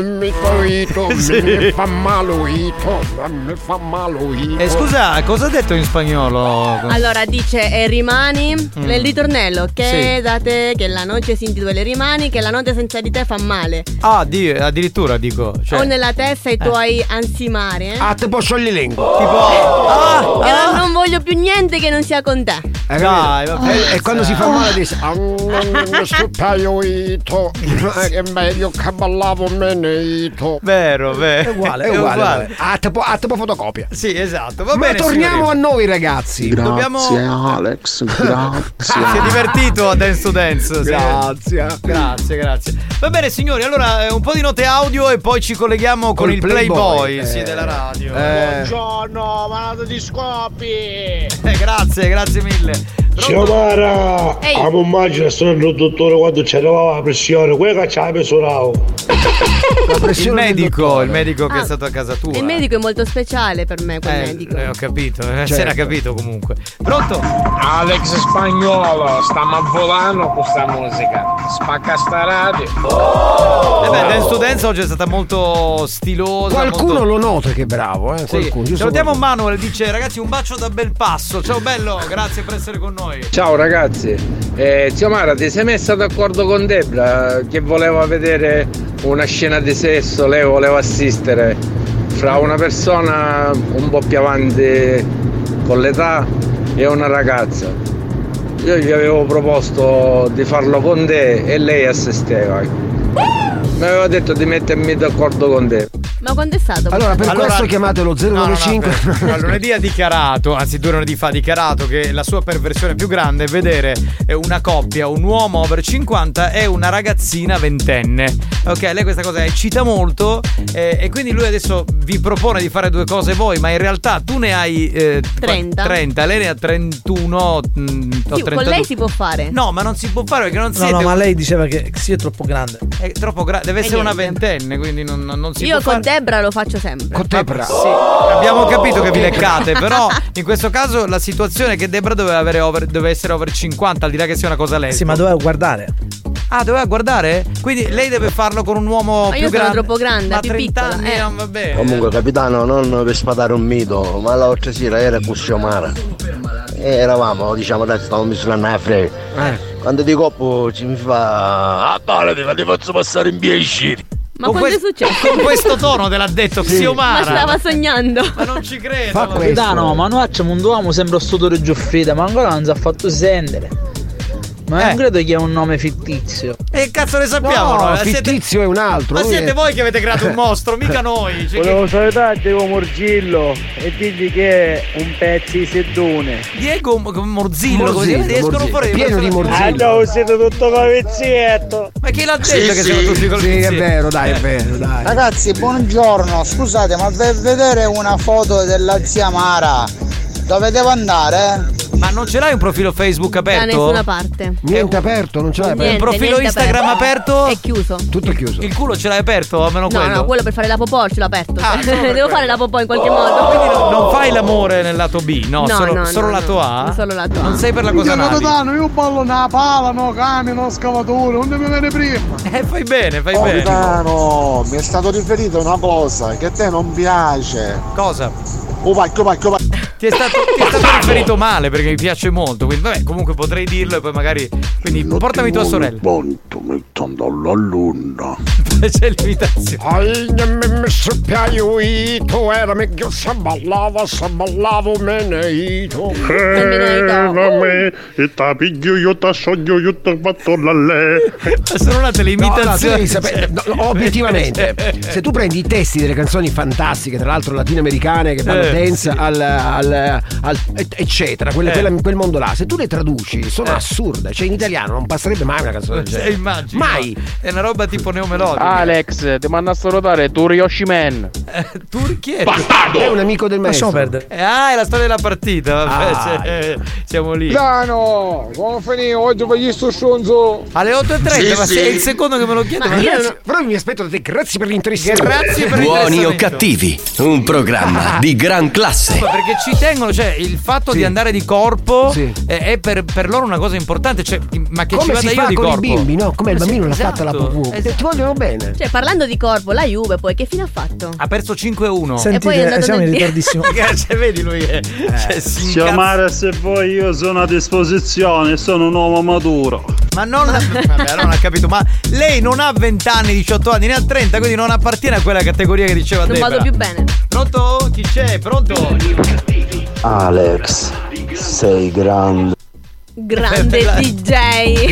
[SPEAKER 2] Sì.
[SPEAKER 1] Mi fa malo ito, mi fa malo ito.
[SPEAKER 2] Eh, scusa, cosa ha detto in spagnolo?
[SPEAKER 6] Allora dice eh, rimani
[SPEAKER 2] Mm.
[SPEAKER 6] nel ritornello, quédate, che la notte sin ti duele rimani, che la notte senza di te fa male.
[SPEAKER 2] Ah, di- addirittura dico. Cioè, Ah.
[SPEAKER 6] Ho nella testa i tuoi ansimari. Eh?
[SPEAKER 4] Ah, te posso gli lingo.
[SPEAKER 2] Tipo.
[SPEAKER 6] Io non voglio più niente che non sia con te.
[SPEAKER 4] Dai,
[SPEAKER 1] vabbè.
[SPEAKER 4] Eh, E, e quando si fa male dice. "Ah,
[SPEAKER 1] Mi stupaio ito, è meglio che ballavo meno ito.
[SPEAKER 2] Vero, vero.
[SPEAKER 4] È uguale, è uguale. Ah, tipo, ah, tipo fotocopia.
[SPEAKER 2] Sì, esatto.
[SPEAKER 1] va
[SPEAKER 4] Ma
[SPEAKER 1] bene,
[SPEAKER 4] torniamo
[SPEAKER 1] signori.
[SPEAKER 4] a noi, ragazzi.
[SPEAKER 11] Grazie
[SPEAKER 2] dobbiamo-
[SPEAKER 11] Alex, grazie.
[SPEAKER 2] Ah, Si è divertito a Dance to Dance. sì.
[SPEAKER 4] Grazie.
[SPEAKER 2] Grazie, grazie. Va bene, signori, allora eh, un po' di note audio e poi ci colleghiamo con
[SPEAKER 4] Col
[SPEAKER 2] il Playboy,
[SPEAKER 4] Playboy,
[SPEAKER 2] sì,
[SPEAKER 4] eh.
[SPEAKER 2] della radio.
[SPEAKER 4] Eh.
[SPEAKER 2] Buongiorno, malato di scopi. Eh, grazie, grazie mille.
[SPEAKER 3] Ciao Mara!
[SPEAKER 2] Ehi.
[SPEAKER 3] Amo immagino sono il dottore quando c'era la pressione, quello che ci ha misurato.
[SPEAKER 2] Il
[SPEAKER 3] pressione del
[SPEAKER 2] medico, il medico che
[SPEAKER 6] Ah.
[SPEAKER 2] è stato a casa tua.
[SPEAKER 6] Il medico è molto speciale per me, quel
[SPEAKER 2] Eh,
[SPEAKER 6] medico.
[SPEAKER 2] eh, ho capito, eh,
[SPEAKER 3] Certo.
[SPEAKER 2] se era capito comunque. Pronto?
[SPEAKER 3] Alex Spagnolo, stiamo a volano con sta musica. Spacca sta radio.
[SPEAKER 2] Eh beh, Dance to Dance oggi è stata molto stilosa.
[SPEAKER 4] Qualcuno
[SPEAKER 2] molto...
[SPEAKER 4] lo nota che è bravo, eh?
[SPEAKER 2] Sì.
[SPEAKER 4] Qualcuno, giusto
[SPEAKER 2] Salutiamo
[SPEAKER 4] qualcuno.
[SPEAKER 2] Manuel, dice ragazzi un bacio da bel passo. Ciao bello, grazie per essere con noi.
[SPEAKER 7] Ciao ragazzi, eh, zio Mara ti sei messa d'accordo con Debra che voleva vedere una scena di sesso, lei voleva assistere fra una persona un po' più avanti con l'età e una ragazza. Io gli avevo proposto di farlo con te e lei assisteva. Mi aveva detto di mettermi d'accordo con te.
[SPEAKER 6] Ma quando è stato?
[SPEAKER 4] Allora, per
[SPEAKER 2] Allora-
[SPEAKER 4] questo chiamatelo 095.
[SPEAKER 2] No, no, lunedì ha dichiarato, anzi due lunedì fa ha dichiarato che la sua perversione più grande è vedere eh, una coppia, un uomo over 50 e una ragazzina ventenne. Ok, lei questa cosa eccita molto eh, e quindi lui adesso vi propone di fare due cose voi, ma in realtà tu ne hai eh,
[SPEAKER 6] 30.
[SPEAKER 2] 30, lei ne ha 31 mm, o
[SPEAKER 6] Sì, con
[SPEAKER 2] 32.
[SPEAKER 6] lei si può fare.
[SPEAKER 2] No, ma non si può fare perché non
[SPEAKER 12] No,
[SPEAKER 2] siete
[SPEAKER 12] no, ma lei diceva che si è troppo grande.
[SPEAKER 2] è troppo grande, deve
[SPEAKER 6] E
[SPEAKER 2] essere una
[SPEAKER 6] niente.
[SPEAKER 2] ventenne, quindi non, non- non si
[SPEAKER 6] Io
[SPEAKER 2] può fare.
[SPEAKER 6] con Debra lo faccio sempre.
[SPEAKER 4] Con Debra.
[SPEAKER 2] Ah, Sì, abbiamo capito che vi leccate, però in questo caso la situazione è che Debra doveva, avere over- doveva essere over 50, al di là che sia una cosa lesbica.
[SPEAKER 12] Sì, ma doveva guardare.
[SPEAKER 2] Ah, doveva guardare? Quindi lei deve farlo con un uomo
[SPEAKER 6] Ma
[SPEAKER 2] più
[SPEAKER 6] io sono
[SPEAKER 2] grande.
[SPEAKER 6] troppo grande,
[SPEAKER 2] Ma ah,
[SPEAKER 6] più
[SPEAKER 2] 30
[SPEAKER 6] piccola.
[SPEAKER 2] anni
[SPEAKER 6] eh.
[SPEAKER 2] non va bene.
[SPEAKER 29] Comunque, capitano, non per sfatare un mito, ma l'altra sera era con Xiomara. E eravamo, diciamo, dai, stavamo misurando la frega. Quando di coppo ci mi fa. Ah, parati, ma ti faccio passare in 10.
[SPEAKER 6] Ma quando è successo?
[SPEAKER 2] Con questo tono te l'ha detto
[SPEAKER 29] Sì.
[SPEAKER 6] Ma
[SPEAKER 2] Xiomara.
[SPEAKER 6] stava sognando.
[SPEAKER 2] Ma non ci credo.
[SPEAKER 12] Capitano, ma noi facciamo un duomo, sembra Sudore Giuffrida, ma ancora non si ha fatto sentire. Ma non credo che è un nome fittizio.
[SPEAKER 2] E cazzo ne Eh. sappiamo
[SPEAKER 4] No,
[SPEAKER 2] noi? Ma siete-
[SPEAKER 4] fittizio è un altro.
[SPEAKER 2] Ma
[SPEAKER 4] lui
[SPEAKER 2] siete
[SPEAKER 4] è-
[SPEAKER 2] voi che avete creato un mostro, mica noi. Cioè,
[SPEAKER 39] Volevo
[SPEAKER 2] che-
[SPEAKER 39] salutare Diego Morgillo e dirgli che è un pezzo di sedone.
[SPEAKER 2] Diego M- Morzillo, così
[SPEAKER 39] Morzillo,
[SPEAKER 2] riescono
[SPEAKER 39] Morzillo.
[SPEAKER 2] fuori
[SPEAKER 39] Pieno di
[SPEAKER 2] persone-
[SPEAKER 39] Morzillo. Ah, no, siete tutto cavezzetto.
[SPEAKER 2] Ma chi l'ha detto
[SPEAKER 39] Sì,
[SPEAKER 2] che
[SPEAKER 39] sì.
[SPEAKER 2] siamo tutti col
[SPEAKER 4] Sì, è
[SPEAKER 2] sì.
[SPEAKER 4] vero, dai, è vero, dai.
[SPEAKER 3] Ragazzi, buongiorno. Scusate, ma per vedere una foto della zia Mara, dove devo andare? eh?
[SPEAKER 2] Ma non ce l'hai un profilo Facebook aperto?
[SPEAKER 6] Da nessuna parte.
[SPEAKER 4] Niente aperto, non ce l'hai
[SPEAKER 6] Niente,
[SPEAKER 4] aperto.
[SPEAKER 2] profilo
[SPEAKER 6] niente
[SPEAKER 2] Instagram aperto?
[SPEAKER 6] È chiuso.
[SPEAKER 4] Tutto chiuso.
[SPEAKER 2] Il culo ce l'hai aperto, almeno
[SPEAKER 6] No,
[SPEAKER 2] quello.
[SPEAKER 6] no, quello per fare la popò ce l'ho aperto. cioè,
[SPEAKER 2] Ah, solo per
[SPEAKER 6] Devo
[SPEAKER 2] quello. Oh,
[SPEAKER 6] fare la popò in qualche modo.
[SPEAKER 2] Quindi no- non fai l'amore nel lato B, no,
[SPEAKER 6] No,
[SPEAKER 2] solo,
[SPEAKER 6] no,
[SPEAKER 2] solo
[SPEAKER 6] no,
[SPEAKER 2] lato
[SPEAKER 6] no.
[SPEAKER 2] A.
[SPEAKER 6] Solo lato A.
[SPEAKER 2] Non sei per la cosa navi.
[SPEAKER 3] io ballo una pala, no cane, no scavatore, non mi viene prima.
[SPEAKER 2] Eh, fai bene, fai bene.
[SPEAKER 3] Capitano, mi è stato riferito una cosa che a te non piace.
[SPEAKER 2] Cosa?
[SPEAKER 3] Oh, vai, vai, vai.
[SPEAKER 2] Ti è stato, ti è stato riferito male perché mi piace molto. Quindi, vabbè, comunque potrei dirlo e poi magari. Quindi portami tua sorella.
[SPEAKER 15] Quanto mettendo alla luna.
[SPEAKER 2] Eh, c'è l'imitazione.
[SPEAKER 15] Ai, mi soppiaiuito, era meglio se ballava, se ballavo me ne ito.
[SPEAKER 1] Eh,
[SPEAKER 26] me, e ta piglio io ta soglio io ta fatto la le.
[SPEAKER 8] Eh,
[SPEAKER 2] Suonate le
[SPEAKER 26] imitazioni.
[SPEAKER 4] No, no, tu devi sapere- no, no, obiettivamente, se tu prendi i testi delle canzoni fantastiche, tra l'altro latinoamericane, che fanno
[SPEAKER 2] Eh,
[SPEAKER 4] dance al, al- al- et- eccetera, quella-
[SPEAKER 2] Eh.
[SPEAKER 4] quella- quel mondo là, se tu le traduci sono assurde. Cioè, in italiano non passerebbe mai una canzone del
[SPEAKER 2] Eh,
[SPEAKER 4] genere.
[SPEAKER 2] immagino.
[SPEAKER 4] certo. Mai. Ah,
[SPEAKER 2] È una roba tipo neomelodica.
[SPEAKER 21] Alex, ti manda a salutare Turioshi Man.
[SPEAKER 2] Eh, Chi è?
[SPEAKER 4] È un amico del maestro.
[SPEAKER 2] Eh, ah, è la storia della partita. Vabbè,
[SPEAKER 21] Ah.
[SPEAKER 2] cioè, eh, siamo lì.
[SPEAKER 28] Milano, come finì oggi per gli stoscionzo?
[SPEAKER 2] Alle 8.30, ma se è il secondo che me lo chiede.
[SPEAKER 4] Ma io non- però mi aspetto da te, grazie per l'interesse.
[SPEAKER 2] Grazie per
[SPEAKER 13] Buoni o
[SPEAKER 2] l'interessamento.
[SPEAKER 13] cattivi, un programma di gran classe.
[SPEAKER 2] Ma perché ci tengono, cioè il fatto
[SPEAKER 13] Sì.
[SPEAKER 2] di andare di corpo eh, è, per, per loro una cosa importante, cioè, ma che ci
[SPEAKER 4] Come
[SPEAKER 2] vada
[SPEAKER 4] si
[SPEAKER 2] io
[SPEAKER 4] fa
[SPEAKER 2] di
[SPEAKER 4] con
[SPEAKER 2] corpo.
[SPEAKER 4] i bimbi, no? Come il
[SPEAKER 2] Eh sì,
[SPEAKER 4] bambino l'ha
[SPEAKER 2] esatto.
[SPEAKER 4] fatta la pupù.
[SPEAKER 2] Esatto.
[SPEAKER 4] Ti vogliono bene.
[SPEAKER 6] Cioè, parlando di corpo, la Juve poi che fine ha fatto?
[SPEAKER 2] Ha perso 5-1.
[SPEAKER 6] Sentite, E poi è andato eh, siamo nel Eh, in dia- ritardissimo.
[SPEAKER 2] cioè, vedi lui
[SPEAKER 4] Eh.
[SPEAKER 2] che cioè, si incazza.
[SPEAKER 8] Chiamare se vuoi, io sono a disposizione, sono un uomo maturo.
[SPEAKER 2] Ma non Vabbè, allora non ha capito, ma lei non ha 20 anni, 18 anni, ne ha 30, quindi non appartiene a quella categoria che diceva
[SPEAKER 6] Non
[SPEAKER 2] Debra.
[SPEAKER 6] vado più bene.
[SPEAKER 2] Pronto? Chi c'è? Pronto?
[SPEAKER 18] Alex, sei grande.
[SPEAKER 6] Grande DJ.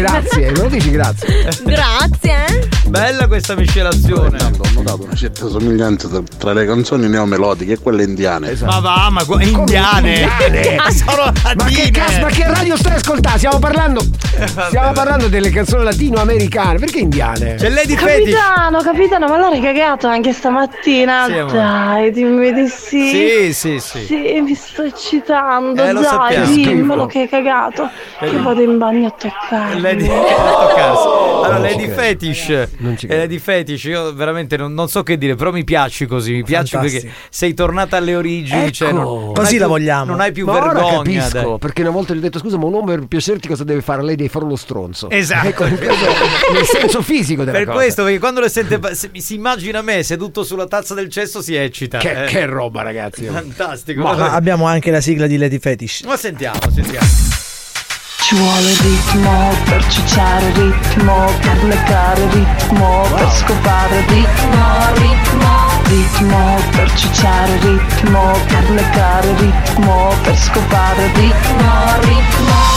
[SPEAKER 4] non dici grazie.
[SPEAKER 6] Grazie. eh?
[SPEAKER 2] Bella questa miscelazione.
[SPEAKER 18] Ho
[SPEAKER 4] Esatto.
[SPEAKER 18] notato una certa somiglianza tra- tra le canzoni neomelodiche e quelle indiane.
[SPEAKER 2] Ma va, ma qua- indiane.
[SPEAKER 4] indiane?
[SPEAKER 2] Ah, Sono
[SPEAKER 4] Ma
[SPEAKER 2] latine.
[SPEAKER 4] che, cazzo, ma che radio stai ascoltando? Stiamo parlando, stiamo
[SPEAKER 2] vabbè.
[SPEAKER 4] parlando delle canzoni latinoamericane. Perché indiane?
[SPEAKER 2] C'è Lady
[SPEAKER 27] Capitano, capitano, ma l'ha ricagato anche stamattina.
[SPEAKER 4] Sì, amore.
[SPEAKER 27] dai, dimmi di sì.
[SPEAKER 2] Sì, sì, sì.
[SPEAKER 27] Sì, mi sto eccitando.
[SPEAKER 2] Eh, lo
[SPEAKER 27] dai,
[SPEAKER 2] sappiamo.
[SPEAKER 27] dimmelo
[SPEAKER 2] Schifo.
[SPEAKER 27] che hai cagato. Che
[SPEAKER 2] Eh.
[SPEAKER 27] vado in bagno a toccare.
[SPEAKER 2] Lady, allora,
[SPEAKER 27] Non ci
[SPEAKER 2] Lady
[SPEAKER 27] credo.
[SPEAKER 2] Fetish. Eh, Lady Fetish, io veramente non, non so che dire, però mi piaci così. Mi piaci
[SPEAKER 4] Fantastico.
[SPEAKER 2] perché sei tornata alle origini. cioè, non- non hai più- Non hai più
[SPEAKER 4] Ecco. Ma ora
[SPEAKER 2] vergogna.
[SPEAKER 4] capisco,
[SPEAKER 2] dai.
[SPEAKER 4] perché una volta gli ho detto scusa, ma un uomo per piacerti cosa deve fare? Lei deve fare lo stronzo.
[SPEAKER 2] Esatto.
[SPEAKER 4] Ecco, nel senso fisico della
[SPEAKER 2] Per
[SPEAKER 4] cosa.
[SPEAKER 2] questo, perché quando le sente, se- mi- si immagina me seduto sulla tazza del cesso, si eccita.
[SPEAKER 4] Che-
[SPEAKER 2] eh.
[SPEAKER 4] che roba, ragazzi.
[SPEAKER 2] Fantastico.
[SPEAKER 40] Ma,
[SPEAKER 2] Ma,
[SPEAKER 40] abbiamo anche la sigla di Lady Fetish.
[SPEAKER 2] ma sentiamo, sentiamo.
[SPEAKER 27] Ci vuole ritmo per cicciare ritmo, per leccare ritmo, per scopare ritmo, ritmo, ritmo, per cicciare ritmo, per leccare ritmo, per scopare ritmo, ritmo.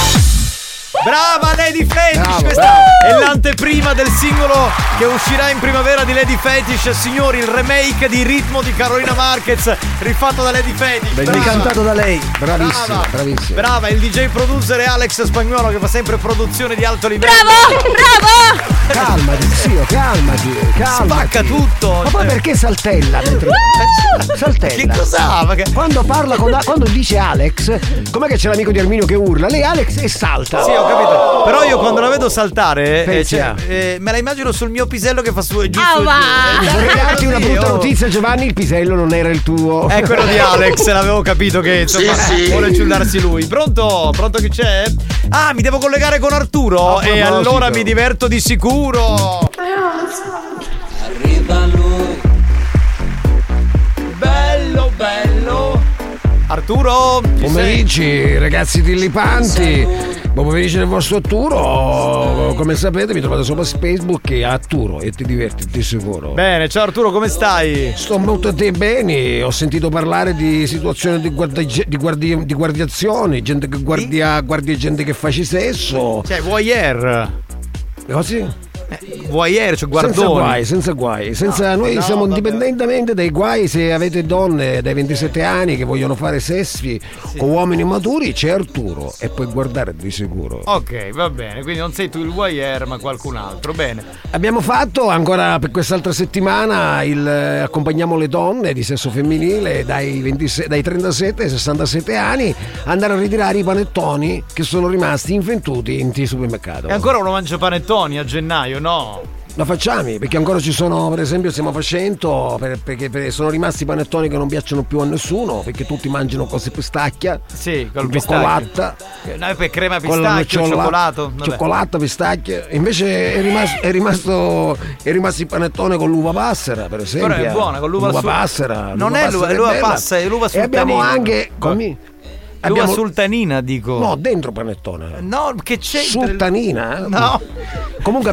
[SPEAKER 2] Brava Lady Fetish!
[SPEAKER 27] Bravo,
[SPEAKER 2] questa
[SPEAKER 27] bravo.
[SPEAKER 2] è l'anteprima del singolo che uscirà in primavera di Lady Fetish. Signori, il remake di Ritmo di Carolina Marquez, rifatto da Lady Fetish. Brava.
[SPEAKER 40] Cantato da lei.
[SPEAKER 4] Bravissima,
[SPEAKER 2] Brava.
[SPEAKER 4] bravissima.
[SPEAKER 2] Brava, il DJ producer è Alex Spagnuolo che fa sempre produzione di alto livello.
[SPEAKER 6] Bravo! Bravo!
[SPEAKER 4] Calmati, zio, calmati, calmati.
[SPEAKER 2] Spacca tutto.
[SPEAKER 4] Ma poi perché saltella? mentre- Saltella.
[SPEAKER 2] Che cos'ha? Ma che-
[SPEAKER 4] Quando parla con quando dice Alex, com'è che c'è l'amico di Arminio che urla? Lei Alex e salta.
[SPEAKER 2] Sì, ho capito. Però io quando la vedo saltare, eh,
[SPEAKER 4] Pensa.
[SPEAKER 2] cioè, eh, me la immagino sul mio pisello che fa su e giù.
[SPEAKER 6] Ah,
[SPEAKER 2] su e giù.
[SPEAKER 6] va.
[SPEAKER 2] Eh,
[SPEAKER 4] Vorrei darti una
[SPEAKER 2] così,
[SPEAKER 4] brutta
[SPEAKER 2] oh.
[SPEAKER 4] notizia, Giovanni, il pisello non era il tuo.
[SPEAKER 2] È quello di Alex, l'avevo capito che insomma,
[SPEAKER 4] Sì, sì.
[SPEAKER 2] vuole ciullarsi lui. Pronto? Pronto chi c'è? Ah, mi devo collegare con Arturo
[SPEAKER 4] A
[SPEAKER 2] e
[SPEAKER 4] proposito.
[SPEAKER 2] allora mi diverto di sicuro.
[SPEAKER 31] Arriva lui.
[SPEAKER 2] Bello, bello. Arturo, ci
[SPEAKER 4] Pomeriggi, ragazzi dilipanti. Buon pomeriggio nel vostro Arturo. Come sapete, mi trovate sopra Facebook che è Arturo e ti diverti, ti sicuro.
[SPEAKER 2] Bene, ciao Arturo, come stai?
[SPEAKER 4] Sto molto te bene, ho sentito parlare di situazioni di, guarda- di guardi- di guardiazione, gente che guardia, guardia gente che fa sesso. Eh,
[SPEAKER 2] Cioè, voyeur.
[SPEAKER 4] Così?
[SPEAKER 2] Voyeur, cioè
[SPEAKER 4] Senza
[SPEAKER 2] guardoni.
[SPEAKER 4] guai, senza guai. Senza, noi
[SPEAKER 2] no,
[SPEAKER 4] siamo
[SPEAKER 2] vabbè.
[SPEAKER 4] indipendentemente dai guai se avete donne dai 27 anni che vogliono fare sessi o uomini maturi, c'è Arturo e puoi guardare di sicuro.
[SPEAKER 2] Ok, va bene, quindi non sei tu il voyeur, ma qualcun altro. Bene.
[SPEAKER 4] Abbiamo fatto ancora per quest'altra settimana il eh, Accompagniamo le donne di sesso femminile dai, 26 dai 37 ai 67 anni andare a ritirare i panettoni che sono rimasti inventuti in t- supermercato.
[SPEAKER 2] E ancora uno mangia panettoni a gennaio, no?
[SPEAKER 4] Lo facciamo perché ancora ci sono, per esempio, stiamo facendo per- perché per- sono rimasti i panettoni che non piacciono più a nessuno perché tutti mangiano cose pistacchia,
[SPEAKER 2] Sì, col
[SPEAKER 4] cioccolata,
[SPEAKER 2] pistacchio. No, per crema
[SPEAKER 4] con la
[SPEAKER 2] Ah, pistacchio,
[SPEAKER 4] nocciola,
[SPEAKER 2] cioccolato. vabbè.
[SPEAKER 4] cioccolata, pistacchio. Invece è rimasto, è rimasto, è rimasto il panettone con l'uva passera, per esempio.
[SPEAKER 2] Però è buona con l'uva
[SPEAKER 4] eh, l'uva
[SPEAKER 2] su-
[SPEAKER 4] passera.
[SPEAKER 2] Non è l'uva-
[SPEAKER 4] passera
[SPEAKER 2] l'uva
[SPEAKER 4] bella.
[SPEAKER 2] passa, è l'uva sul
[SPEAKER 4] E abbiamo
[SPEAKER 2] tanino.
[SPEAKER 4] anche.
[SPEAKER 2] Co-
[SPEAKER 4] commi-
[SPEAKER 2] Abbiamo... sultanina, dico.
[SPEAKER 4] No, dentro panettone.
[SPEAKER 2] No, che c'è?
[SPEAKER 4] Sultanina? eh?
[SPEAKER 2] No.
[SPEAKER 4] Comunque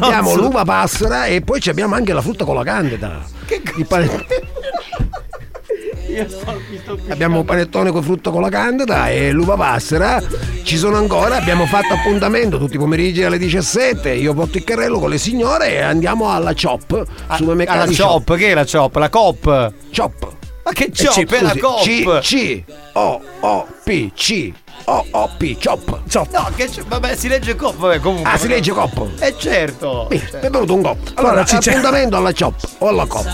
[SPEAKER 2] No,
[SPEAKER 4] abbiamo
[SPEAKER 2] sul-
[SPEAKER 4] l'uva passera e poi ci abbiamo anche la frutta con la candida. Il pane-
[SPEAKER 2] Io sto- mi sto
[SPEAKER 4] Abbiamo il panettone con frutta con la candida e l'uva passera. Ci sono ancora, abbiamo fatto appuntamento tutti i pomeriggi alle 17. Io porto il carrello con le signore e andiamo alla CHOP.
[SPEAKER 2] Ah, alla CHOP, che è la CHOP? La COP?
[SPEAKER 4] CHOP.
[SPEAKER 2] Ma che
[SPEAKER 4] Eh,
[SPEAKER 2] CHOP è la COP?
[SPEAKER 4] C, C, O, O, P, C, O, O, P, CHOP.
[SPEAKER 2] No, che c'è? Vabbè, si legge COP, vabbè, comunque.
[SPEAKER 4] Ah, si legge COP.
[SPEAKER 2] Eh certo.
[SPEAKER 4] Beh,
[SPEAKER 2] Cioè-
[SPEAKER 4] è venuto un cop. Allora,
[SPEAKER 2] Guarda, ci c'è-
[SPEAKER 4] appuntamento alla chop o alla cop.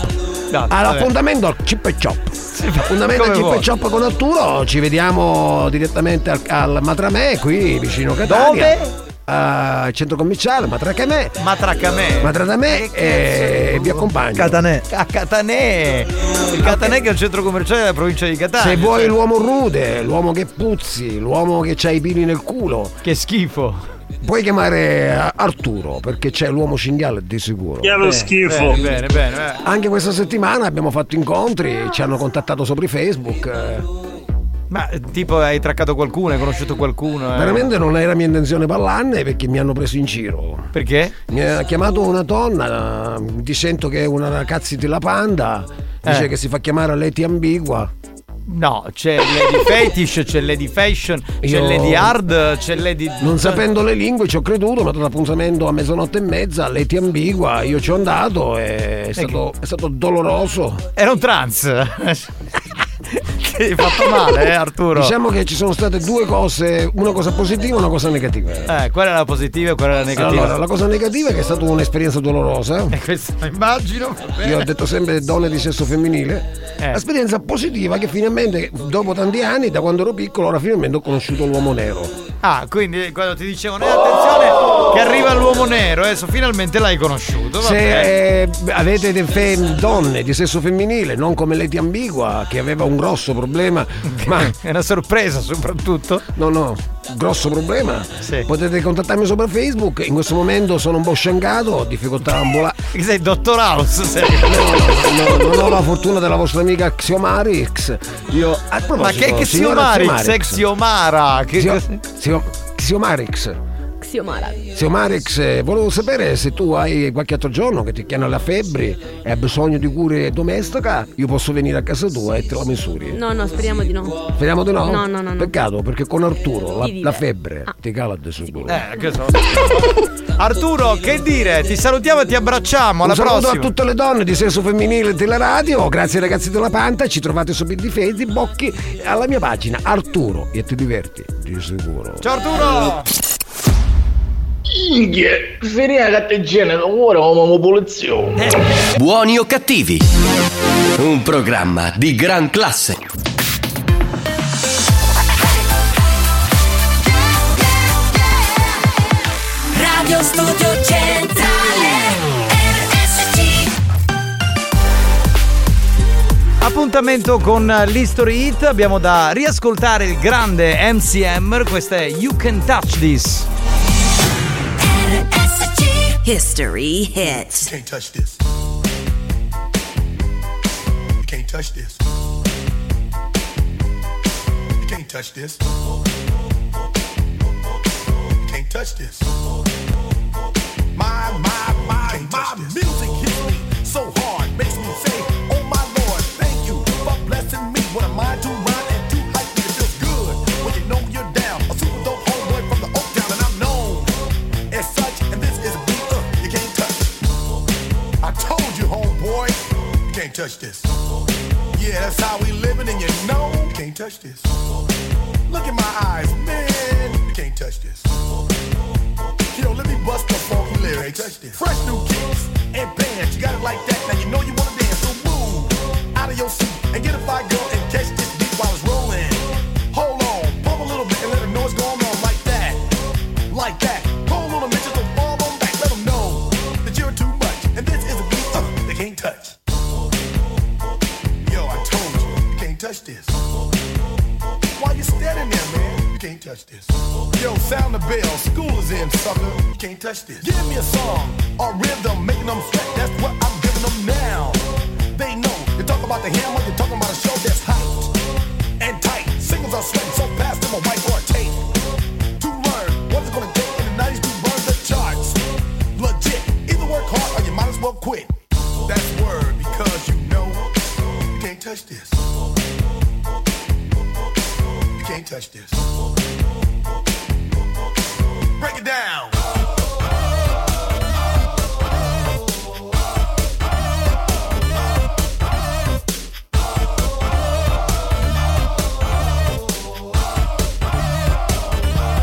[SPEAKER 2] No, vabbè.
[SPEAKER 4] All'appuntamento al chip e chop. Appuntamento al
[SPEAKER 2] come
[SPEAKER 4] chip
[SPEAKER 2] vuoi.
[SPEAKER 4] e chop con Arturo. Ci vediamo direttamente al, al Matramè, qui vicino Catania.
[SPEAKER 2] Dove?
[SPEAKER 4] Al centro commerciale Matracamè. eh,
[SPEAKER 2] Matracamè.
[SPEAKER 4] Matracamè e vi accompagno.
[SPEAKER 41] Catanè.
[SPEAKER 2] A Catanè. Il Catanè che è un centro commerciale della provincia di Catania.
[SPEAKER 4] Se vuoi
[SPEAKER 2] Cioè,
[SPEAKER 4] l'uomo rude, l'uomo che puzzi, l'uomo che c'ha i pini nel culo.
[SPEAKER 2] Che schifo.
[SPEAKER 4] Puoi chiamare eh, Arturo perché c'è l'uomo cinghiale di sicuro.
[SPEAKER 42] Chiaro
[SPEAKER 4] Bene,
[SPEAKER 42] schifo.
[SPEAKER 4] bene,
[SPEAKER 2] Eh, Bene, bene, bene.
[SPEAKER 4] Anche questa settimana abbiamo fatto incontri, ci hanno contattato sopra i Facebook. eh.
[SPEAKER 2] Ma eh, tipo hai traccato qualcuno, hai conosciuto qualcuno? eh?
[SPEAKER 4] Veramente non era mia intenzione parlarne perché mi hanno preso in giro.
[SPEAKER 2] Perché?
[SPEAKER 4] Mi ha chiamato una donna eh, dicendo che è una ragazza della panda, dice
[SPEAKER 2] Eh.
[SPEAKER 4] che si fa chiamare Leti Ambigua.
[SPEAKER 2] No, c'è Lady Fetish, c'è Lady Fashion, c'è
[SPEAKER 4] Io-
[SPEAKER 2] Lady Hard, c'è Lady.
[SPEAKER 4] Non sapendo le lingue ci ho creduto, mi ha dato l'appuntamento a mezzanotte e mezza, Leti Ambigua, io ci ho andato e è stato, è stato doloroso.
[SPEAKER 2] Era un trans. Ti hai fatto male, eh, Arturo?
[SPEAKER 4] Diciamo che ci sono state due cose, una cosa positiva e una cosa negativa.
[SPEAKER 2] Eh, qual era la positiva e qual era la negativa?
[SPEAKER 4] Allora, la cosa negativa è che è stata un'esperienza dolorosa.
[SPEAKER 2] Questo immagino. Eh. vabbè.
[SPEAKER 4] Io ho detto sempre donne di sesso femminile. L'esperienza positiva è che finalmente, dopo tanti anni, da quando ero piccolo, ora finalmente ho conosciuto l'uomo nero.
[SPEAKER 2] Ah, quindi quando ti dicevano, eh, attenzione, che arriva l'uomo nero, adesso finalmente l'hai conosciuto. Vabbè.
[SPEAKER 4] Se eh, avete de- fe- donne di sesso femminile, non come Lady Ambigua, che aveva un grosso problema, ma
[SPEAKER 2] È una sorpresa soprattutto.
[SPEAKER 4] No, no, grosso problema. Potete contattarmi sopra Facebook. In questo momento sono un po' sciangato, ho difficoltà a volare.
[SPEAKER 2] Che sei Dottor House? Sei.
[SPEAKER 4] No, no, non ho la fortuna della vostra amica Xiomarix. Io a proposito,
[SPEAKER 2] Ma che, che
[SPEAKER 4] signora
[SPEAKER 2] Xiomarix? È Xiomara. Che,
[SPEAKER 4] Xio- Xio- Xiomarix.
[SPEAKER 6] Xiomara.
[SPEAKER 4] Xiomarix, eh, volevo sapere se tu hai qualche altro giorno che ti chiama la febbre e hai bisogno di cure domestica, io posso venire a casa tua e te la misuri.
[SPEAKER 6] No, no, speriamo di no.
[SPEAKER 4] Speriamo di no?
[SPEAKER 6] No, no, eh. Ah. no, no.
[SPEAKER 4] Peccato, perché con Arturo la,
[SPEAKER 6] Ti vive.
[SPEAKER 4] la febbre ti cala di sicuro.
[SPEAKER 2] Eh, che so. Arturo, che dire? Ti salutiamo e ti abbracciamo. Alla
[SPEAKER 4] Un saluto
[SPEAKER 2] prossima.
[SPEAKER 4] a tutte le donne di sesso femminile della radio, grazie ai ragazzi della Panta, ci trovate su Big Difesi, Bocchi, alla mia pagina Arturo e ti diverti di sicuro.
[SPEAKER 2] Ciao Arturo!
[SPEAKER 1] Inghie, finire che te genere, ora ho una popolazione.
[SPEAKER 2] Eh.
[SPEAKER 13] Buoni o cattivi? Un programma di gran classe.
[SPEAKER 9] Radio Studio Centrale RSC
[SPEAKER 2] Appuntamento con l'History Hit. Abbiamo da riascoltare il grande MCM. Questa è You Can Touch This.
[SPEAKER 43] History hits.
[SPEAKER 21] You can't touch this. You can't touch this. You can't touch this. You can't touch this. My, my, my, my music hits me so hard. Makes me say, oh my lord, thank you for blessing me. What a mind to run and do like me. It feels good when you know you're down. A super dope homeboy from the Oak Town and I'm known as such. And this is a beat up you can't touch. I told you, homeboy, you can't touch this. Yeah, that's how we living, and you know you can't touch this. Look in my eyes, man, you can't touch this. Yo, let me bust the funky lyrics. Fresh new kicks and bands, you got it like that. Now you know you wanna dance, so move out of your seat and get a fire girl and catch this beat while it's rolling. Hold on, pump a little bit and let the noise go on like that, like that. Hold on a minute, just don't fall on back, let 'em know that you're too much, and this is a beat uh, they can't touch. Yo, I told you, you can't touch this. Why you standing there, man? You can't touch this. Yo, sound the bell, school is in, sucker. You can't touch this. Give me a song, a rhythm, making them sweat. That's what I'm giving them now. They know you're talking about the hammer, you're talking about a show that's hyped and tight. Singles are sweating so fast, I'm a touch this. Break it down.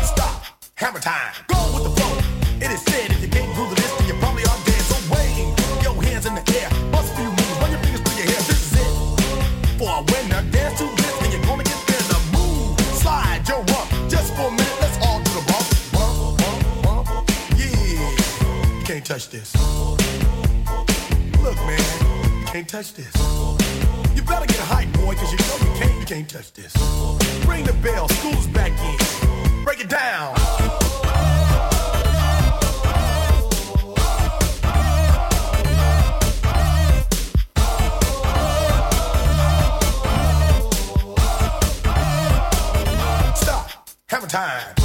[SPEAKER 21] Stop. Hammer time. Go with the flow. It is said if you can't groove to this, then you probably are dead. So wave your hands in the air. Bust a few moves. Run your fingers through your hair. This is it. For a winner, dance to this, and you're gonna get there. Now move. Slide your rump. Just for a minute, let's all do the bump. Bump, bump, bump. Yeah. You can't touch this. Look, man. You can't touch this. You better get hype, boy, cause you know you can't, you can't touch this. Ring the bell, school's back in. Break it down. Stop. Hammer time.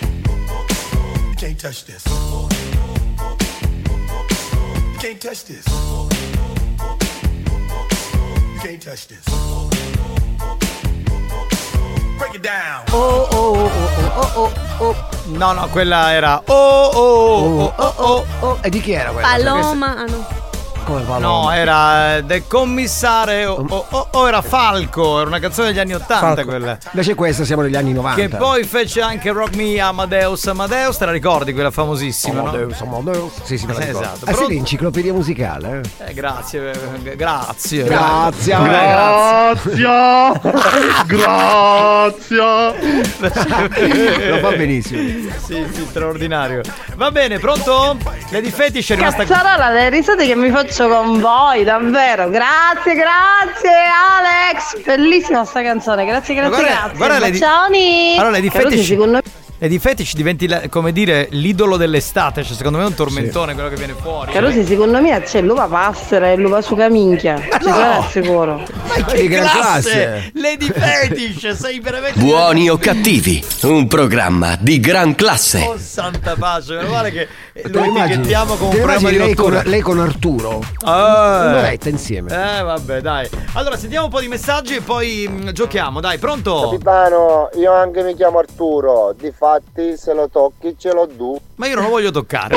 [SPEAKER 21] You can't touch this. You can't touch this. You can't touch this. Break it down.
[SPEAKER 2] Oh, oh, oh, oh, oh, oh, oh. No, no, quella era. Oh, oh, oh, oh, oh, oh. E di chi era quella?
[SPEAKER 6] Paloma. Ah, no.
[SPEAKER 4] Come Paloma?
[SPEAKER 2] No, era eh, del commissario. Oh, oh, oh, oh, era Falco. Era una canzone degli anni Ottanta
[SPEAKER 4] Falco.
[SPEAKER 2] quella.
[SPEAKER 4] Invece questa siamo negli anni 90.
[SPEAKER 2] Che poi fece anche Rock Me Amadeus Amadeus, te la ricordi quella famosissima?
[SPEAKER 4] Amadeus,
[SPEAKER 2] no?
[SPEAKER 4] Amadeus. Sì, sì, me la
[SPEAKER 2] Eh,
[SPEAKER 4] ricordo.
[SPEAKER 2] esatto.
[SPEAKER 4] Ah,
[SPEAKER 2] Però-
[SPEAKER 4] sì, l'enciclopedia musicale. eh.
[SPEAKER 2] Eh, grazie, eh, grazie.
[SPEAKER 4] Grazie,
[SPEAKER 2] Eh,
[SPEAKER 21] Grazie.
[SPEAKER 2] Lo fa
[SPEAKER 4] benissimo.
[SPEAKER 2] Sì, sì, straordinario. Va bene, pronto? Lady Fetish è rimasta
[SPEAKER 1] Cazzarola, le risate che mi faccio con voi, davvero. Grazie, grazie Alex. Bellissima sta canzone, grazie, grazie, grazie.
[SPEAKER 2] guarda Lady-
[SPEAKER 1] Bacioni.
[SPEAKER 2] Allora, Lady
[SPEAKER 1] Caruso,
[SPEAKER 2] Fetish.
[SPEAKER 1] secondo
[SPEAKER 2] Lady Fetish diventi, la- come dire, l'idolo dell'estate. Cioè, secondo me è un tormentone quello che viene fuori.
[SPEAKER 1] Carusi, secondo me c'è l'uva passera e l'uva sucaminchia. Ci sarà sicuro.
[SPEAKER 2] Ma
[SPEAKER 4] che gran
[SPEAKER 13] classe!
[SPEAKER 2] Lady Fetish, sei veramente.
[SPEAKER 13] Buoni o cattivi, un programma di gran classe.
[SPEAKER 2] Oh, santa pace, meno male che lo
[SPEAKER 4] Te immagini?
[SPEAKER 2] etichettiamo con un
[SPEAKER 4] Te
[SPEAKER 2] programma di
[SPEAKER 4] immagini lei con,
[SPEAKER 2] rottura.
[SPEAKER 4] lei con Arturo?
[SPEAKER 2] Ah.
[SPEAKER 4] Un'oretta insieme.
[SPEAKER 2] Eh, vabbè, dai. Allora, sentiamo un po' di messaggi e poi mh, giochiamo, dai, pronto?
[SPEAKER 29] Capitano, io anche mi chiamo Arturo, difatti se lo tocchi ce lo du.
[SPEAKER 2] Ma io non lo voglio toccare.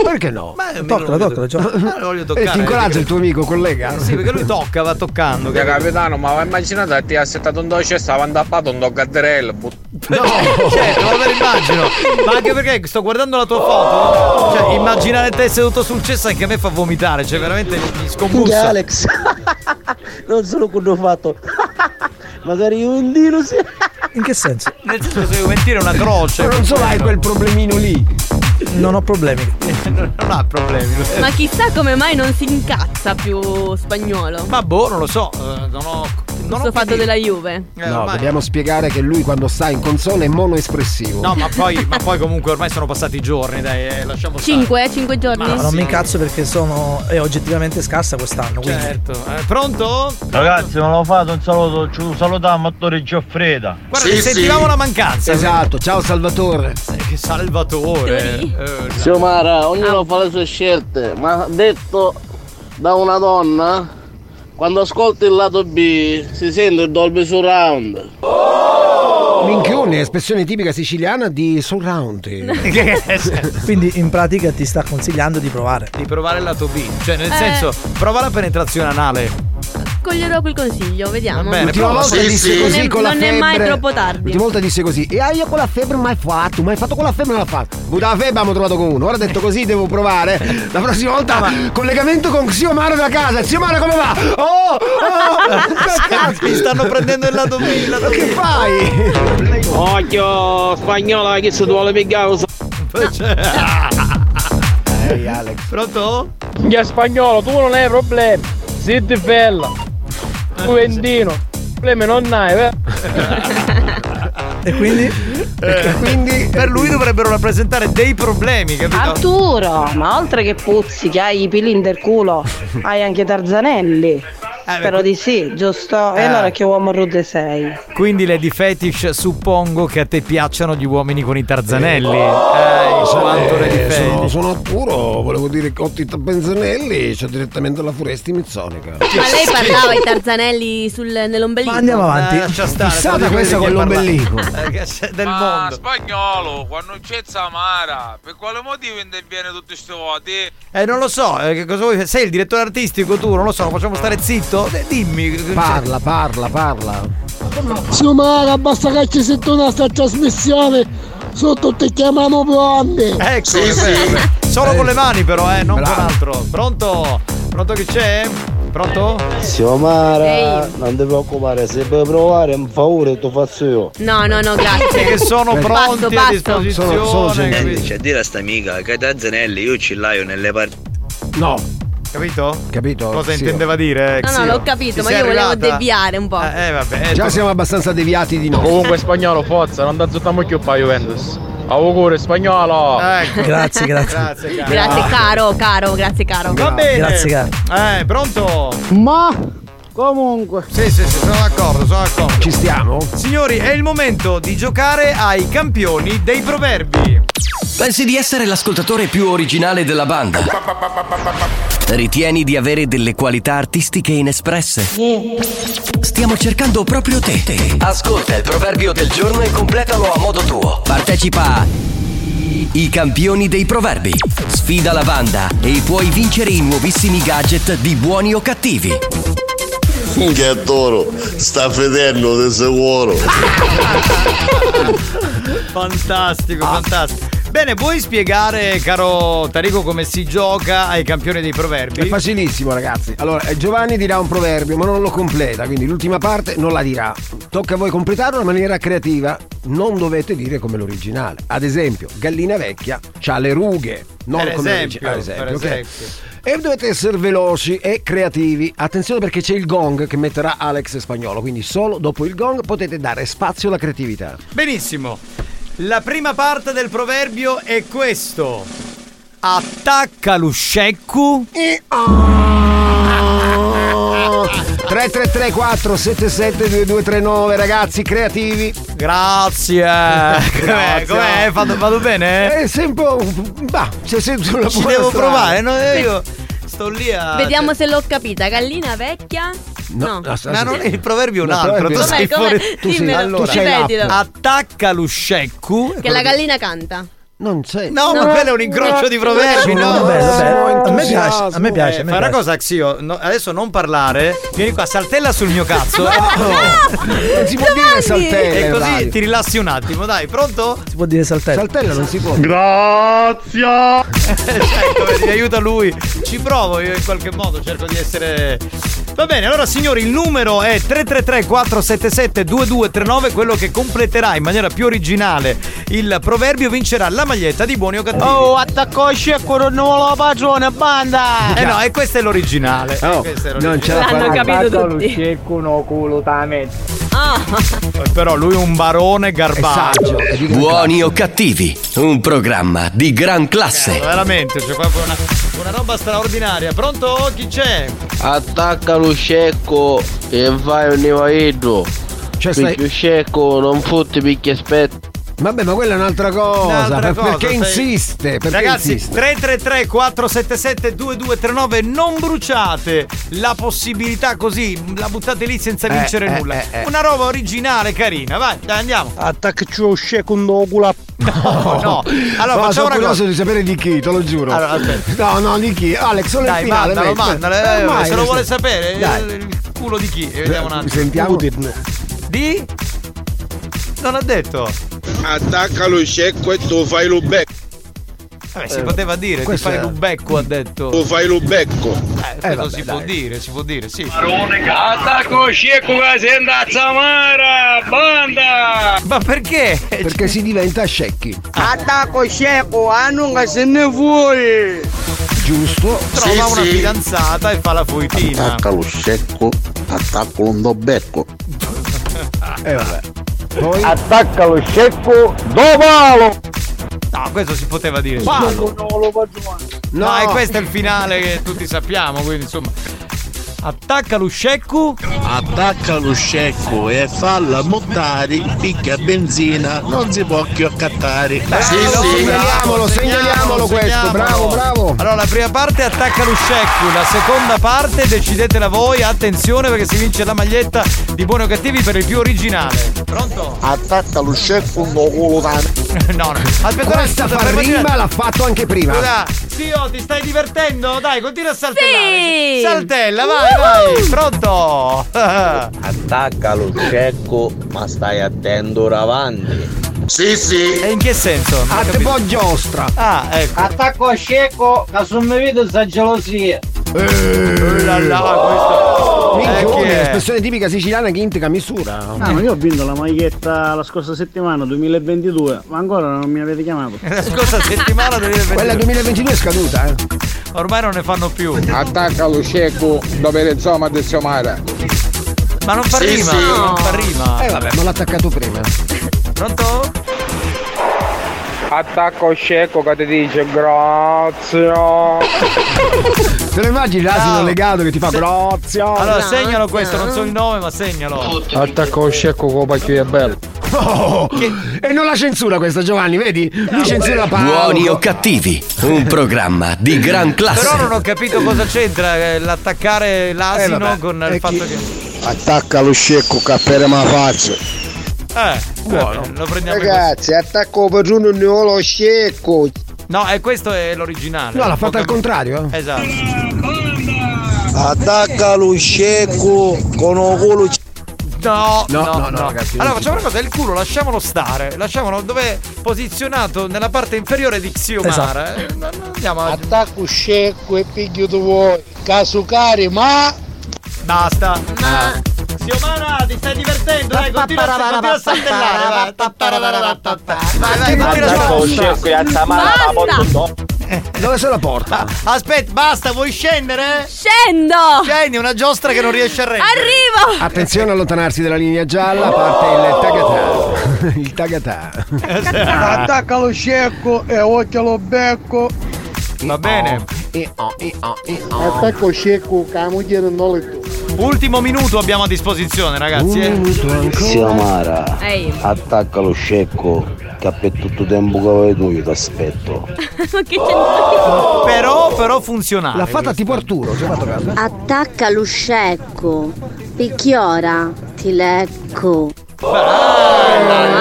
[SPEAKER 4] Perché no?
[SPEAKER 2] Toccalo, toccalo, Non lo voglio
[SPEAKER 4] E
[SPEAKER 2] toccare.
[SPEAKER 4] ti incoraggia Eh, il tuo amico, collega?
[SPEAKER 2] Sì, perché lui tocca, va toccando.
[SPEAKER 44] Capitano, capitano, ma va immaginate che ti ha settato un dolce e stava andappato un doggadrello. Cioè,
[SPEAKER 2] Certo, ma me lo immagino. Ma anche perché sto guardando la tua foto. Cioè, immaginare te seduto sul cesso anche a me fa vomitare. Cioè, veramente mi
[SPEAKER 29] Minchia,
[SPEAKER 2] scombussa.
[SPEAKER 29] Alex, non solo quello fatto, magari un dino sì.
[SPEAKER 14] In che senso?
[SPEAKER 2] Nel senso che mentire è una croce.
[SPEAKER 14] Non
[SPEAKER 4] so, hai quel problemino lì.
[SPEAKER 14] Non ho problemi.
[SPEAKER 2] non ha problemi.
[SPEAKER 6] Ma chissà come mai non si incazza più spagnolo.
[SPEAKER 2] Ma boh, non lo so. eh, Non ho. Non
[SPEAKER 6] Questo
[SPEAKER 2] ho
[SPEAKER 6] fatto della Juve.
[SPEAKER 2] Eh,
[SPEAKER 4] No, dobbiamo spiegare che lui quando sta in console è monoespressivo.
[SPEAKER 2] No, ma poi, ma poi comunque ormai sono passati i giorni, dai, eh, lasciamo stare.
[SPEAKER 6] 5, 5 giorni.
[SPEAKER 14] No, non mi incazzo perché sono. è oggettivamente scarsa quest'anno. Quindi.
[SPEAKER 2] Certo. Eh, pronto?
[SPEAKER 45] Ragazzi, non lo fate un saluto, ci salutiamo a Torre Gioffreda.
[SPEAKER 2] Guarda, Sì, sentivamo sì. la mancanza.
[SPEAKER 4] Esatto, ciao Salvatore.
[SPEAKER 2] Che salvatore. Eh,
[SPEAKER 7] Xiomara, ognuno fa le sue scelte, ma detto da una donna, quando ascolti il lato B si sente il Dolby Surround.
[SPEAKER 4] Minchione, espressione tipica siciliana di surround.
[SPEAKER 14] Quindi in pratica ti sta consigliando di provare.
[SPEAKER 2] Di provare il lato B. Cioè, nel
[SPEAKER 6] Eh.
[SPEAKER 2] senso, prova la penetrazione anale.
[SPEAKER 6] Coglierò quel consiglio, vediamo.
[SPEAKER 2] bene,
[SPEAKER 4] L'ultima volta disse così
[SPEAKER 6] non, è-
[SPEAKER 4] con la
[SPEAKER 6] non
[SPEAKER 4] febbre.
[SPEAKER 6] è mai troppo tardi.
[SPEAKER 4] L'ultima volta disse così. E ah, io con la febbre non mai fatto, mai fatto con la febbre non l'ha fatto. Buta la febbre abbiamo trovato con uno. Ora ha detto così devo provare. La prossima volta collegamento con zio Maro da casa. Zio Maro come va? Oh! oh
[SPEAKER 2] Mi stanno prendendo il lato B, il lato
[SPEAKER 4] Che fai?
[SPEAKER 7] Occhio, spagnola, chi si vuole pigliare?
[SPEAKER 4] Cioè. Ehi Alex.
[SPEAKER 2] Pronto?
[SPEAKER 29] Minchia spagnolo, tu non hai problemi. Siete bella.
[SPEAKER 2] Ah,
[SPEAKER 29] Juventino. Problemi non hai, eh.
[SPEAKER 14] E quindi?
[SPEAKER 4] quindi
[SPEAKER 2] Eh, per lui dovrebbero rappresentare dei problemi, capito?
[SPEAKER 1] Arturo, ma oltre che puzzi che hai i pili del culo, hai anche Tarzanelli.
[SPEAKER 3] Spero di sì, giusto? E
[SPEAKER 2] Ah.
[SPEAKER 3] allora che uomo rude sei?
[SPEAKER 2] Quindi le di fetish suppongo che a te piacciono gli uomini con i tarzanelli.
[SPEAKER 4] Eh,
[SPEAKER 2] Eh, quanto Lady
[SPEAKER 4] eh,
[SPEAKER 2] Fetish.
[SPEAKER 4] sono, sono puro, volevo dire Cotti Tappenzanelli, c'è direttamente la Furesti Mizzonica.
[SPEAKER 6] Ma lei parlava ai tarzanelli sul, nell'ombelico.
[SPEAKER 2] Eh, lascia stare,
[SPEAKER 4] Fissata
[SPEAKER 2] voglio
[SPEAKER 4] questa
[SPEAKER 2] vedere chi
[SPEAKER 4] con
[SPEAKER 2] ha
[SPEAKER 4] l'ombelico.
[SPEAKER 2] parlato. Eh, che c'è del
[SPEAKER 10] Ma
[SPEAKER 2] mondo.
[SPEAKER 10] spagnolo, quando c'è Zamara, per quale motivo interviene tutti questi voti?
[SPEAKER 2] Eh, non lo so, eh, che cosa vuoi? Sei il direttore artistico tu, non lo so, lo facciamo stare zitto? Eh, dimmi.
[SPEAKER 4] Parla, parla, parla.
[SPEAKER 11] Somara, basta che ci sento una sta trasmissione. Sotto ti chiamano pronti.
[SPEAKER 2] Ecco, solo con le mani però, eh, non con altro. Pronto? Pronto che c'è? Pronto?
[SPEAKER 29] Siomara, non ti preoccupare, se puoi provare un favore ti faccio io.
[SPEAKER 6] No, no, no, grazie.
[SPEAKER 2] Che sono
[SPEAKER 6] Basto,
[SPEAKER 2] pronti a
[SPEAKER 6] basto.
[SPEAKER 2] disposizione.
[SPEAKER 12] Cioè, C'è a dire a sta amica che da Zanelli io ce l'ho nelle parti.
[SPEAKER 4] No.
[SPEAKER 2] Capito?
[SPEAKER 4] Capito?
[SPEAKER 2] Cosa
[SPEAKER 4] Sì.
[SPEAKER 2] intendeva dire? eh,
[SPEAKER 6] No, no,
[SPEAKER 2] Xio?
[SPEAKER 6] l'ho capito,
[SPEAKER 2] Ci
[SPEAKER 6] ma
[SPEAKER 2] sei
[SPEAKER 6] io volevo
[SPEAKER 2] arrivata?
[SPEAKER 6] deviare un po'.
[SPEAKER 2] Eh, vabbè.
[SPEAKER 4] Già siamo abbastanza deviati di noi.
[SPEAKER 39] Comunque spagnolo, forza, non da zottiamo più pa' Juventus. Auguri spagnolo!
[SPEAKER 2] Ecco.
[SPEAKER 6] Grazie, grazie.
[SPEAKER 2] Grazie, caro.
[SPEAKER 6] Grazie caro, caro, grazie caro.
[SPEAKER 2] Va bene. Eh, pronto?
[SPEAKER 11] Ma comunque.
[SPEAKER 2] Sì, sì, sì, sono d'accordo, sono d'accordo.
[SPEAKER 4] Ci stiamo?
[SPEAKER 2] Signori, è il momento di giocare ai campioni dei proverbi.
[SPEAKER 13] Pensi di essere l'ascoltatore più originale della banda? Ritieni di avere delle qualità artistiche inespresse? Stiamo cercando proprio te. Ascolta il proverbio del giorno e completalo a modo tuo. Partecipa a I campioni dei proverbi. Sfida la banda e puoi vincere i nuovissimi gadget di buoni o cattivi.
[SPEAKER 12] Che toro, sta fedendo di sicuro.
[SPEAKER 2] Fantastico,
[SPEAKER 13] Ah.
[SPEAKER 2] fantastico. Bene, vuoi spiegare, caro Tarico, come si gioca ai campioni dei
[SPEAKER 4] È
[SPEAKER 2] proverbi?
[SPEAKER 4] facilissimo, ragazzi. Allora, eh, Giovanni dirà un proverbio, ma non lo completa, quindi l'ultima parte non la dirà. Tocca a voi completarlo in maniera creativa. Non dovete dire come l'originale. Ad esempio, gallina vecchia ha le rughe. Non
[SPEAKER 2] Per
[SPEAKER 4] come
[SPEAKER 2] esempio,
[SPEAKER 4] l'originale.
[SPEAKER 2] per
[SPEAKER 4] ok?
[SPEAKER 2] esempio.
[SPEAKER 4] E dovete essere veloci e creativi. Attenzione perché c'è il gong che metterà Alex Spagnolo. Quindi solo dopo il gong potete dare spazio alla creatività.
[SPEAKER 2] Benissimo. La prima parte del proverbio è questo. Attacca l'usceccu.
[SPEAKER 4] 333 477 2239 ragazzi creativi
[SPEAKER 2] Grazie Com'è? Com'è? Vado, vado bene?
[SPEAKER 4] Eh, sei un po'. Bah, se sei sulla
[SPEAKER 2] Ci
[SPEAKER 4] buona
[SPEAKER 2] devo
[SPEAKER 4] strada.
[SPEAKER 2] provare, no? Eh, Io sto lì a.
[SPEAKER 6] Vediamo se l'ho capita. Gallina vecchia? No.
[SPEAKER 1] Ah,
[SPEAKER 2] Ma non è- il proverbio è un
[SPEAKER 4] No,
[SPEAKER 2] altro.
[SPEAKER 4] proverbio-
[SPEAKER 2] Tu sei
[SPEAKER 6] Com'è, com'è?
[SPEAKER 2] fuori.
[SPEAKER 6] Tu sei- Dimmelo, allora, tu sei ripetilo. l'app.
[SPEAKER 2] Attacca l'usceccu.
[SPEAKER 6] Che la gallina canta.
[SPEAKER 4] Non c'è.
[SPEAKER 2] No, ma quello è un incrocio di proverbi, no?
[SPEAKER 40] A me piace, a me piace. a me
[SPEAKER 2] Eh, fai una
[SPEAKER 40] piace.
[SPEAKER 2] cosa, Xio. no, adesso non parlare. Vieni qua, saltella sul mio cazzo.
[SPEAKER 4] Non si può dire saltella.
[SPEAKER 2] E
[SPEAKER 4] in
[SPEAKER 2] così
[SPEAKER 4] radio.
[SPEAKER 2] ti rilassi un attimo, dai, pronto?
[SPEAKER 40] Si può dire saltello.
[SPEAKER 4] Saltello non si può.
[SPEAKER 2] Grazie! certo, vedi, mi aiuta lui. Ci provo io in qualche modo, cerco di essere. Va bene, allora signori, il numero è 333-477-2239. Quello che completerà in maniera più originale il proverbio vincerà la maglietta di buoni o cattivi.
[SPEAKER 7] ah.
[SPEAKER 14] Oh, attaccò scecco, non la pagione, banda!
[SPEAKER 2] Eh no, e questo è l'originale. Eh,
[SPEAKER 7] Oh,
[SPEAKER 4] Oh,
[SPEAKER 2] Questo è l'originale.
[SPEAKER 14] uno culo
[SPEAKER 2] Ah. Però lui è un barone garbato.
[SPEAKER 13] Buoni o cattivi? Un programma di gran classe.
[SPEAKER 2] Veramente, c'è proprio una, una roba straordinaria. Pronto? Chi c'è?
[SPEAKER 12] Attacca lo scecco e vai un nevaidro.
[SPEAKER 4] Cioè,
[SPEAKER 2] stai-
[SPEAKER 12] Picchio scecco, non fotti picchi aspetta.
[SPEAKER 4] Vabbè, ma quella è un'altra cosa.
[SPEAKER 2] Un'altra
[SPEAKER 4] per-
[SPEAKER 2] cosa,
[SPEAKER 4] perché
[SPEAKER 2] sei-
[SPEAKER 4] insiste? Perché
[SPEAKER 2] Ragazzi,
[SPEAKER 4] insiste?
[SPEAKER 2] 333 477 2239 non bruciate la possibilità così, la buttate lì senza
[SPEAKER 14] Eh,
[SPEAKER 2] vincere
[SPEAKER 14] eh,
[SPEAKER 2] nulla.
[SPEAKER 14] eh, eh.
[SPEAKER 2] Una roba originale, carina, vai, dai, andiamo.
[SPEAKER 14] Attaccio lo scecco, no culo.
[SPEAKER 2] No, no. Allora,
[SPEAKER 4] No,
[SPEAKER 2] facciamo
[SPEAKER 4] sono
[SPEAKER 2] una
[SPEAKER 4] curioso
[SPEAKER 2] cosa.
[SPEAKER 4] di sapere di chi, te lo giuro.
[SPEAKER 2] Allora, aspetta.
[SPEAKER 4] no, no, di chi? Alex, solo
[SPEAKER 2] Dai,
[SPEAKER 4] il finale.
[SPEAKER 2] mandalo,
[SPEAKER 4] metti.
[SPEAKER 2] mandalo,
[SPEAKER 4] Eh,
[SPEAKER 2] eh,
[SPEAKER 4] ormai,
[SPEAKER 2] se lo vuole
[SPEAKER 4] adesso-
[SPEAKER 2] sapere, eh,
[SPEAKER 4] Dai.
[SPEAKER 2] il culo di chi? Eh, Vediamo un attimo.
[SPEAKER 4] Sentiamo.
[SPEAKER 2] Di? Non ha detto.
[SPEAKER 12] Attacca lo scecco e tu fai lo becco.
[SPEAKER 2] Vabbè, si poteva dire, ti
[SPEAKER 12] questo
[SPEAKER 2] fai
[SPEAKER 12] è-
[SPEAKER 2] l'ubecco ha detto.
[SPEAKER 12] Tu fai lo becco.
[SPEAKER 2] Eh, questo si può dire, si può dire, sì.
[SPEAKER 12] Attacco scecco che si a Zamara, banda!
[SPEAKER 2] Ma perché?
[SPEAKER 4] Perché si diventa scecchi.
[SPEAKER 14] Attacco scecco, ah non che se ne vuoi!
[SPEAKER 4] Giusto.
[SPEAKER 2] Trova una fidanzata e fa la fuitina.
[SPEAKER 18] Attacca lo scecco, attacco l'ondobecco.
[SPEAKER 4] E vabbè.
[SPEAKER 14] Attacca lo scecco, dovalo!
[SPEAKER 2] No, questo si poteva dire.
[SPEAKER 14] Palo.
[SPEAKER 2] No, e questo è il finale che tutti sappiamo, quindi insomma. Attacca l'uscecco.
[SPEAKER 46] Attacca l'uscecco e falla montare, picchia benzina, non si può più accattare.
[SPEAKER 7] Eh, segnaliamolo, segnaliamolo questo, bravo, bravo.
[SPEAKER 2] Allora, la prima parte attacca l'uscecco, la seconda parte decidetela voi, attenzione perché si vince la maglietta di buoni o cattivi per il più originale. Pronto?
[SPEAKER 46] Attacca l'uscecco un culo
[SPEAKER 2] No, no. Aspetta,
[SPEAKER 7] Questa
[SPEAKER 2] aspetta, fermo,
[SPEAKER 7] farrimba
[SPEAKER 2] gira.
[SPEAKER 7] l'ha fatto anche prima.
[SPEAKER 2] Scusa, zio, ti stai divertendo? Dai, continua a saltellare.
[SPEAKER 25] Sì.
[SPEAKER 2] Saltella,
[SPEAKER 7] Uh-huh.
[SPEAKER 2] vai, vai. Pronto?
[SPEAKER 29] Attacca lo cecco, ma stai attento ora avanti.
[SPEAKER 46] Sì, sì.
[SPEAKER 2] E in che senso?
[SPEAKER 7] A te po' Ah, giostra.
[SPEAKER 2] Ah, ecco.
[SPEAKER 4] Attacco a scecco, che sul mio video sa gelosia.
[SPEAKER 2] Oh là là, questo.
[SPEAKER 7] Oh! Minchia,
[SPEAKER 2] Eh, chi
[SPEAKER 7] uomini,
[SPEAKER 2] è?
[SPEAKER 7] espressione tipica siciliana che indica misura.
[SPEAKER 1] Ah, ma io ho vinto la maglietta la scorsa settimana, 2022, ma ancora non mi avete chiamato.
[SPEAKER 2] La scorsa settimana 2022.
[SPEAKER 7] Quella 2022 è scaduta, eh.
[SPEAKER 2] Ormai non ne fanno più.
[SPEAKER 47] Attacca lo scecco dove le zoma del Somara.
[SPEAKER 2] Ma non fa
[SPEAKER 47] Sì,
[SPEAKER 2] rima,
[SPEAKER 47] sì.
[SPEAKER 2] non fa rima.
[SPEAKER 7] Eh vabbè, ma l'ha attaccato prima.
[SPEAKER 2] Pronto?
[SPEAKER 47] Attacco scecco che ti dice grazie.
[SPEAKER 7] Te lo immagini l'asino
[SPEAKER 2] Ciao.
[SPEAKER 7] legato che ti fa grazie.
[SPEAKER 2] Allora segnalo questo, non so il nome ma segnalo.
[SPEAKER 7] Attacco lo scecco con pacchio è bello. Oh, E non la censura questa Giovanni, vedi? Lui censura Paolo.
[SPEAKER 13] Buoni o cattivi, un programma di gran
[SPEAKER 2] Però non
[SPEAKER 13] classe.
[SPEAKER 2] ho capito cosa c'entra eh, l'attaccare
[SPEAKER 7] Eh,
[SPEAKER 2] l'asino
[SPEAKER 7] vabbè.
[SPEAKER 2] con
[SPEAKER 7] E
[SPEAKER 2] il fatto
[SPEAKER 7] chi-
[SPEAKER 2] che.
[SPEAKER 18] Attacca lo scecco, cappere ma faccia.
[SPEAKER 2] Eh, buono. lo prendiamo
[SPEAKER 7] Eh,
[SPEAKER 2] in
[SPEAKER 4] Ragazzi, attacco per uno neolo scecco.
[SPEAKER 2] così. No, e questo è l'originale.
[SPEAKER 7] No, l'ha
[SPEAKER 2] Ho
[SPEAKER 7] fatta al
[SPEAKER 2] capito.
[SPEAKER 7] contrario. eh.
[SPEAKER 2] Esatto.
[SPEAKER 29] Attacca lo scecco con un culo c-
[SPEAKER 2] No, no,
[SPEAKER 7] No,
[SPEAKER 2] Oh, no,
[SPEAKER 7] no, no, ragazzi,
[SPEAKER 2] Allora
[SPEAKER 7] non
[SPEAKER 2] facciamo una cosa, il culo lasciamolo stare, lasciamolo dove è posizionato nella parte inferiore di Xiomara.
[SPEAKER 4] Esatto.
[SPEAKER 7] Esatto.
[SPEAKER 2] eh. Non- non Andiamo a...
[SPEAKER 4] Attacco scecco e piglio tu vuoi. Casucari, ma...
[SPEAKER 2] Basta. Xiomara, ti stai divertendo, dai, continua, a- continua a saltellare. Vai, vai, vai, continua a saltellare.
[SPEAKER 48] e attamare la porta
[SPEAKER 7] Dove se la porta?
[SPEAKER 2] Aspetta, basta, vuoi scendere?
[SPEAKER 25] Scendo!
[SPEAKER 2] Scendi, una giostra che non riesce a reggere.
[SPEAKER 25] Arrivo!
[SPEAKER 7] Attenzione a allontanarsi dalla linea gialla, parte il tagatà. Il tagatà.
[SPEAKER 4] Attacca lo scecco e occhio lo becco.
[SPEAKER 2] Va bene.
[SPEAKER 7] E oh, e oh, e oh.
[SPEAKER 11] Attacco scecco, che la moglie non le tu.
[SPEAKER 2] Ultimo minuto abbiamo a disposizione, ragazzi. eh.
[SPEAKER 29] Siamara,
[SPEAKER 25] Ehi.
[SPEAKER 29] attacca lo scecco, che per tutto tempo che vuoi tu io ti aspetto.
[SPEAKER 25] Ma che c'entra?
[SPEAKER 2] Però, però funzionale.
[SPEAKER 7] L'ha fatta tipo Arturo, ci ha fatto caso?
[SPEAKER 31] Attacca l'uscecco, picchiora, ti lecco.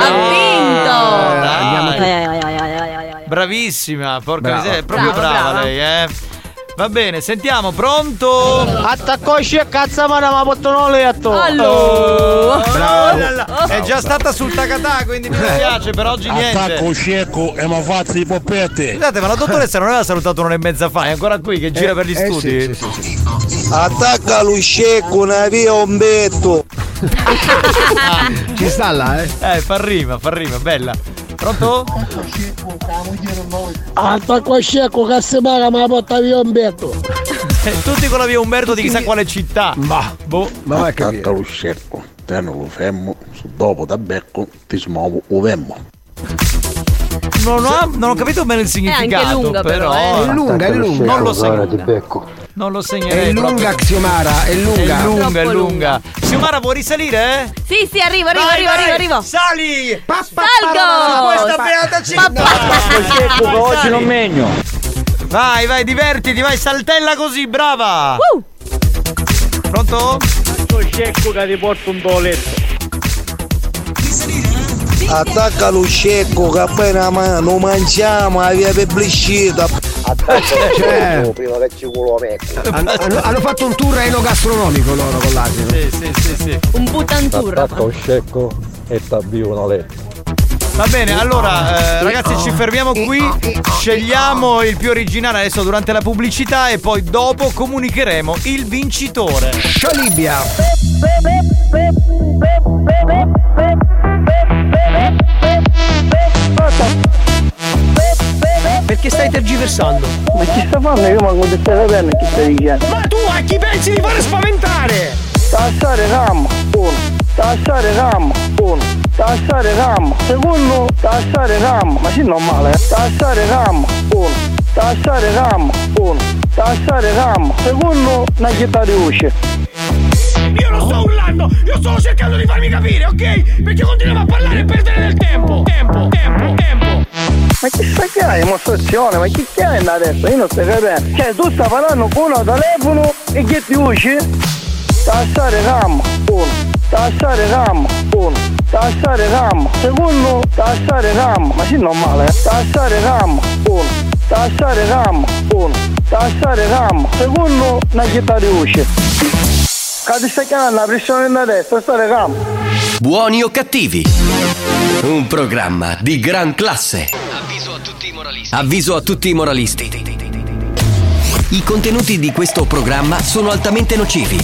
[SPEAKER 25] Ha
[SPEAKER 2] Dai.
[SPEAKER 31] Ai, ai, ai, ai, ai, ai, ai, ai.
[SPEAKER 2] Bravissima, porca
[SPEAKER 7] Brava.
[SPEAKER 2] miseria, è proprio
[SPEAKER 25] Brava,
[SPEAKER 2] brava,
[SPEAKER 25] brava.
[SPEAKER 2] lei, eh. Va bene, sentiamo, pronto?
[SPEAKER 4] Attacco scecco, cazzamana, ma portano a letto.
[SPEAKER 25] Allo!
[SPEAKER 2] Oh là là, È già stata sul tacatà, quindi mi dispiace, per oggi
[SPEAKER 18] Attacca lo
[SPEAKER 2] niente.
[SPEAKER 18] scecco e ma faccia i poppette.
[SPEAKER 2] Scusate, ma la dottoressa non aveva salutato un'ora e mezza fa, è ancora qui che gira per gli
[SPEAKER 7] Eh, sì,
[SPEAKER 2] studi.
[SPEAKER 7] sì, sì, sì.
[SPEAKER 29] Attacca lo scecco, una via un betto.
[SPEAKER 7] Ah, Ci sta là, eh?
[SPEAKER 2] Eh, fa rima, fa rima, bella. Pronto?
[SPEAKER 11] Attacco scecco, che se paga, ma la porta via un betto.
[SPEAKER 2] Eh, Tutti con la via Umberto di chissà quale città.
[SPEAKER 7] Ma,
[SPEAKER 2] Boh.
[SPEAKER 7] ma vai a
[SPEAKER 18] Attacca
[SPEAKER 7] capire.
[SPEAKER 18] lo scecco, te non lo fermo, su dopo da becco ti smuovo o vemmo.
[SPEAKER 2] Non ho, non ho capito bene il significato,
[SPEAKER 25] lunga, però, eh.
[SPEAKER 2] però.
[SPEAKER 7] È lunga, è lunga.
[SPEAKER 2] Non lo segno.
[SPEAKER 29] becco.
[SPEAKER 2] Non lo segnerei.
[SPEAKER 7] È lunga,
[SPEAKER 2] proprio.
[SPEAKER 7] Xiomara, è
[SPEAKER 2] È
[SPEAKER 7] lunga.
[SPEAKER 2] lunga, è
[SPEAKER 25] Troppo
[SPEAKER 2] lunga. Xiomara, vuoi risalire? eh?
[SPEAKER 25] Sì, sì, arrivo, arrivo,
[SPEAKER 2] Vai,
[SPEAKER 25] arrivo,
[SPEAKER 2] vai,
[SPEAKER 25] arrivo, arrivo.
[SPEAKER 2] Sali!
[SPEAKER 25] Salgo!
[SPEAKER 2] Questa beata
[SPEAKER 48] scecco che oggi non
[SPEAKER 2] città!
[SPEAKER 48] megno
[SPEAKER 2] Vai, vai, divertiti, vai, saltella così, brava!
[SPEAKER 25] Uh,
[SPEAKER 2] Pronto?
[SPEAKER 48] lo scecco che ti porta un toletto
[SPEAKER 29] Attacca lo scecco, che appena ma- non mangiamo, la via pubblicità.
[SPEAKER 7] Cioè,
[SPEAKER 29] Prima che ci culo metto.
[SPEAKER 2] Eh,
[SPEAKER 7] hanno, hanno- hanno fatto un tour enogastronomico loro con l'asino.
[SPEAKER 2] Sì, sì, sì, sì.
[SPEAKER 25] un buttantur.
[SPEAKER 29] lo scecco e t'avvio una letta.
[SPEAKER 2] Va bene, allora, eh, ragazzi, ci fermiamo qui. Scegliamo il più originale adesso durante la pubblicità e poi dopo comunicheremo il vincitore.
[SPEAKER 7] Sciolibia.
[SPEAKER 46] Perché stai tergiversando?
[SPEAKER 1] Ma chi sta fanno? Io manco di stare bene chi sta dicendo.
[SPEAKER 46] Ma tu a chi pensi di fare spaventare?
[SPEAKER 1] Tassare RAM, uno. Tassare RAM, uno. Tassare RAM, secondo. Tassare RAM, ma sì normale. eh. Tassare RAM, uno. Tassare RAM, uno. Tassare RAM, secondo. Una chietà di usce. fanno. Io sto cercando di farmi capire, ok? Perché continuiamo a parlare e perdere del tempo. Tempo, tempo, tempo.
[SPEAKER 11] Ma che sta che hai dimostrazione? Ma chi che hai adesso? Io non sto capendo. Cioè tu stai parlando con un telefono e che ti usci? Tassare RAM, uno. Tassare RAM, uno. Tassare RAM, secondo. Tassare RAM, ma sì normale. eh. Tassare RAM, uno. Tassare RAM, uno. Tassare RAM, secondo. Non che ti usci. Cazzo stai chiamando la pressione da destra, tassare RAM.
[SPEAKER 13] Buoni o cattivi? Un programma di gran classe. Avviso a tutti i moralisti. I contenuti di questo programma sono altamente nocivi.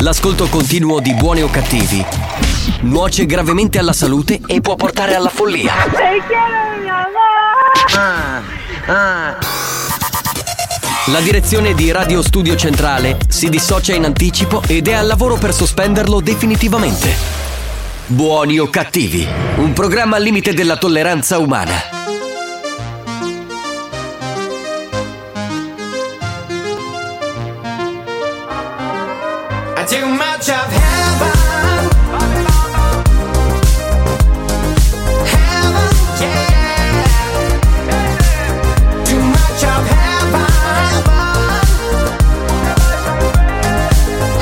[SPEAKER 13] L'ascolto continuo di buoni o cattivi nuoce gravemente alla salute e può portare alla follia. La direzione di Radio Studio Centrale si dissocia in anticipo ed è al lavoro per sospenderlo definitivamente. Buoni o cattivi, un programma al limite della tolleranza umana.
[SPEAKER 10] I too much of heaven. Heaven, yeah. Too much of heaven.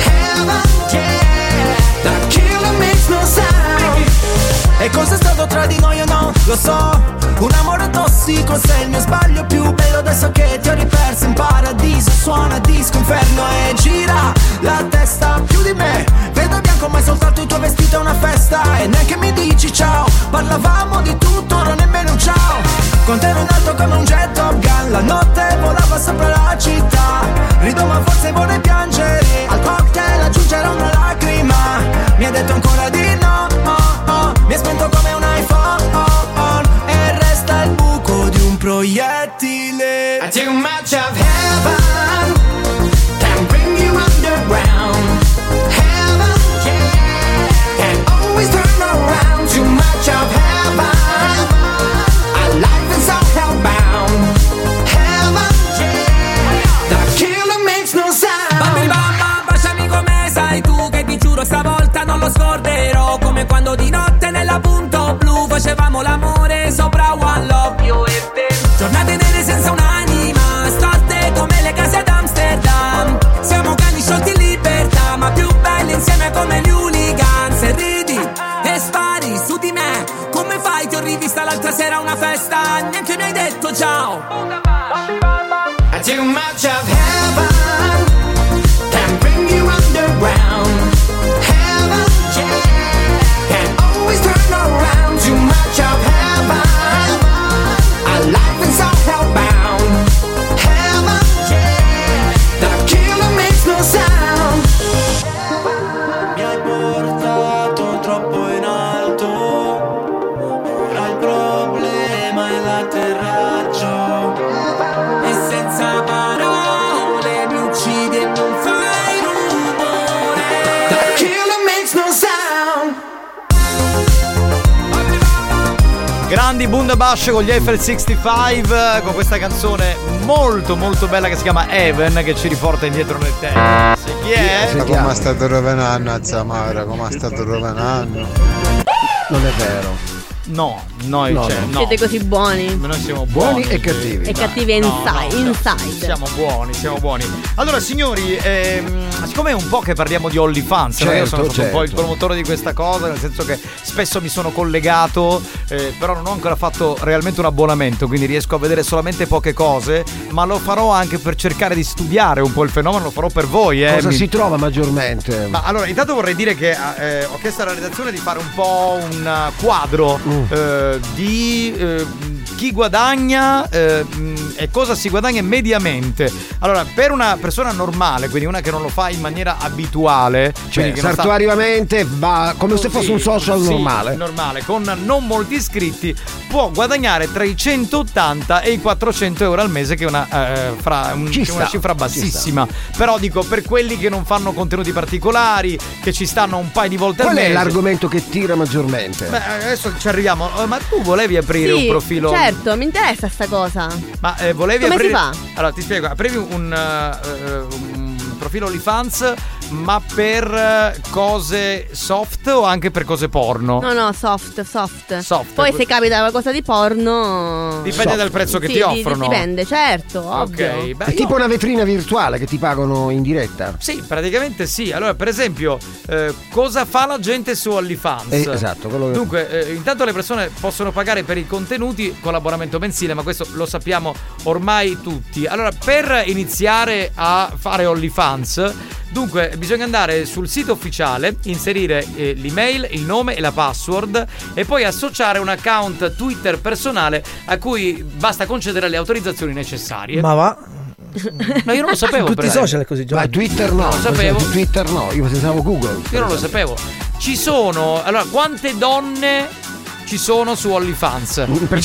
[SPEAKER 10] Heaven, yeah. La killer makes no sound.
[SPEAKER 1] E cosa è stato tra di noi o no? Lo so, un amore tossico sei il mio sbaglio più bello adesso che ti ho riperso in paradiso Suona disco inferno e gira la testa più di me Vedo bianco ma è soltanto il tuo vestito è una festa E neanche mi dici ciao, parlavamo di tutto, ora nemmeno un ciao Con te ero in alto come un jet Top Gun La notte volava sopra la città Rido ma forse vorrei piangere Al cocktail aggiungerò una lacrima Mi ha detto ancora di no oh, oh. Mi è spento come un iPhone oh, oh. E resta il buco di un proiettile
[SPEAKER 10] I too much of heaven can bring you underground. Heaven, yeah, can always turn around. Too much of heaven, our life is all hellbound. Heaven, yeah, the killer makes no sound.
[SPEAKER 1] Bambini bamba, baciami come sai tu che ti giuro stavolta non lo scorderò Come quando di notte nella punto blu facevamo l'amore sopra One Love Io e te Giornate nere senza un'anima, storte come le case ad Amsterdam Siamo cani sciolti in libertà, ma più belli insieme come gli hooligans Se ridi e spari su di me, come fai? Ti ho rivista l'altra sera a una festa, neanche mi hai detto ciao
[SPEAKER 10] I too much of heaven can bring you underground. Heaven, yeah, can always turn around. Too much of heaven, our life is all hellbound. Heaven, yeah, the killer makes no sound.
[SPEAKER 1] Mi hai portato troppo in alto Ora il problema è l'atterraggio E senza parole mi uccidi e non fai rumore
[SPEAKER 10] The killer makes no sound.
[SPEAKER 2] Grandi Bundabash con gli Eiffel 65 eh, con questa canzone molto molto bella che si chiama Even che ci riporta indietro nel tempo. Sì, chi è?
[SPEAKER 7] Come è stato rovinando a Zamara? Come è stato rovinando? Non è vero.
[SPEAKER 2] No, noi
[SPEAKER 7] No,
[SPEAKER 2] cioè,
[SPEAKER 7] no.
[SPEAKER 2] no.
[SPEAKER 6] Siete così buoni.
[SPEAKER 2] Ma noi siamo
[SPEAKER 7] Buoni
[SPEAKER 2] buoni.
[SPEAKER 7] e cattivi.
[SPEAKER 6] E cattivi inside. inside.
[SPEAKER 2] Siamo buoni, siamo buoni. Allora, signori, ehm, siccome è un po' che parliamo di OnlyFans, no? io
[SPEAKER 4] Certo,
[SPEAKER 2] sono stato un po' il
[SPEAKER 4] certo.
[SPEAKER 2] promotore di questa cosa, nel senso che spesso mi sono collegato, eh, però non ho ancora fatto realmente un abbonamento, quindi riesco a vedere solamente poche cose, ma lo farò anche per cercare di studiare un po' il fenomeno, lo farò per voi. Eh.
[SPEAKER 4] Cosa
[SPEAKER 2] Mi-
[SPEAKER 4] si trova maggiormente?
[SPEAKER 2] ma allora, intanto vorrei dire che eh, ho chiesto alla redazione di fare un po' un eh, quadro eh, di eh, chi guadagna eh, mh, e cosa si guadagna mediamente. Allora, per una persona normale, quindi una che non lo fa in maniera abituale,
[SPEAKER 4] Cioè,
[SPEAKER 2] quindi che non sta-
[SPEAKER 4] sartuariamente, va come se fosse un social
[SPEAKER 2] sì,
[SPEAKER 4] normale.
[SPEAKER 2] normale, con non molti iscritti, può guadagnare tra i 180 e i 400 euro al mese, che è una, eh, fra- un-
[SPEAKER 4] Ci
[SPEAKER 2] che è una
[SPEAKER 4] sta,
[SPEAKER 2] cifra
[SPEAKER 4] ci
[SPEAKER 2] bassissima. Però dico, per quelli che non fanno contenuti particolari, che ci stanno un paio di volte
[SPEAKER 4] Qual
[SPEAKER 2] al
[SPEAKER 4] è
[SPEAKER 2] mese.
[SPEAKER 4] l'argomento che tira maggiormente?
[SPEAKER 2] Beh, adesso ci arriviamo. Eh, Ma tu volevi aprire
[SPEAKER 6] Sì,
[SPEAKER 2] un profilo?
[SPEAKER 6] Certo, mi interessa sta cosa.
[SPEAKER 2] Ma eh, volevi
[SPEAKER 6] Come
[SPEAKER 2] aprire.
[SPEAKER 6] si fa?
[SPEAKER 2] Allora, ti spiego, aprivi un, eh, eh, un profilo OnlyFans Ma per eh, cose soft o anche per cose porno?
[SPEAKER 6] No, no, soft, soft.
[SPEAKER 2] Soft.
[SPEAKER 6] Poi se capita qualcosa di porno.
[SPEAKER 2] Dipende dal prezzo che
[SPEAKER 6] Sì,
[SPEAKER 2] ti
[SPEAKER 6] di-
[SPEAKER 2] offrono.
[SPEAKER 6] Dipende, certo,
[SPEAKER 2] Ok,
[SPEAKER 6] ovvio.
[SPEAKER 2] beh,
[SPEAKER 4] È tipo una vetrina virtuale che ti pagano in diretta.
[SPEAKER 2] Sì, praticamente sì. Allora, per esempio, eh, cosa fa la gente su OnlyFans?
[SPEAKER 4] Eh, esatto, quello che-
[SPEAKER 2] Dunque, eh, intanto le persone possono pagare per i contenuti con l'abbonamento mensile, ma questo lo sappiamo ormai tutti. Allora, per iniziare a fare OnlyFans, dunque, bisogna andare sul sito ufficiale, inserire eh, l'email, il nome e la password e poi associare un account Twitter personale a cui basta concedere le autorizzazioni necessarie.
[SPEAKER 40] Ma va.
[SPEAKER 2] Ma io non lo sapevo.
[SPEAKER 40] Tutti
[SPEAKER 2] per
[SPEAKER 40] i
[SPEAKER 2] esempio.
[SPEAKER 40] social è così, Giovanni.
[SPEAKER 4] Ma Twitter no. cioè,
[SPEAKER 2] Non lo sapevo.
[SPEAKER 4] Twitter no, io pensavo Google.
[SPEAKER 2] Io non lo sapevo. Ci sono. Allora, quante donne ci sono su OnlyFans?
[SPEAKER 4] In percentuale,
[SPEAKER 2] Intanto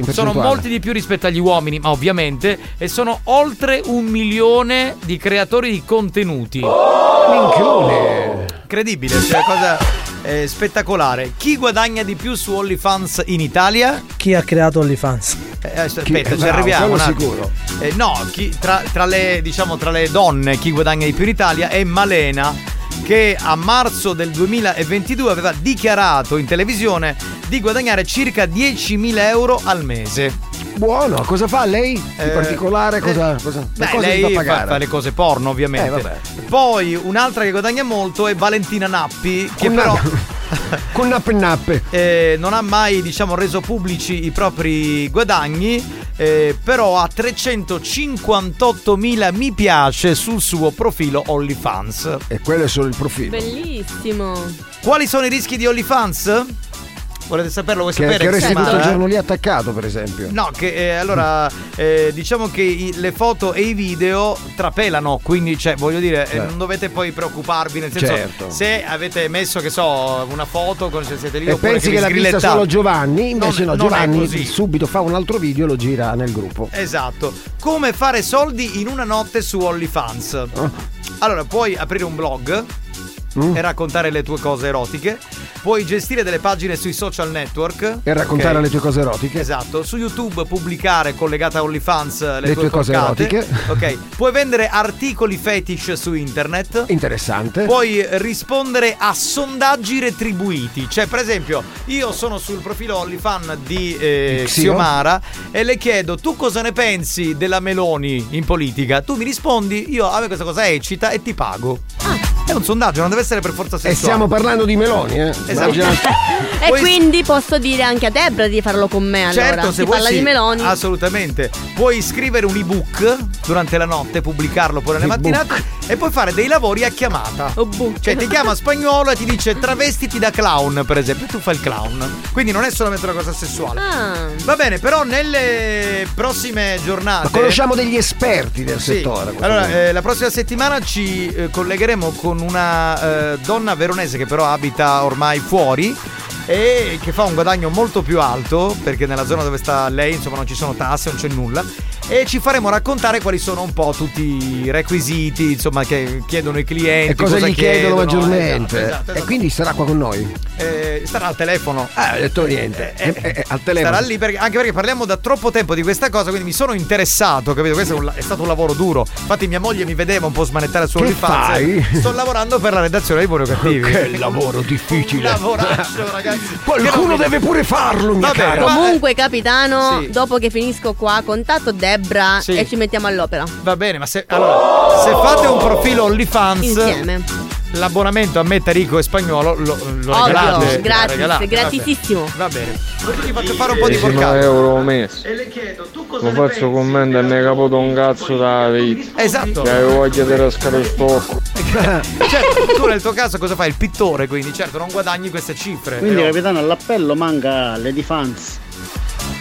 [SPEAKER 4] in percentuale.
[SPEAKER 2] Sono molti di più rispetto agli uomini, ma ovviamente. E sono oltre un milione di creatori di contenuti. Incredibile, cioè una cosa eh, spettacolare. Chi guadagna di più su OnlyFans in Italia?
[SPEAKER 40] Chi ha creato OnlyFans?
[SPEAKER 2] Eh, aspetta,
[SPEAKER 40] Chi-
[SPEAKER 2] ci
[SPEAKER 40] bravo,
[SPEAKER 2] arriviamo.
[SPEAKER 40] quello
[SPEAKER 2] un attimo.
[SPEAKER 40] sicuro.
[SPEAKER 2] Eh, no, chi- tra, tra le, diciamo, tra le donne chi guadagna di più in Italia è Malena che a marzo del 2022 aveva dichiarato in televisione di guadagnare circa 10.000 euro al mese.
[SPEAKER 4] Buono, cosa fa lei? In
[SPEAKER 2] Eh,
[SPEAKER 4] particolare cosa, cosa, per
[SPEAKER 2] Beh,
[SPEAKER 4] cosa
[SPEAKER 2] lei
[SPEAKER 4] si fa
[SPEAKER 2] fa-
[SPEAKER 4] pagare?
[SPEAKER 2] fa le cose porno ovviamente.
[SPEAKER 4] Eh, vabbè.
[SPEAKER 2] Poi un'altra che guadagna molto è Valentina Nappi che
[SPEAKER 4] Con
[SPEAKER 2] però...
[SPEAKER 4] Con nappe nappe.
[SPEAKER 2] Eh, non ha mai diciamo reso pubblici i propri guadagni eh, però ha 358.000 mi piace sul suo profilo OnlyFans
[SPEAKER 4] e quello è solo il profilo
[SPEAKER 6] Bellissimo.
[SPEAKER 2] quali sono i rischi di OnlyFans? volete saperlo? Vuoi
[SPEAKER 4] Che,
[SPEAKER 2] sapere?
[SPEAKER 4] che resti
[SPEAKER 2] insomma,
[SPEAKER 4] tutto il
[SPEAKER 2] eh?
[SPEAKER 4] giorno lì attaccato, per esempio.
[SPEAKER 2] No, che eh, allora
[SPEAKER 4] Mm.
[SPEAKER 2] eh, diciamo che i- le foto e i video trapelano, quindi cioè, voglio dire, eh,
[SPEAKER 4] Certo.
[SPEAKER 2] non dovete poi preoccuparvi, nel senso
[SPEAKER 4] Certo.
[SPEAKER 2] se avete messo che so una foto con se siete lì
[SPEAKER 4] E
[SPEAKER 2] oppure
[SPEAKER 4] pensi
[SPEAKER 2] che,
[SPEAKER 4] che,
[SPEAKER 2] vi
[SPEAKER 4] l'ha vista
[SPEAKER 2] sgrillettate.
[SPEAKER 4] solo Giovanni, invece
[SPEAKER 2] Non-
[SPEAKER 4] no,
[SPEAKER 2] non è
[SPEAKER 4] Giovanni
[SPEAKER 2] così.
[SPEAKER 4] subito fa un altro video e lo gira nel gruppo.
[SPEAKER 2] Esatto. Come fare soldi in una notte su OnlyFans. Allora, puoi aprire un blog
[SPEAKER 4] Ah. Mm.
[SPEAKER 2] e raccontare le tue cose erotiche. Puoi gestire delle pagine sui social network.
[SPEAKER 4] E raccontare
[SPEAKER 2] Ok.
[SPEAKER 4] le tue cose erotiche.
[SPEAKER 2] Esatto. Su YouTube pubblicare collegata a OnlyFans le,
[SPEAKER 4] Le tue cose
[SPEAKER 2] porcate.
[SPEAKER 4] erotiche.
[SPEAKER 2] Ok. Puoi vendere articoli fetish su internet.
[SPEAKER 4] Interessante.
[SPEAKER 2] Puoi rispondere a sondaggi retribuiti. Cioè, per esempio, io sono sul profilo OnlyFan di eh,
[SPEAKER 4] Xio.
[SPEAKER 2] Xiomara e le chiedo tu cosa ne pensi della Meloni in politica. Tu mi rispondi, io a me questa cosa eccita e ti pago. È un sondaggio, non deve essere per forza
[SPEAKER 4] E
[SPEAKER 2] sessuale.
[SPEAKER 4] stiamo parlando di meloni, eh?
[SPEAKER 2] Esatto.
[SPEAKER 6] E quindi posso dire anche a Debra di farlo con me allora.
[SPEAKER 2] Certo, se
[SPEAKER 6] si
[SPEAKER 2] vuoi
[SPEAKER 6] parla
[SPEAKER 2] sì,
[SPEAKER 6] di Meloni.
[SPEAKER 2] Assolutamente. Puoi scrivere un ebook durante la notte, pubblicarlo poi nelle
[SPEAKER 4] E-book.
[SPEAKER 2] mattinate e puoi fare dei lavori a chiamata.
[SPEAKER 6] Oh,
[SPEAKER 2] Cioè ti chiama spagnolo e ti dice travestiti da clown, per esempio, e tu fai il clown. Quindi non è solamente una cosa sessuale. Va bene, però nelle prossime giornate
[SPEAKER 4] Ma conosciamo degli esperti del
[SPEAKER 2] Sì.
[SPEAKER 4] settore. a questo
[SPEAKER 2] Allora,
[SPEAKER 4] punto.
[SPEAKER 2] eh, la prossima settimana ci eh, collegheremo con una eh, donna veronese che però abita ormai fuori e che fa un guadagno molto più alto perché nella zona dove sta lei insomma non ci sono tasse, non c'è nulla e ci faremo raccontare quali sono un po' tutti i requisiti insomma che chiedono i clienti
[SPEAKER 4] e cosa, gli chiedono, maggiormente?
[SPEAKER 2] esatto, esatto,
[SPEAKER 4] E quindi sarà qua con noi.
[SPEAKER 2] eh, starà al telefono.
[SPEAKER 4] Ah, ho detto niente.
[SPEAKER 2] Eh,
[SPEAKER 4] Eh, eh, al telefono.
[SPEAKER 2] Starà lì perché- anche perché parliamo da troppo tempo di questa cosa, quindi mi sono interessato, capito? Questo è, un la- è stato un lavoro duro. Infatti mia moglie mi vedeva un po' smanettare su
[SPEAKER 4] Che
[SPEAKER 2] OnlyFans.
[SPEAKER 4] fai?
[SPEAKER 2] Sto lavorando per la redazione di Buono e Cattivi.
[SPEAKER 4] Che lavoro difficile.
[SPEAKER 2] Lavoraccio, ragazzi.
[SPEAKER 4] Qualcuno deve pure farlo, mia
[SPEAKER 2] Va bene, eh,
[SPEAKER 4] cara.
[SPEAKER 6] Comunque, capitano,
[SPEAKER 2] Sì.
[SPEAKER 6] dopo che finisco qua, contatto Debra
[SPEAKER 2] Sì. Eh,
[SPEAKER 6] e ci mettiamo all'opera.
[SPEAKER 2] Va bene, ma se, allora, se fate un profilo OnlyFans
[SPEAKER 6] Insieme.
[SPEAKER 2] L'abbonamento a me, Tarico e Spagnolo lo, lo
[SPEAKER 6] Ovvio,
[SPEAKER 2] regalate.
[SPEAKER 6] gratis,
[SPEAKER 2] regalate,
[SPEAKER 6] gratisissimo.
[SPEAKER 2] Va bene. Adesso ti faccio fare un po' di
[SPEAKER 39] 19
[SPEAKER 2] porcata.
[SPEAKER 39] euro ho messo. Non faccio commento e ne è caputo un cazzo da vita.
[SPEAKER 2] Esatto.
[SPEAKER 39] Che avevo voglia di rascare il stocco.
[SPEAKER 2] Cioè, tu nel tuo caso cosa fai? Il pittore, quindi certo non guadagni queste cifre. Eh,
[SPEAKER 27] Quindi,
[SPEAKER 2] però-
[SPEAKER 27] capitano, all'appello manca Lady Fans.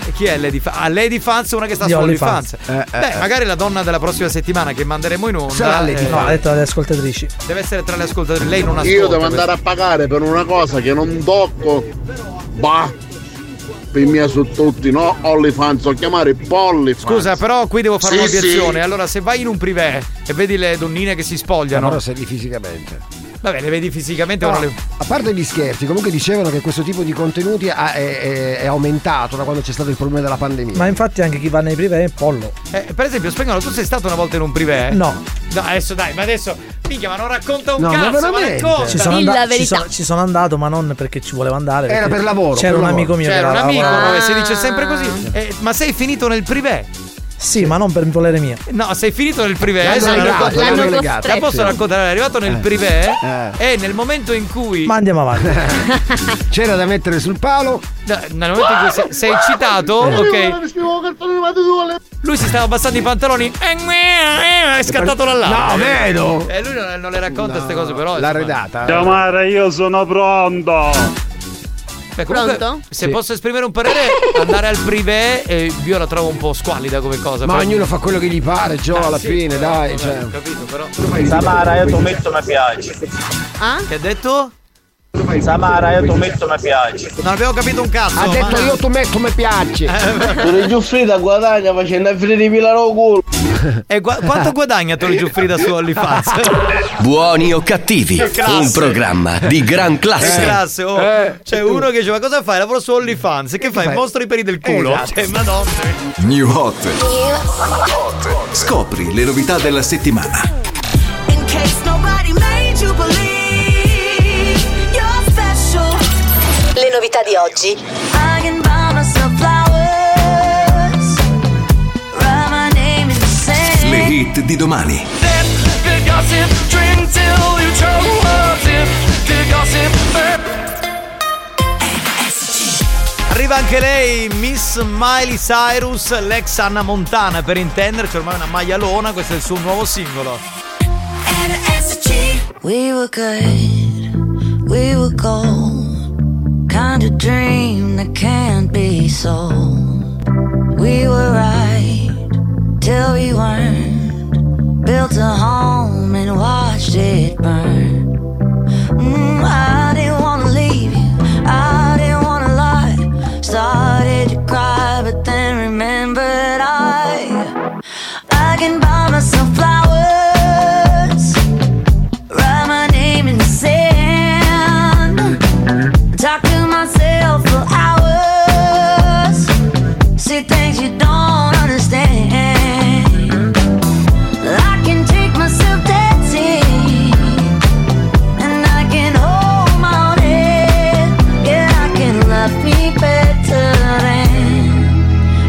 [SPEAKER 2] E Chi è Lady Fans? Ah, Lady Fans è una che sta
[SPEAKER 27] Di
[SPEAKER 2] su OnlyFans.
[SPEAKER 27] OnlyFans.
[SPEAKER 18] Eh,
[SPEAKER 2] Beh, magari la donna della prossima settimana che manderemo in onda. eh,
[SPEAKER 40] No, ha detto alle ascoltatrici.
[SPEAKER 2] Deve essere tra le ascoltatrici. Lei non ascolta.
[SPEAKER 18] Io devo andare
[SPEAKER 2] questo.
[SPEAKER 18] a pagare per una cosa che non tocco. Bah! Per mia su tutti, no? OnlyFans, so chiamare Pollifans.
[SPEAKER 2] Scusa, però qui devo fare
[SPEAKER 18] Sì,
[SPEAKER 2] un'obiezione.
[SPEAKER 18] sì.
[SPEAKER 2] Allora, se vai in un privé e vedi le donnine che si spogliano.
[SPEAKER 4] Però sei lì fisicamente.
[SPEAKER 2] Vabbè, le vedi fisicamente, ora le-
[SPEAKER 4] A parte gli scherzi, comunque dicevano che questo tipo di contenuti ha- è, è- è aumentato da quando c'è stato il problema della pandemia.
[SPEAKER 40] Ma infatti anche chi va nei privé è pollo.
[SPEAKER 2] Eh, per esempio, Spagnolo, tu sei stato una volta in Eh. un privé?
[SPEAKER 40] No.
[SPEAKER 2] No, adesso dai, ma adesso. Minchia, ma non racconta un
[SPEAKER 40] No, ma
[SPEAKER 2] cazzo, ma,
[SPEAKER 40] veramente?
[SPEAKER 2] racconta.
[SPEAKER 40] Ci sono, anda- ci, sono, ci sono andato, ma non perché ci volevo andare.
[SPEAKER 2] Era
[SPEAKER 40] perché
[SPEAKER 2] per lavoro,
[SPEAKER 40] C'era
[SPEAKER 2] per
[SPEAKER 40] un
[SPEAKER 2] lavoro.
[SPEAKER 40] amico mio.
[SPEAKER 2] C'era
[SPEAKER 40] che
[SPEAKER 2] un amico,
[SPEAKER 40] lavorava.
[SPEAKER 2] vabbè, si dice sempre così. Eh, ma sei finito nel privé?
[SPEAKER 40] Sì, ma non per volere mia.
[SPEAKER 2] No, sei finito nel privé.
[SPEAKER 40] L'hanno
[SPEAKER 2] adesso la
[SPEAKER 40] legato,
[SPEAKER 2] racconto-
[SPEAKER 40] l'hanno
[SPEAKER 2] la-
[SPEAKER 40] legato.
[SPEAKER 2] La posso
[SPEAKER 40] Sì.
[SPEAKER 2] raccontare? È arrivato nel
[SPEAKER 40] Eh.
[SPEAKER 2] privé
[SPEAKER 40] Eh.
[SPEAKER 2] e nel momento in cui.
[SPEAKER 40] Ma andiamo avanti.
[SPEAKER 4] C'era da mettere sul palo.
[SPEAKER 2] No, nel momento in cui sei, sei eccitato,
[SPEAKER 4] Eh,
[SPEAKER 2] ok. Lui si stava abbassando i pantaloni. e è scattato là là.
[SPEAKER 25] No, vedo.
[SPEAKER 2] E lui non, non le racconta queste cose, però.
[SPEAKER 4] l'ha
[SPEAKER 2] insomma.
[SPEAKER 4] redata.
[SPEAKER 25] Chiamare, io sono pronto.
[SPEAKER 2] Beh, comunque,
[SPEAKER 25] Pronto?
[SPEAKER 2] Se
[SPEAKER 25] Sì.
[SPEAKER 2] posso esprimere un parere, andare al privé eh, io la trovo un po' squallida come cosa.
[SPEAKER 4] Ma
[SPEAKER 2] però-
[SPEAKER 4] ognuno fa quello che gli pare, Gio,
[SPEAKER 2] Ah,
[SPEAKER 4] alla
[SPEAKER 2] sì,
[SPEAKER 4] fine,
[SPEAKER 2] però,
[SPEAKER 4] dai.
[SPEAKER 2] vabbè,
[SPEAKER 4] cioè.
[SPEAKER 2] ho Capito, però.
[SPEAKER 7] Samara, io ti metto mi piace.
[SPEAKER 4] Ah?
[SPEAKER 2] Che ha detto?
[SPEAKER 7] Samara, io ti metto mi piace.
[SPEAKER 2] Non abbiamo capito un cazzo.
[SPEAKER 4] Ha detto
[SPEAKER 2] ma-
[SPEAKER 4] io tu metto mi piace.
[SPEAKER 7] Pure Giuffrida guadagna facendo a finire di Milano culo.
[SPEAKER 2] E Eh, gua- quanto guadagna Tony Giuffrida su OnlyFans?
[SPEAKER 13] Buoni o cattivi,
[SPEAKER 2] Che classe.
[SPEAKER 13] un programma di gran classe.
[SPEAKER 2] Che classe, oh.
[SPEAKER 13] Eh.
[SPEAKER 2] C'è uno che dice: Ma cosa fai? Lavoro su OnlyFans. E Che fai?
[SPEAKER 13] fai?
[SPEAKER 2] Mostro i peli del culo.
[SPEAKER 13] Esatto.
[SPEAKER 2] Cioè, madonna.
[SPEAKER 3] New Hot. Scopri le novità della settimana.
[SPEAKER 25] In case nobody made you believe you're special. Le novità di oggi. I can buy myself flowers. Write my name in the sand.
[SPEAKER 3] Le hit di domani.
[SPEAKER 25] Sip the gossip, drink till you choke. Sip the gossip, burp.
[SPEAKER 2] Arriva anche lei, Miss Miley Cyrus, l'ex Anna Montana per intenderci, ormai è una maialona, questo è il suo nuovo singolo.
[SPEAKER 9] We were good, we were gold. Kind of dream that can't be sold. We were right till we weren't. Built a home and watched it burn. Mm, I didn't wanna leave you, I didn't wanna lie. Started to cry, but then remembered I. I can buy myself flowers. Write my name in the sand.
[SPEAKER 2] eh,
[SPEAKER 9] Talk to myself for hours. See things you don't understand. I can take myself dancing. And I can hold my own head. Yeah, I can love me better than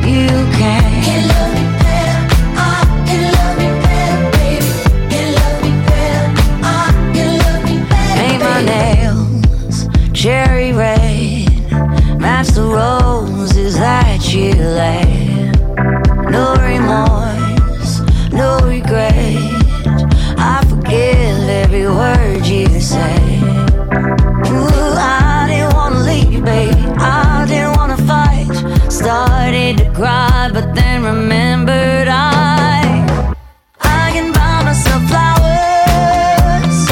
[SPEAKER 9] you can. Can love me better. I can love me better, baby. Can love me better. I can love me better. Paint my nails cherry red. Match the roses that you laid. No remorse, no regret. I forgive every word you say. Ooh, I didn't wanna leave, babe. I didn't wanna fight. Started to cry, but then remembered I. I can buy myself flowers.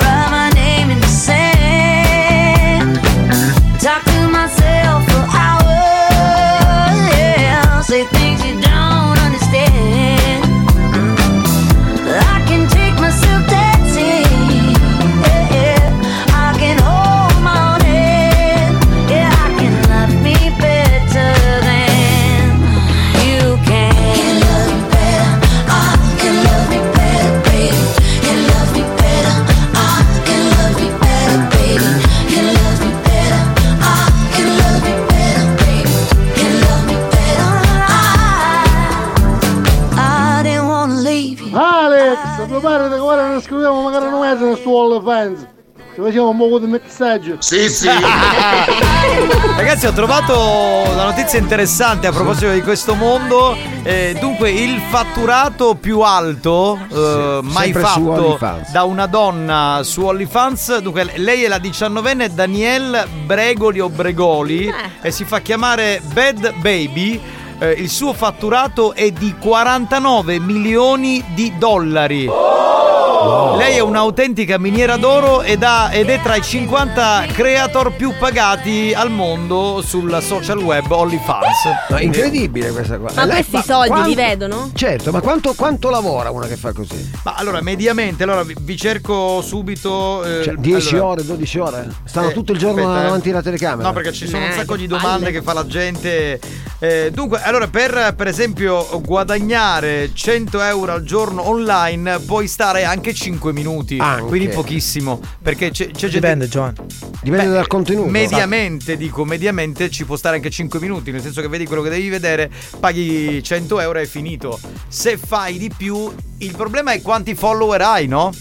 [SPEAKER 9] Write my name in the sand. Talk to myself for hours. Yeah, say things you don't understand. I can take myself dancing. Yeah, yeah. I can hold my own head. Yeah, I can love me better than you can. Can love me better. I can love me better, baby. Can love me better. I can love me better, baby. Can love me better. I can love me better, baby. Can love me better. I, I didn't wanna leave.
[SPEAKER 11] Alex, preparati che ora non scriviamo magari una messa su OnlyFans. Ci facciamo un po' di messaggio.
[SPEAKER 18] Sì, sì.
[SPEAKER 2] Ragazzi, ho trovato una notizia interessante a proposito di questo mondo. Eh, dunque, il fatturato più alto eh, mai
[SPEAKER 4] sempre su
[SPEAKER 2] fatto
[SPEAKER 4] OnlyFans.
[SPEAKER 2] da una donna su OnlyFans. Dunque, lei è la diciannovenne Danielle Bregoli o Bregoli e si fa chiamare Bad Baby. Eh, il suo fatturato è di 49 milioni di dollari. Lei è un'autentica miniera d'oro ed, ha- ed è tra i 50 creator più pagati al mondo sul social web OnlyFans.
[SPEAKER 4] No, è incredibile questa qua.
[SPEAKER 6] Ma
[SPEAKER 4] Lei-
[SPEAKER 6] questi soldi
[SPEAKER 4] quanto-
[SPEAKER 6] li vedono?
[SPEAKER 4] Certo, ma quanto, quanto lavora una che fa così?
[SPEAKER 2] Ma allora, mediamente, allora vi, vi cerco subito. eh,
[SPEAKER 4] Cioè, 10
[SPEAKER 2] allora-
[SPEAKER 4] ore, 12 ore? Stanno
[SPEAKER 2] Eh,
[SPEAKER 4] tutto il giorno
[SPEAKER 2] aspetta, eh.
[SPEAKER 4] davanti alla telecamera?
[SPEAKER 2] No, perché ci sono
[SPEAKER 6] Eh,
[SPEAKER 2] un sacco di domande che fa la gente. Eh, dunque, allora, per, per esempio, guadagnare 100 euro al giorno online, puoi stare anche 5 minuti.
[SPEAKER 4] Anche.
[SPEAKER 2] Quindi pochissimo. Perché c'è, c'è gente.
[SPEAKER 49] Dipende, Giovanni.
[SPEAKER 4] Cioè, Dipende dal contenuto.
[SPEAKER 2] Mediamente, dico, mediamente ci può stare anche 5 minuti, nel senso che vedi quello che devi vedere, paghi 100 euro e è finito. Se fai di più, il problema è quanti follower hai, no?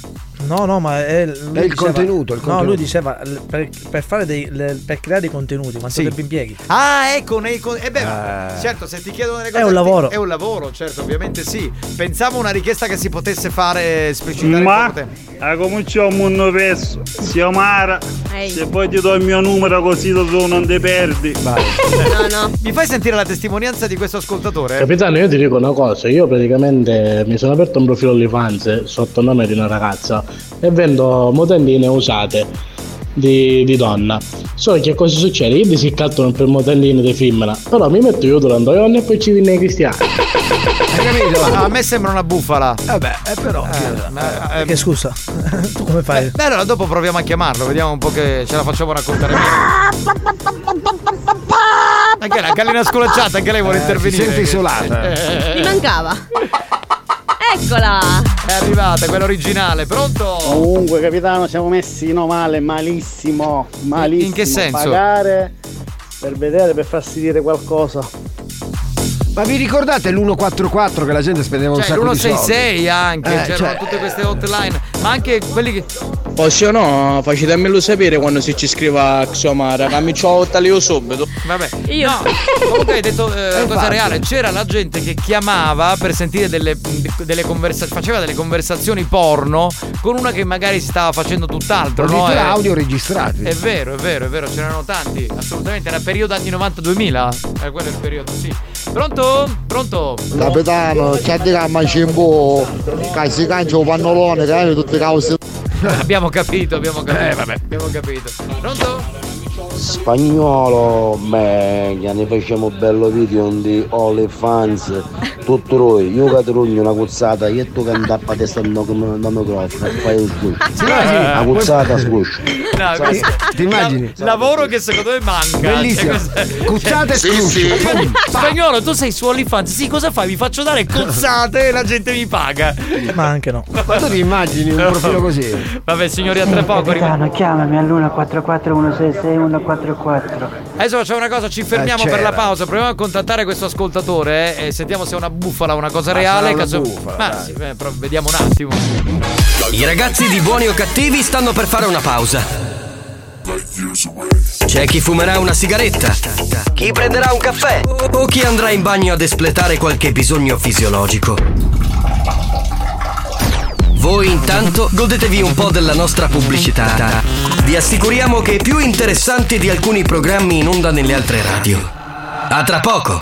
[SPEAKER 49] No, no, ma è, lui
[SPEAKER 2] il contenuto, il
[SPEAKER 49] No,
[SPEAKER 2] contenuto.
[SPEAKER 49] lui diceva l- per, per fare dei, le- per creare dei contenuti, quanto
[SPEAKER 2] Sì.
[SPEAKER 49] tempo impieghi?
[SPEAKER 2] Ah, ecco, nei con- eh beh,
[SPEAKER 49] Eh.
[SPEAKER 2] certo, se ti chiedono delle
[SPEAKER 49] È
[SPEAKER 2] cose
[SPEAKER 49] un
[SPEAKER 2] ti-
[SPEAKER 49] lavoro.
[SPEAKER 2] È un lavoro, certo, ovviamente sì. Pensavo una richiesta che si potesse fare specificare
[SPEAKER 8] Ma
[SPEAKER 2] poco tempo.
[SPEAKER 8] eh, cominciamo un nuovo verso. Siamo Mara.
[SPEAKER 6] Ehi.
[SPEAKER 8] Se poi ti do il mio numero così tu non ti perdi.
[SPEAKER 6] No, no.
[SPEAKER 2] Mi fai sentire la testimonianza di questo ascoltatore?
[SPEAKER 7] Capitano, io ti dico una cosa, io praticamente mi sono aperto un profilo OnlyFans sotto il nome di una ragazza e vendo modelline usate di, di donna. Solo che cosa succede? Io si cattano per modelline di femmina, però mi metto io durante le donne e poi ci viene i cristiani.
[SPEAKER 2] Ah, a me sembra una bufala.
[SPEAKER 4] Vabbè,
[SPEAKER 2] eh,
[SPEAKER 4] però. eh,
[SPEAKER 49] Perché scusa, tu come fai?
[SPEAKER 2] Beh, allora dopo proviamo a chiamarlo, vediamo un po' che ce la facciamo raccontare meglio. Anche la gallina scolacciata, anche lei vuole intervenire.
[SPEAKER 4] Eh, si sente isolata.
[SPEAKER 2] Eh,
[SPEAKER 6] Mi
[SPEAKER 2] eh,
[SPEAKER 6] mancava. Eccola.
[SPEAKER 2] È arrivata, quella originale, pronto?
[SPEAKER 50] Comunque, capitano, siamo messi no male, malissimo. Malissimo.
[SPEAKER 2] In che senso?
[SPEAKER 50] Pagare per vedere, per farsi dire qualcosa.
[SPEAKER 4] Ma vi ricordate l'144 che la gente spendeva un
[SPEAKER 2] Cioè
[SPEAKER 4] sacco di soldi?
[SPEAKER 2] l'166 anche,
[SPEAKER 4] Eh,
[SPEAKER 2] c'erano
[SPEAKER 4] cioè,
[SPEAKER 2] tutte queste hotline, ma anche quelli che.
[SPEAKER 51] Posso o no? Facetemelo sapere quando si ci scriva Xiomara, che mi ciò io subito.
[SPEAKER 2] Vabbè. Io. No, comunque hai detto eh, una cosa
[SPEAKER 51] infatti.
[SPEAKER 2] reale. C'era la gente che chiamava per sentire delle, delle conversazioni. Faceva delle conversazioni porno con una che magari si stava facendo tutt'altro. No?
[SPEAKER 4] addirittura
[SPEAKER 2] Eh,
[SPEAKER 4] audio registrati.
[SPEAKER 2] È vero, è vero, è vero, ce n'erano tanti. Assolutamente, era periodo anni 90-2000. Eh, quello è il periodo, sì. Pronto? Pronto?
[SPEAKER 1] Capitano, c'è di gamma c'è un po'. Che si cancia un pannolone, che hai tutte cause.
[SPEAKER 2] abbiamo capito, abbiamo capito.
[SPEAKER 4] Eh,
[SPEAKER 2] Abbiamo capito. Pronto?
[SPEAKER 14] Spagnolo, meglio, ne facciamo bello video di All Fans, tutto noi, io che ti rugno una cozzata, io e tu che andappa testa al no- no- no microfono, fai un squiscio. Una cozzata squiscio.
[SPEAKER 2] No, questo-
[SPEAKER 4] Ti immagini?
[SPEAKER 2] la- lavoro che secondo me manca. cioè,
[SPEAKER 4] Bellissimo. Cuzzate e Sì, scruscio. sì. Pum,
[SPEAKER 2] Spagnolo, tu sei su OnlyFans. Sì, cosa fai? Mi faccio dare cozzate e la gente mi paga.
[SPEAKER 49] Ma anche no.
[SPEAKER 4] Ma tu ti immagini un profilo così?
[SPEAKER 2] Vabbè, signori, a tra poco. arriva-
[SPEAKER 10] chiamami all'144166144.
[SPEAKER 2] Adesso facciamo una cosa, ci fermiamo
[SPEAKER 10] Eh, c'era.
[SPEAKER 2] per la pausa. Proviamo a contattare questo ascoltatore eh, e sentiamo se è una bufala o una cosa
[SPEAKER 13] Ma
[SPEAKER 2] reale.
[SPEAKER 13] sarà una
[SPEAKER 2] caso-
[SPEAKER 13] bufala,
[SPEAKER 2] Ma
[SPEAKER 13] dai.
[SPEAKER 2] sì, beh, però vediamo un attimo.
[SPEAKER 13] I ragazzi di buoni o cattivi stanno per fare una pausa. C'è chi fumerà una sigaretta, chi prenderà un caffè o chi andrà in bagno ad espletare qualche bisogno fisiologico. Voi intanto godetevi un po' della nostra pubblicità. Vi assicuriamo che è più interessante di alcuni programmi in onda nelle altre radio. A tra poco!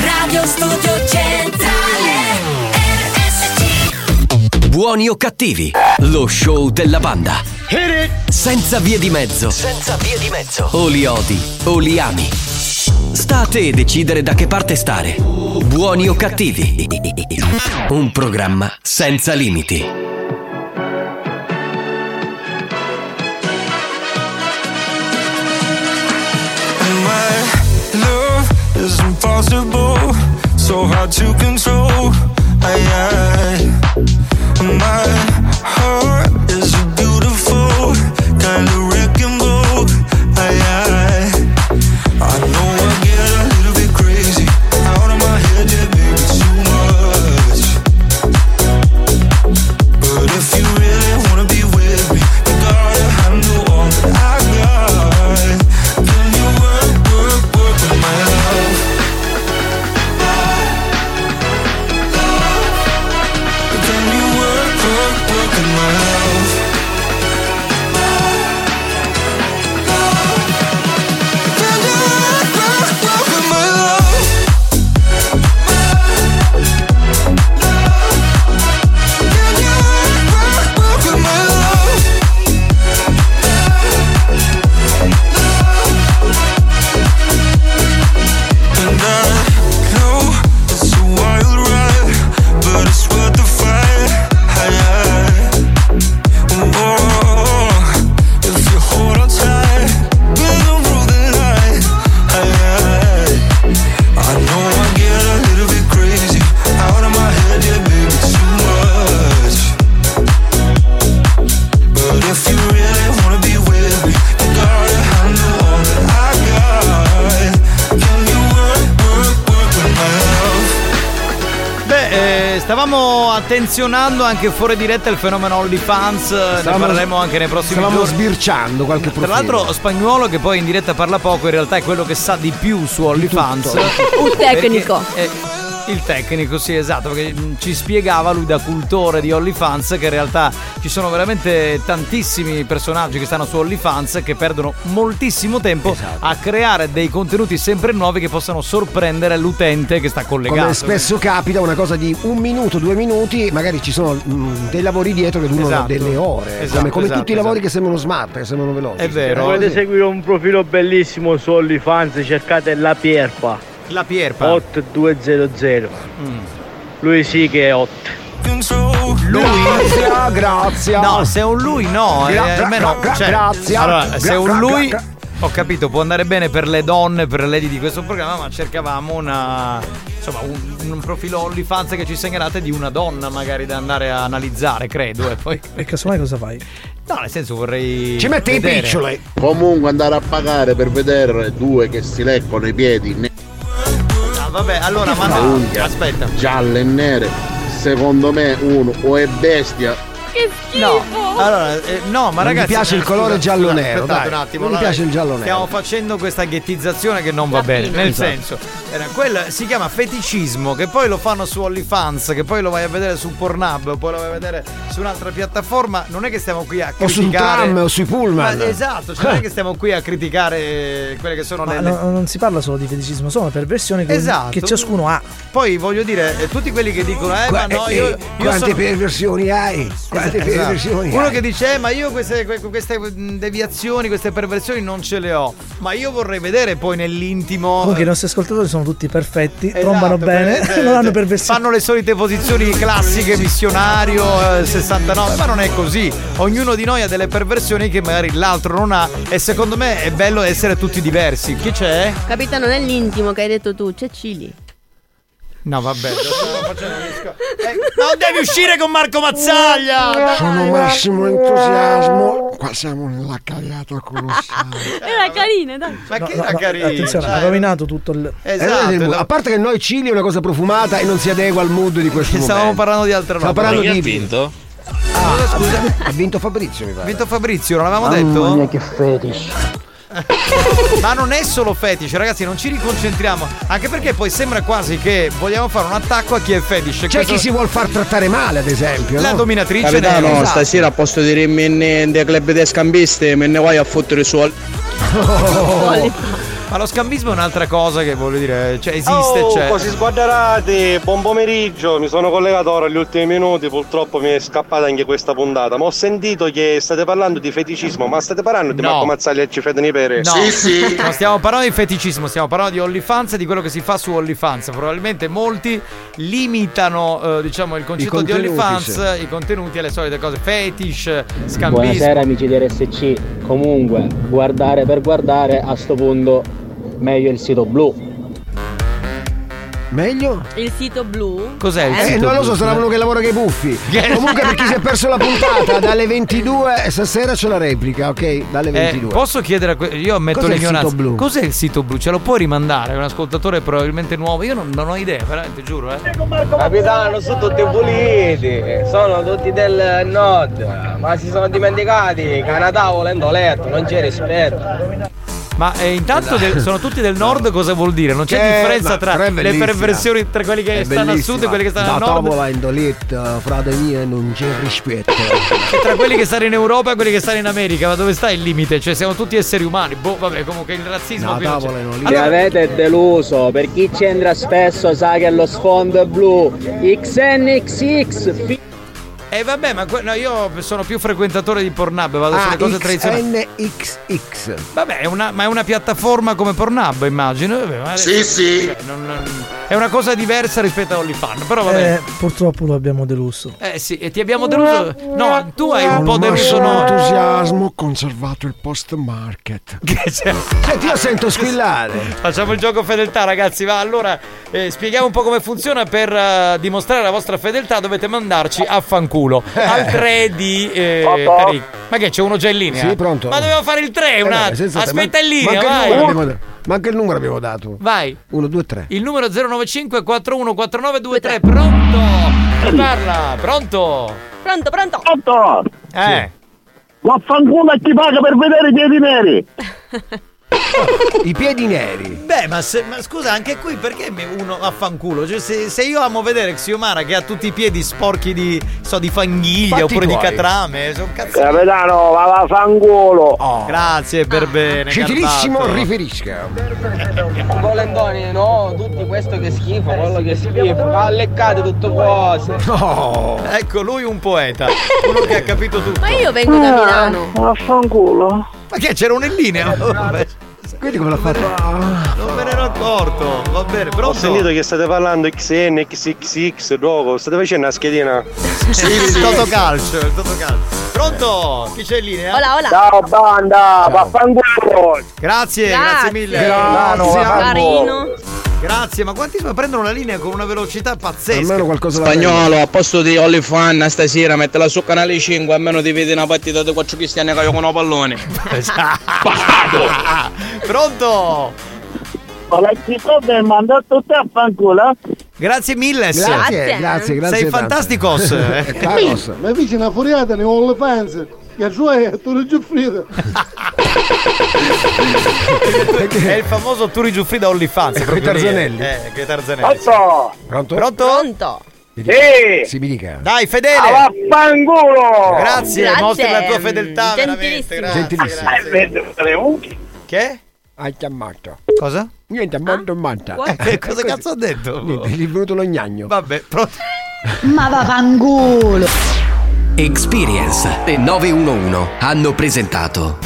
[SPEAKER 25] Radio Studio Centrale RSC
[SPEAKER 13] Buoni o cattivi, lo show della banda. Senza vie di mezzo. Senza vie di mezzo. O li odi o li ami. Sta a te decidere da che parte stare. Buoni o cattivi. Un programma senza limiti.
[SPEAKER 14] And my love is impossible, so hard to control. Aye, aye. My heart is a beautiful, kind of wrecking ball. Aye, aye. I know I get a little bit crazy, out of my head, yeah, baby, too much. But if you really wanna be with me, you gotta handle all that I got. Can you work, work, work with my love? Can you
[SPEAKER 2] eh, attenzionando anche fuori diretta il fenomeno OnlyFans, eh, ne
[SPEAKER 4] Stavamo-
[SPEAKER 2] parleremo anche nei prossimi
[SPEAKER 4] Stavamo
[SPEAKER 2] giorni.
[SPEAKER 4] sbirciando qualche
[SPEAKER 2] Tra
[SPEAKER 4] profilo.
[SPEAKER 2] l'altro Spagnuolo che poi in diretta parla poco, in realtà è quello che sa di più su OnlyFans.
[SPEAKER 6] Un tecnico.
[SPEAKER 2] Il tecnico, sì, esatto, perché mh, ci spiegava lui da cultore di OnlyFans che in realtà ci sono veramente tantissimi personaggi che stanno su OnlyFans che perdono moltissimo tempo
[SPEAKER 4] Esatto.
[SPEAKER 2] a creare dei contenuti sempre nuovi che possano sorprendere l'utente che sta collegato.
[SPEAKER 4] Come
[SPEAKER 2] eh.
[SPEAKER 4] spesso capita, una cosa di un minuto, due minuti, magari ci sono mh, dei lavori dietro che durano
[SPEAKER 2] Esatto.
[SPEAKER 4] delle ore.
[SPEAKER 2] Esatto,
[SPEAKER 4] come come
[SPEAKER 2] esatto,
[SPEAKER 4] tutti i lavori che sembrano smart, che sembrano veloci.
[SPEAKER 2] È vero.
[SPEAKER 4] Eh,
[SPEAKER 8] Volete
[SPEAKER 4] sì.
[SPEAKER 8] seguire un profilo bellissimo su OnlyFans, cercate la Pierpa.
[SPEAKER 2] La Pierpa.
[SPEAKER 8] 8200.
[SPEAKER 7] Mm.
[SPEAKER 8] Lui sì che è 8.
[SPEAKER 4] Grazie, grazie.
[SPEAKER 2] No, se è un lui no, eh,
[SPEAKER 8] Gra- gra-
[SPEAKER 2] almeno
[SPEAKER 8] gra-
[SPEAKER 2] cioè,
[SPEAKER 8] grazie.
[SPEAKER 2] Allora, se è
[SPEAKER 8] Gra-
[SPEAKER 2] un
[SPEAKER 8] gra-
[SPEAKER 2] lui
[SPEAKER 8] gra-
[SPEAKER 2] ho capito, può andare bene per le donne, per le lady di questo programma, ma cercavamo una insomma un, un profilo OnlyFans che ci segnalate di una donna magari da andare a analizzare, credo, e poi
[SPEAKER 40] E casomai cosa fai?
[SPEAKER 2] No, nel senso vorrei vedere.
[SPEAKER 4] piccioli
[SPEAKER 18] Comunque andare a pagare per vedere due che si leccano i piedi. ne-
[SPEAKER 2] Ah, vabbè, allora ma
[SPEAKER 18] le
[SPEAKER 2] no,
[SPEAKER 18] unghie
[SPEAKER 2] aspetta.
[SPEAKER 18] Gialle e nere. Secondo me uno o è bestia.
[SPEAKER 6] Che
[SPEAKER 2] No, allora, eh, no, ma
[SPEAKER 18] Non mi
[SPEAKER 2] ragazzi.
[SPEAKER 18] piace il colore
[SPEAKER 2] scusa,
[SPEAKER 18] giallo-nero,
[SPEAKER 2] Aspettate
[SPEAKER 18] dai.
[SPEAKER 2] un attimo.
[SPEAKER 18] Non mi
[SPEAKER 2] allora,
[SPEAKER 18] piace il giallo-nero.
[SPEAKER 2] Stiamo facendo questa ghettizzazione che non va bene. Nel
[SPEAKER 4] Esatto.
[SPEAKER 2] senso, era quella- si chiama feticismo, che poi lo fanno su OnlyFans, che poi lo vai a vedere su Pornhub, poi lo vai a vedere su un'altra piattaforma. Non è che stiamo qui a
[SPEAKER 4] O sul
[SPEAKER 2] criticare.
[SPEAKER 4] tram o sui
[SPEAKER 2] Ma
[SPEAKER 4] pullman.
[SPEAKER 2] esatto, cioè non è che stiamo qui a criticare quelle che sono
[SPEAKER 40] Ma
[SPEAKER 2] le,
[SPEAKER 40] no- non si parla solo di feticismo, sono perversioni che,
[SPEAKER 2] Esatto.
[SPEAKER 40] che ciascuno ha.
[SPEAKER 2] Poi voglio dire, eh, tutti quelli che dicono, eh,
[SPEAKER 40] Qua-
[SPEAKER 2] ma no,
[SPEAKER 40] eh,
[SPEAKER 2] io.
[SPEAKER 40] eh,
[SPEAKER 2] io
[SPEAKER 4] Quante
[SPEAKER 2] sono-
[SPEAKER 4] perversioni hai? Quante
[SPEAKER 2] Esatto.
[SPEAKER 4] perversioni
[SPEAKER 2] Uno
[SPEAKER 4] hai?
[SPEAKER 2] che dice, eh, ma io queste, que- queste mh, deviazioni, queste perversioni non ce le ho. Ma io vorrei vedere poi nell'intimo.
[SPEAKER 4] Oh,
[SPEAKER 2] eh,
[SPEAKER 40] Comunque i nostri ascoltatori sono tutti perfetti,
[SPEAKER 2] Esatto,
[SPEAKER 40] trombano bene,
[SPEAKER 2] eh,
[SPEAKER 40] non hanno
[SPEAKER 2] Fanno le solite posizioni classiche, missionario, eh, 69, ma non è così. Ognuno di noi ha delle perversioni che magari l'altro non ha e secondo me è bello essere tutti diversi. Chi c'è?
[SPEAKER 6] Capitano, nell'intimo che hai detto tu c'è Cili.
[SPEAKER 2] No, vabbè. Eh, Non devi uscire con Marco Mazzaglia! dai!
[SPEAKER 4] Sono massimo entusiasmo. Qua siamo nella cagata colossale.
[SPEAKER 6] Era carina, dai.
[SPEAKER 2] Ma
[SPEAKER 40] No, no, attenzione, ha rovinato tutto il.
[SPEAKER 2] Esatto,
[SPEAKER 4] Eh, noi siamo- a parte che noi cili è una cosa profumata e non si adegua al mood di questo momento.
[SPEAKER 2] Stavamo parlando di altra roba.
[SPEAKER 4] Stavamo parlando
[SPEAKER 2] Ma chi
[SPEAKER 4] di
[SPEAKER 2] ha
[SPEAKER 4] vinto. ha vinto Fabrizio, mi
[SPEAKER 2] Ha
[SPEAKER 4] pare.
[SPEAKER 2] vinto Fabrizio, non l'avevamo detto?
[SPEAKER 4] Mamma mia,
[SPEAKER 2] che fetish. Ma non è solo fetish, ragazzi, non ci riconcentriamo. Anche perché poi sembra quasi che vogliamo fare un attacco a chi è fetish.
[SPEAKER 4] C'è chi si vuol far trattare male, ad esempio.
[SPEAKER 2] La
[SPEAKER 4] no?
[SPEAKER 2] dominatrice
[SPEAKER 21] Capitano,
[SPEAKER 2] nera.
[SPEAKER 21] stasera a posto di rimanere dei club dei scambiste, me ne vai a fottere su al-
[SPEAKER 2] Oh. Ma lo scambismo è un'altra cosa che voglio dire, cioè esiste,
[SPEAKER 12] Oh,
[SPEAKER 2] c'è.
[SPEAKER 12] così sguarderate, buon pomeriggio, mi sono collegato ora agli ultimi minuti, purtroppo mi è scappata anche questa puntata, ma ho sentito che state parlando di feticismo, ma state parlando di
[SPEAKER 2] No.
[SPEAKER 12] Marco Mazzaglia e Cifre di Pere?
[SPEAKER 2] No, non stiamo parlando di feticismo, stiamo parlando di OnlyFans e di quello che si fa su OnlyFans. Probabilmente molti limitano eh, diciamo, il concetto di
[SPEAKER 14] contenuti,
[SPEAKER 2] OnlyFans, i contenuti alle solite cose, fetish, scambismo.
[SPEAKER 14] Buonasera amici di RSC, comunque guardare per guardare a sto punto meglio il sito blu.
[SPEAKER 4] Meglio?
[SPEAKER 6] Il sito blu.
[SPEAKER 2] Cos'è il
[SPEAKER 4] Eh,
[SPEAKER 2] sito
[SPEAKER 4] non lo
[SPEAKER 2] blu?
[SPEAKER 4] so, sarà uno che lavora con i buffi. Comunque, per chi si è perso la puntata, dalle 22 stasera c'è la replica, ok? Dalle
[SPEAKER 2] Eh,
[SPEAKER 4] 22.
[SPEAKER 2] posso chiedere a que- io ammetto
[SPEAKER 4] Cos'è il
[SPEAKER 2] l'ignoranza.
[SPEAKER 4] sito blu?
[SPEAKER 2] Cos'è il sito blu? Ce lo puoi rimandare? È un ascoltatore probabilmente nuovo. Io non, non ho idea, veramente giuro, eh.
[SPEAKER 26] Capitano, sono tutti puliti, sono tutti del nord, ma si sono dimenticati che a Natale volendo letto, non c'è rispetto. Esatto.
[SPEAKER 2] Ma eh, intanto del- sono tutti del nord, cosa vuol dire? Non c'è
[SPEAKER 4] Eh,
[SPEAKER 2] differenza
[SPEAKER 4] ma-
[SPEAKER 2] tra
[SPEAKER 4] però è
[SPEAKER 2] le
[SPEAKER 4] bellissima.
[SPEAKER 2] perversioni tra quelli che
[SPEAKER 4] È
[SPEAKER 2] stanno al
[SPEAKER 4] bellissima.
[SPEAKER 2] sud e quelli che stanno
[SPEAKER 4] da eh,
[SPEAKER 2] al nord.
[SPEAKER 4] tavola in doletta, frate mia, non c'è rispetto.
[SPEAKER 2] E tra quelli che stanno in Europa e quelli che stanno in America, ma dove sta il limite? Cioè, siamo tutti esseri umani. Boh, vabbè, comunque il razzismo. qui non c'è.
[SPEAKER 14] Mi avete deluso, per chi c'entra spesso sa che lo sfondo è blu. XNXX fi-
[SPEAKER 2] Eh, vabbè, ma que- no, io sono più frequentatore di Pornhub, vado
[SPEAKER 14] Ah,
[SPEAKER 2] sulle cose tradizionali.
[SPEAKER 4] NXX.
[SPEAKER 2] Vabbè, è una, ma è una piattaforma come Pornhub, immagino. Vabbè, ma-
[SPEAKER 14] Sì, sì.
[SPEAKER 2] Cioè, non- non- è una cosa diversa rispetto a OnlyFans, però va
[SPEAKER 40] Eh,
[SPEAKER 2] bene.
[SPEAKER 40] purtroppo lo abbiamo deluso.
[SPEAKER 2] Eh sì, e ti abbiamo deluso. No, tu hai un po' deluso.
[SPEAKER 4] entusiasmo conservato il post market. Senti, io sento squillare.
[SPEAKER 2] Facciamo il gioco fedeltà, ragazzi. Va allora eh, spieghiamo un po' come funziona. Per eh, dimostrare la vostra fedeltà, dovete mandarci a fanculo
[SPEAKER 4] Eh.
[SPEAKER 2] al 3 di. eh, Tariq. Ma che c'è uno già in linea?
[SPEAKER 4] Sì, pronto.
[SPEAKER 2] Ma dovevo fare il 3.
[SPEAKER 4] Eh,
[SPEAKER 2] un
[SPEAKER 4] vabbè,
[SPEAKER 2] attimo.
[SPEAKER 4] sensate,
[SPEAKER 2] Aspetta
[SPEAKER 4] ma-
[SPEAKER 2] in linea, vai.
[SPEAKER 4] manca Il numero abbiamo dato. manca il numero abbiamo dato.
[SPEAKER 2] Vai.
[SPEAKER 4] 1, 2, 3.
[SPEAKER 2] Il numero 095 414923 pronto? chi parla? Pronto?
[SPEAKER 6] Pronto, pronto.
[SPEAKER 31] Pronto?
[SPEAKER 2] Eh.
[SPEAKER 31] Vaffanculo a chi paga per vedere i piedi neri.
[SPEAKER 4] I piedi neri.
[SPEAKER 2] Beh, ma, se- ma scusa, anche qui perché mi- uno affanculo? Cioè, se, se io amo vedere Xiomara che ha tutti i piedi sporchi di, so, di fanghiglia
[SPEAKER 31] Fatti
[SPEAKER 2] oppure di
[SPEAKER 31] tuoi.
[SPEAKER 2] catrame, sono cazzo.
[SPEAKER 31] Capitano, va vaffanculo.
[SPEAKER 2] Oh, Grazie per bene.
[SPEAKER 4] Ah. Gentilissimo
[SPEAKER 2] Carpato.
[SPEAKER 4] riferisca.
[SPEAKER 26] Volendoni, no, tutti questo che schifo, quello che schifo, va leccate tutto cose.
[SPEAKER 2] No. Ecco, lui un poeta. Uno che ha capito tutto.
[SPEAKER 6] Ma io vengo da Milano.
[SPEAKER 31] Eh, Vaffanculo.
[SPEAKER 2] Ma che c'era un in linea? Vabbè,
[SPEAKER 4] Vedi come l'ha fatta?
[SPEAKER 2] non me ne ero accorto. Va bene,
[SPEAKER 12] Ho
[SPEAKER 2] pronto?
[SPEAKER 12] sentito che state parlando XN, XXX, Dogo, state facendo una schedina.
[SPEAKER 2] Il Totocalcio, il Totocalcio. Pronto? Chi c'è in linea?
[SPEAKER 6] Hola, hola.
[SPEAKER 31] Ciao banda, vaffanculo.
[SPEAKER 2] Grazie, grazie,
[SPEAKER 6] Grazie.
[SPEAKER 2] mille.
[SPEAKER 31] Milano,
[SPEAKER 6] Carino.
[SPEAKER 2] Grazie, ma quanti ma prendono la linea con una velocità pazzesca?
[SPEAKER 21] Spagnolo, a posto di Olifan stasera mettela su canale 5 almeno ti vedi una partita di quattro cristiani che giocano a pallone.
[SPEAKER 2] Pronto?
[SPEAKER 31] Ma la città mi ha mandato tutte a fanculo.
[SPEAKER 2] Grazie mille.
[SPEAKER 4] Grazie, grazie, grazie.
[SPEAKER 2] Sei
[SPEAKER 4] tanto.
[SPEAKER 2] fantasticos. eh.
[SPEAKER 4] Carlos.
[SPEAKER 11] Mi dice una furiata, ne ho le panze. Che gioia, tu non giuffrita.
[SPEAKER 2] È il famoso Turi Giuffrida OnlyFans.
[SPEAKER 4] Coi
[SPEAKER 2] proprio lì,
[SPEAKER 4] Tarzanelli.
[SPEAKER 2] Eh, che Tarzanelli.
[SPEAKER 31] Pronto?
[SPEAKER 4] Pronto?
[SPEAKER 2] Pronto?
[SPEAKER 6] Pronto.
[SPEAKER 31] Sì.
[SPEAKER 4] Si mi dica.
[SPEAKER 2] Dai,
[SPEAKER 31] Ah,
[SPEAKER 2] fedele.
[SPEAKER 31] Vaffanculo.
[SPEAKER 2] Grazie,
[SPEAKER 6] Grazie.
[SPEAKER 2] mostri la tua fedeltà. Veramente,
[SPEAKER 6] Gentilissimo.
[SPEAKER 2] grazie.
[SPEAKER 4] Gentilissimo.
[SPEAKER 31] Eh, vedo le unghie.
[SPEAKER 2] Che?
[SPEAKER 4] Hai chiamato.
[SPEAKER 2] Cosa?
[SPEAKER 4] Ah, Niente, molto manta.
[SPEAKER 2] Eh, che cosa cazzo ho detto?
[SPEAKER 4] Niente, gli è venuto lo gnagno.
[SPEAKER 2] Vabbè, pronto.
[SPEAKER 13] Ma vaffanculo! Experience e 911 hanno presentato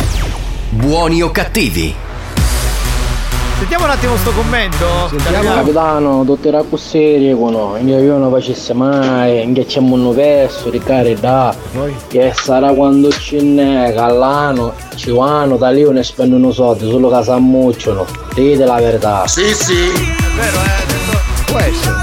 [SPEAKER 13] Buoni o cattivi?
[SPEAKER 2] Sentiamo un attimo sto commento. Capitano.
[SPEAKER 14] Capitano, dottor Cusserie con noi, io non facesse mai, inghiacciamo un verso, di carità, che sarà quando ci ne callano, ci vanno, da lì ne spendono soldi, solo che s'ammucciano, dite la verità.
[SPEAKER 5] Sì, sì.
[SPEAKER 2] eh,
[SPEAKER 4] Può essere.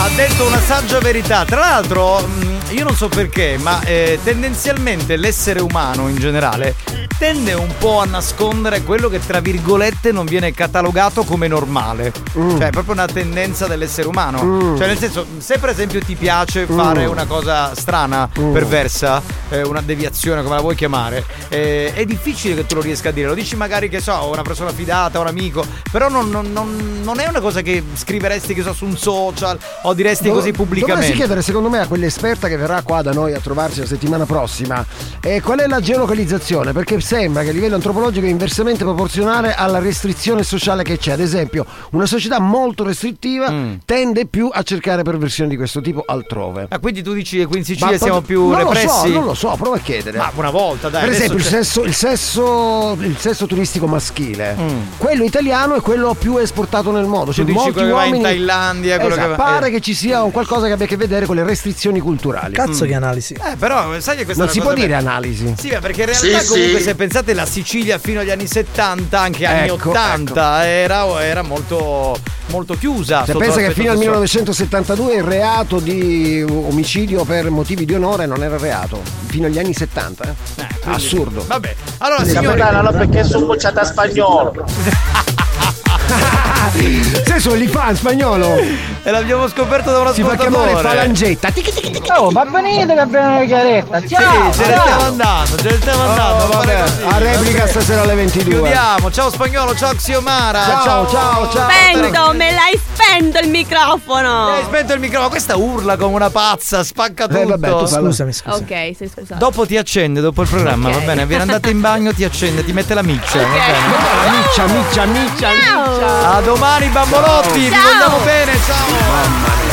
[SPEAKER 2] Ha detto una saggia verità. Tra l'altro, mh, io non so perché, ma eh, tendenzialmente l'essere umano in generale tende un po' a nascondere quello che tra virgolette non viene catalogato come normale. Cioè, è proprio una tendenza dell'essere umano.
[SPEAKER 4] Mm.
[SPEAKER 2] Cioè, nel senso, se per esempio ti piace fare
[SPEAKER 4] Mm.
[SPEAKER 2] una cosa strana,
[SPEAKER 4] Mm.
[SPEAKER 2] perversa, eh, una deviazione, come la vuoi chiamare, eh, è difficile che tu lo riesca a dire. Lo dici magari che so, a una persona fidata, a un amico, però non, non- non- non è una cosa che scriveresti, che so, su un social o diresti così
[SPEAKER 4] Dovresti
[SPEAKER 2] pubblicamente.
[SPEAKER 4] chiedere, secondo me, a quell'esperta che verrà qua da noi a trovarci la settimana prossima eh, qual è la geolocalizzazione, perché sembra che a livello antropologico è inversamente proporzionale alla restrizione sociale che c'è. Ad esempio, una società molto restrittiva
[SPEAKER 2] Mm.
[SPEAKER 4] tende più a cercare perversioni di questo tipo altrove.
[SPEAKER 2] Ah, quindi tu dici che qui in
[SPEAKER 4] Ma
[SPEAKER 2] Sicilia
[SPEAKER 4] pot-
[SPEAKER 2] siamo più
[SPEAKER 4] non
[SPEAKER 2] repressi?
[SPEAKER 4] Lo so, non lo so, prova a chiedere.
[SPEAKER 2] Ma una volta, dai.
[SPEAKER 4] per
[SPEAKER 2] adesso
[SPEAKER 4] esempio,
[SPEAKER 2] c'è-
[SPEAKER 4] il sesso, il, sesso, il sesso turistico maschile, quello italiano è quello più esportato nel mondo. Cioè,
[SPEAKER 2] Mm. dici
[SPEAKER 4] molti
[SPEAKER 2] quello che va in
[SPEAKER 4] uomini,
[SPEAKER 2] Thailandia, quello che
[SPEAKER 4] Esatto,
[SPEAKER 2] va- eh.
[SPEAKER 4] pare che ci sia un qualcosa che abbia a che vedere con le restrizioni culturali.
[SPEAKER 40] Cazzo
[SPEAKER 4] Mm.
[SPEAKER 40] che analisi.
[SPEAKER 2] Eh, però sai che questa
[SPEAKER 4] Non
[SPEAKER 2] è
[SPEAKER 4] si
[SPEAKER 2] una
[SPEAKER 4] può
[SPEAKER 2] cosa
[SPEAKER 4] dire
[SPEAKER 2] bella.
[SPEAKER 4] analisi.
[SPEAKER 2] Sì, beh, perché in realtà
[SPEAKER 4] Sì,
[SPEAKER 2] comunque
[SPEAKER 4] sì.
[SPEAKER 2] se pensate la Sicilia fino agli anni 70, anche anni
[SPEAKER 4] Ecco,
[SPEAKER 2] 80, Era, era molto, molto chiusa.
[SPEAKER 4] Se
[SPEAKER 2] sotto
[SPEAKER 4] pensa che
[SPEAKER 2] l'aspetto
[SPEAKER 4] fino al
[SPEAKER 2] sessuale.
[SPEAKER 4] 1972 il reato di omicidio per motivi di onore non era reato, fino agli anni 70. eh. Assurdo.
[SPEAKER 2] Vabbè, allora signori...
[SPEAKER 31] Capitano, no perché sono bocciata a spagnolo.
[SPEAKER 4] Se sono lì fa in spagnolo.
[SPEAKER 2] E l'abbiamo scoperto da un
[SPEAKER 4] Si fa chiamare
[SPEAKER 2] ascoltatore.
[SPEAKER 4] falangetta. Tic, tic, tic, tic.
[SPEAKER 14] Oh, ma venite che abbiamo una chiaretta, ciao!
[SPEAKER 2] Sì, ce ne stiamo andando, ce ne stiamo andando. va bene così.
[SPEAKER 4] Oh, A replica
[SPEAKER 2] Vabbè.
[SPEAKER 4] stasera alle 22.
[SPEAKER 2] Chiudiamo, ciao spagnolo, ciao Xiomara.
[SPEAKER 4] Ciao, ciao, ciao.
[SPEAKER 6] Spento, me l'hai spento il microfono.
[SPEAKER 2] Eh, spento il microfono, questa urla come una pazza,
[SPEAKER 4] Eh,
[SPEAKER 2] spacca tutto.
[SPEAKER 40] Scusami, scusa.
[SPEAKER 6] Ok, sei scusato.
[SPEAKER 2] Dopo ti accende, dopo il programma, va bene? Vi andate in bagno, ti accende, ti mette la miccia, va bene?
[SPEAKER 4] Ah, Miccia, miccia, miccia, miccia.
[SPEAKER 2] A domani bambolotti, vi
[SPEAKER 6] Ciao.
[SPEAKER 2] vogliamo bene, ciao!
[SPEAKER 4] Mamma mia.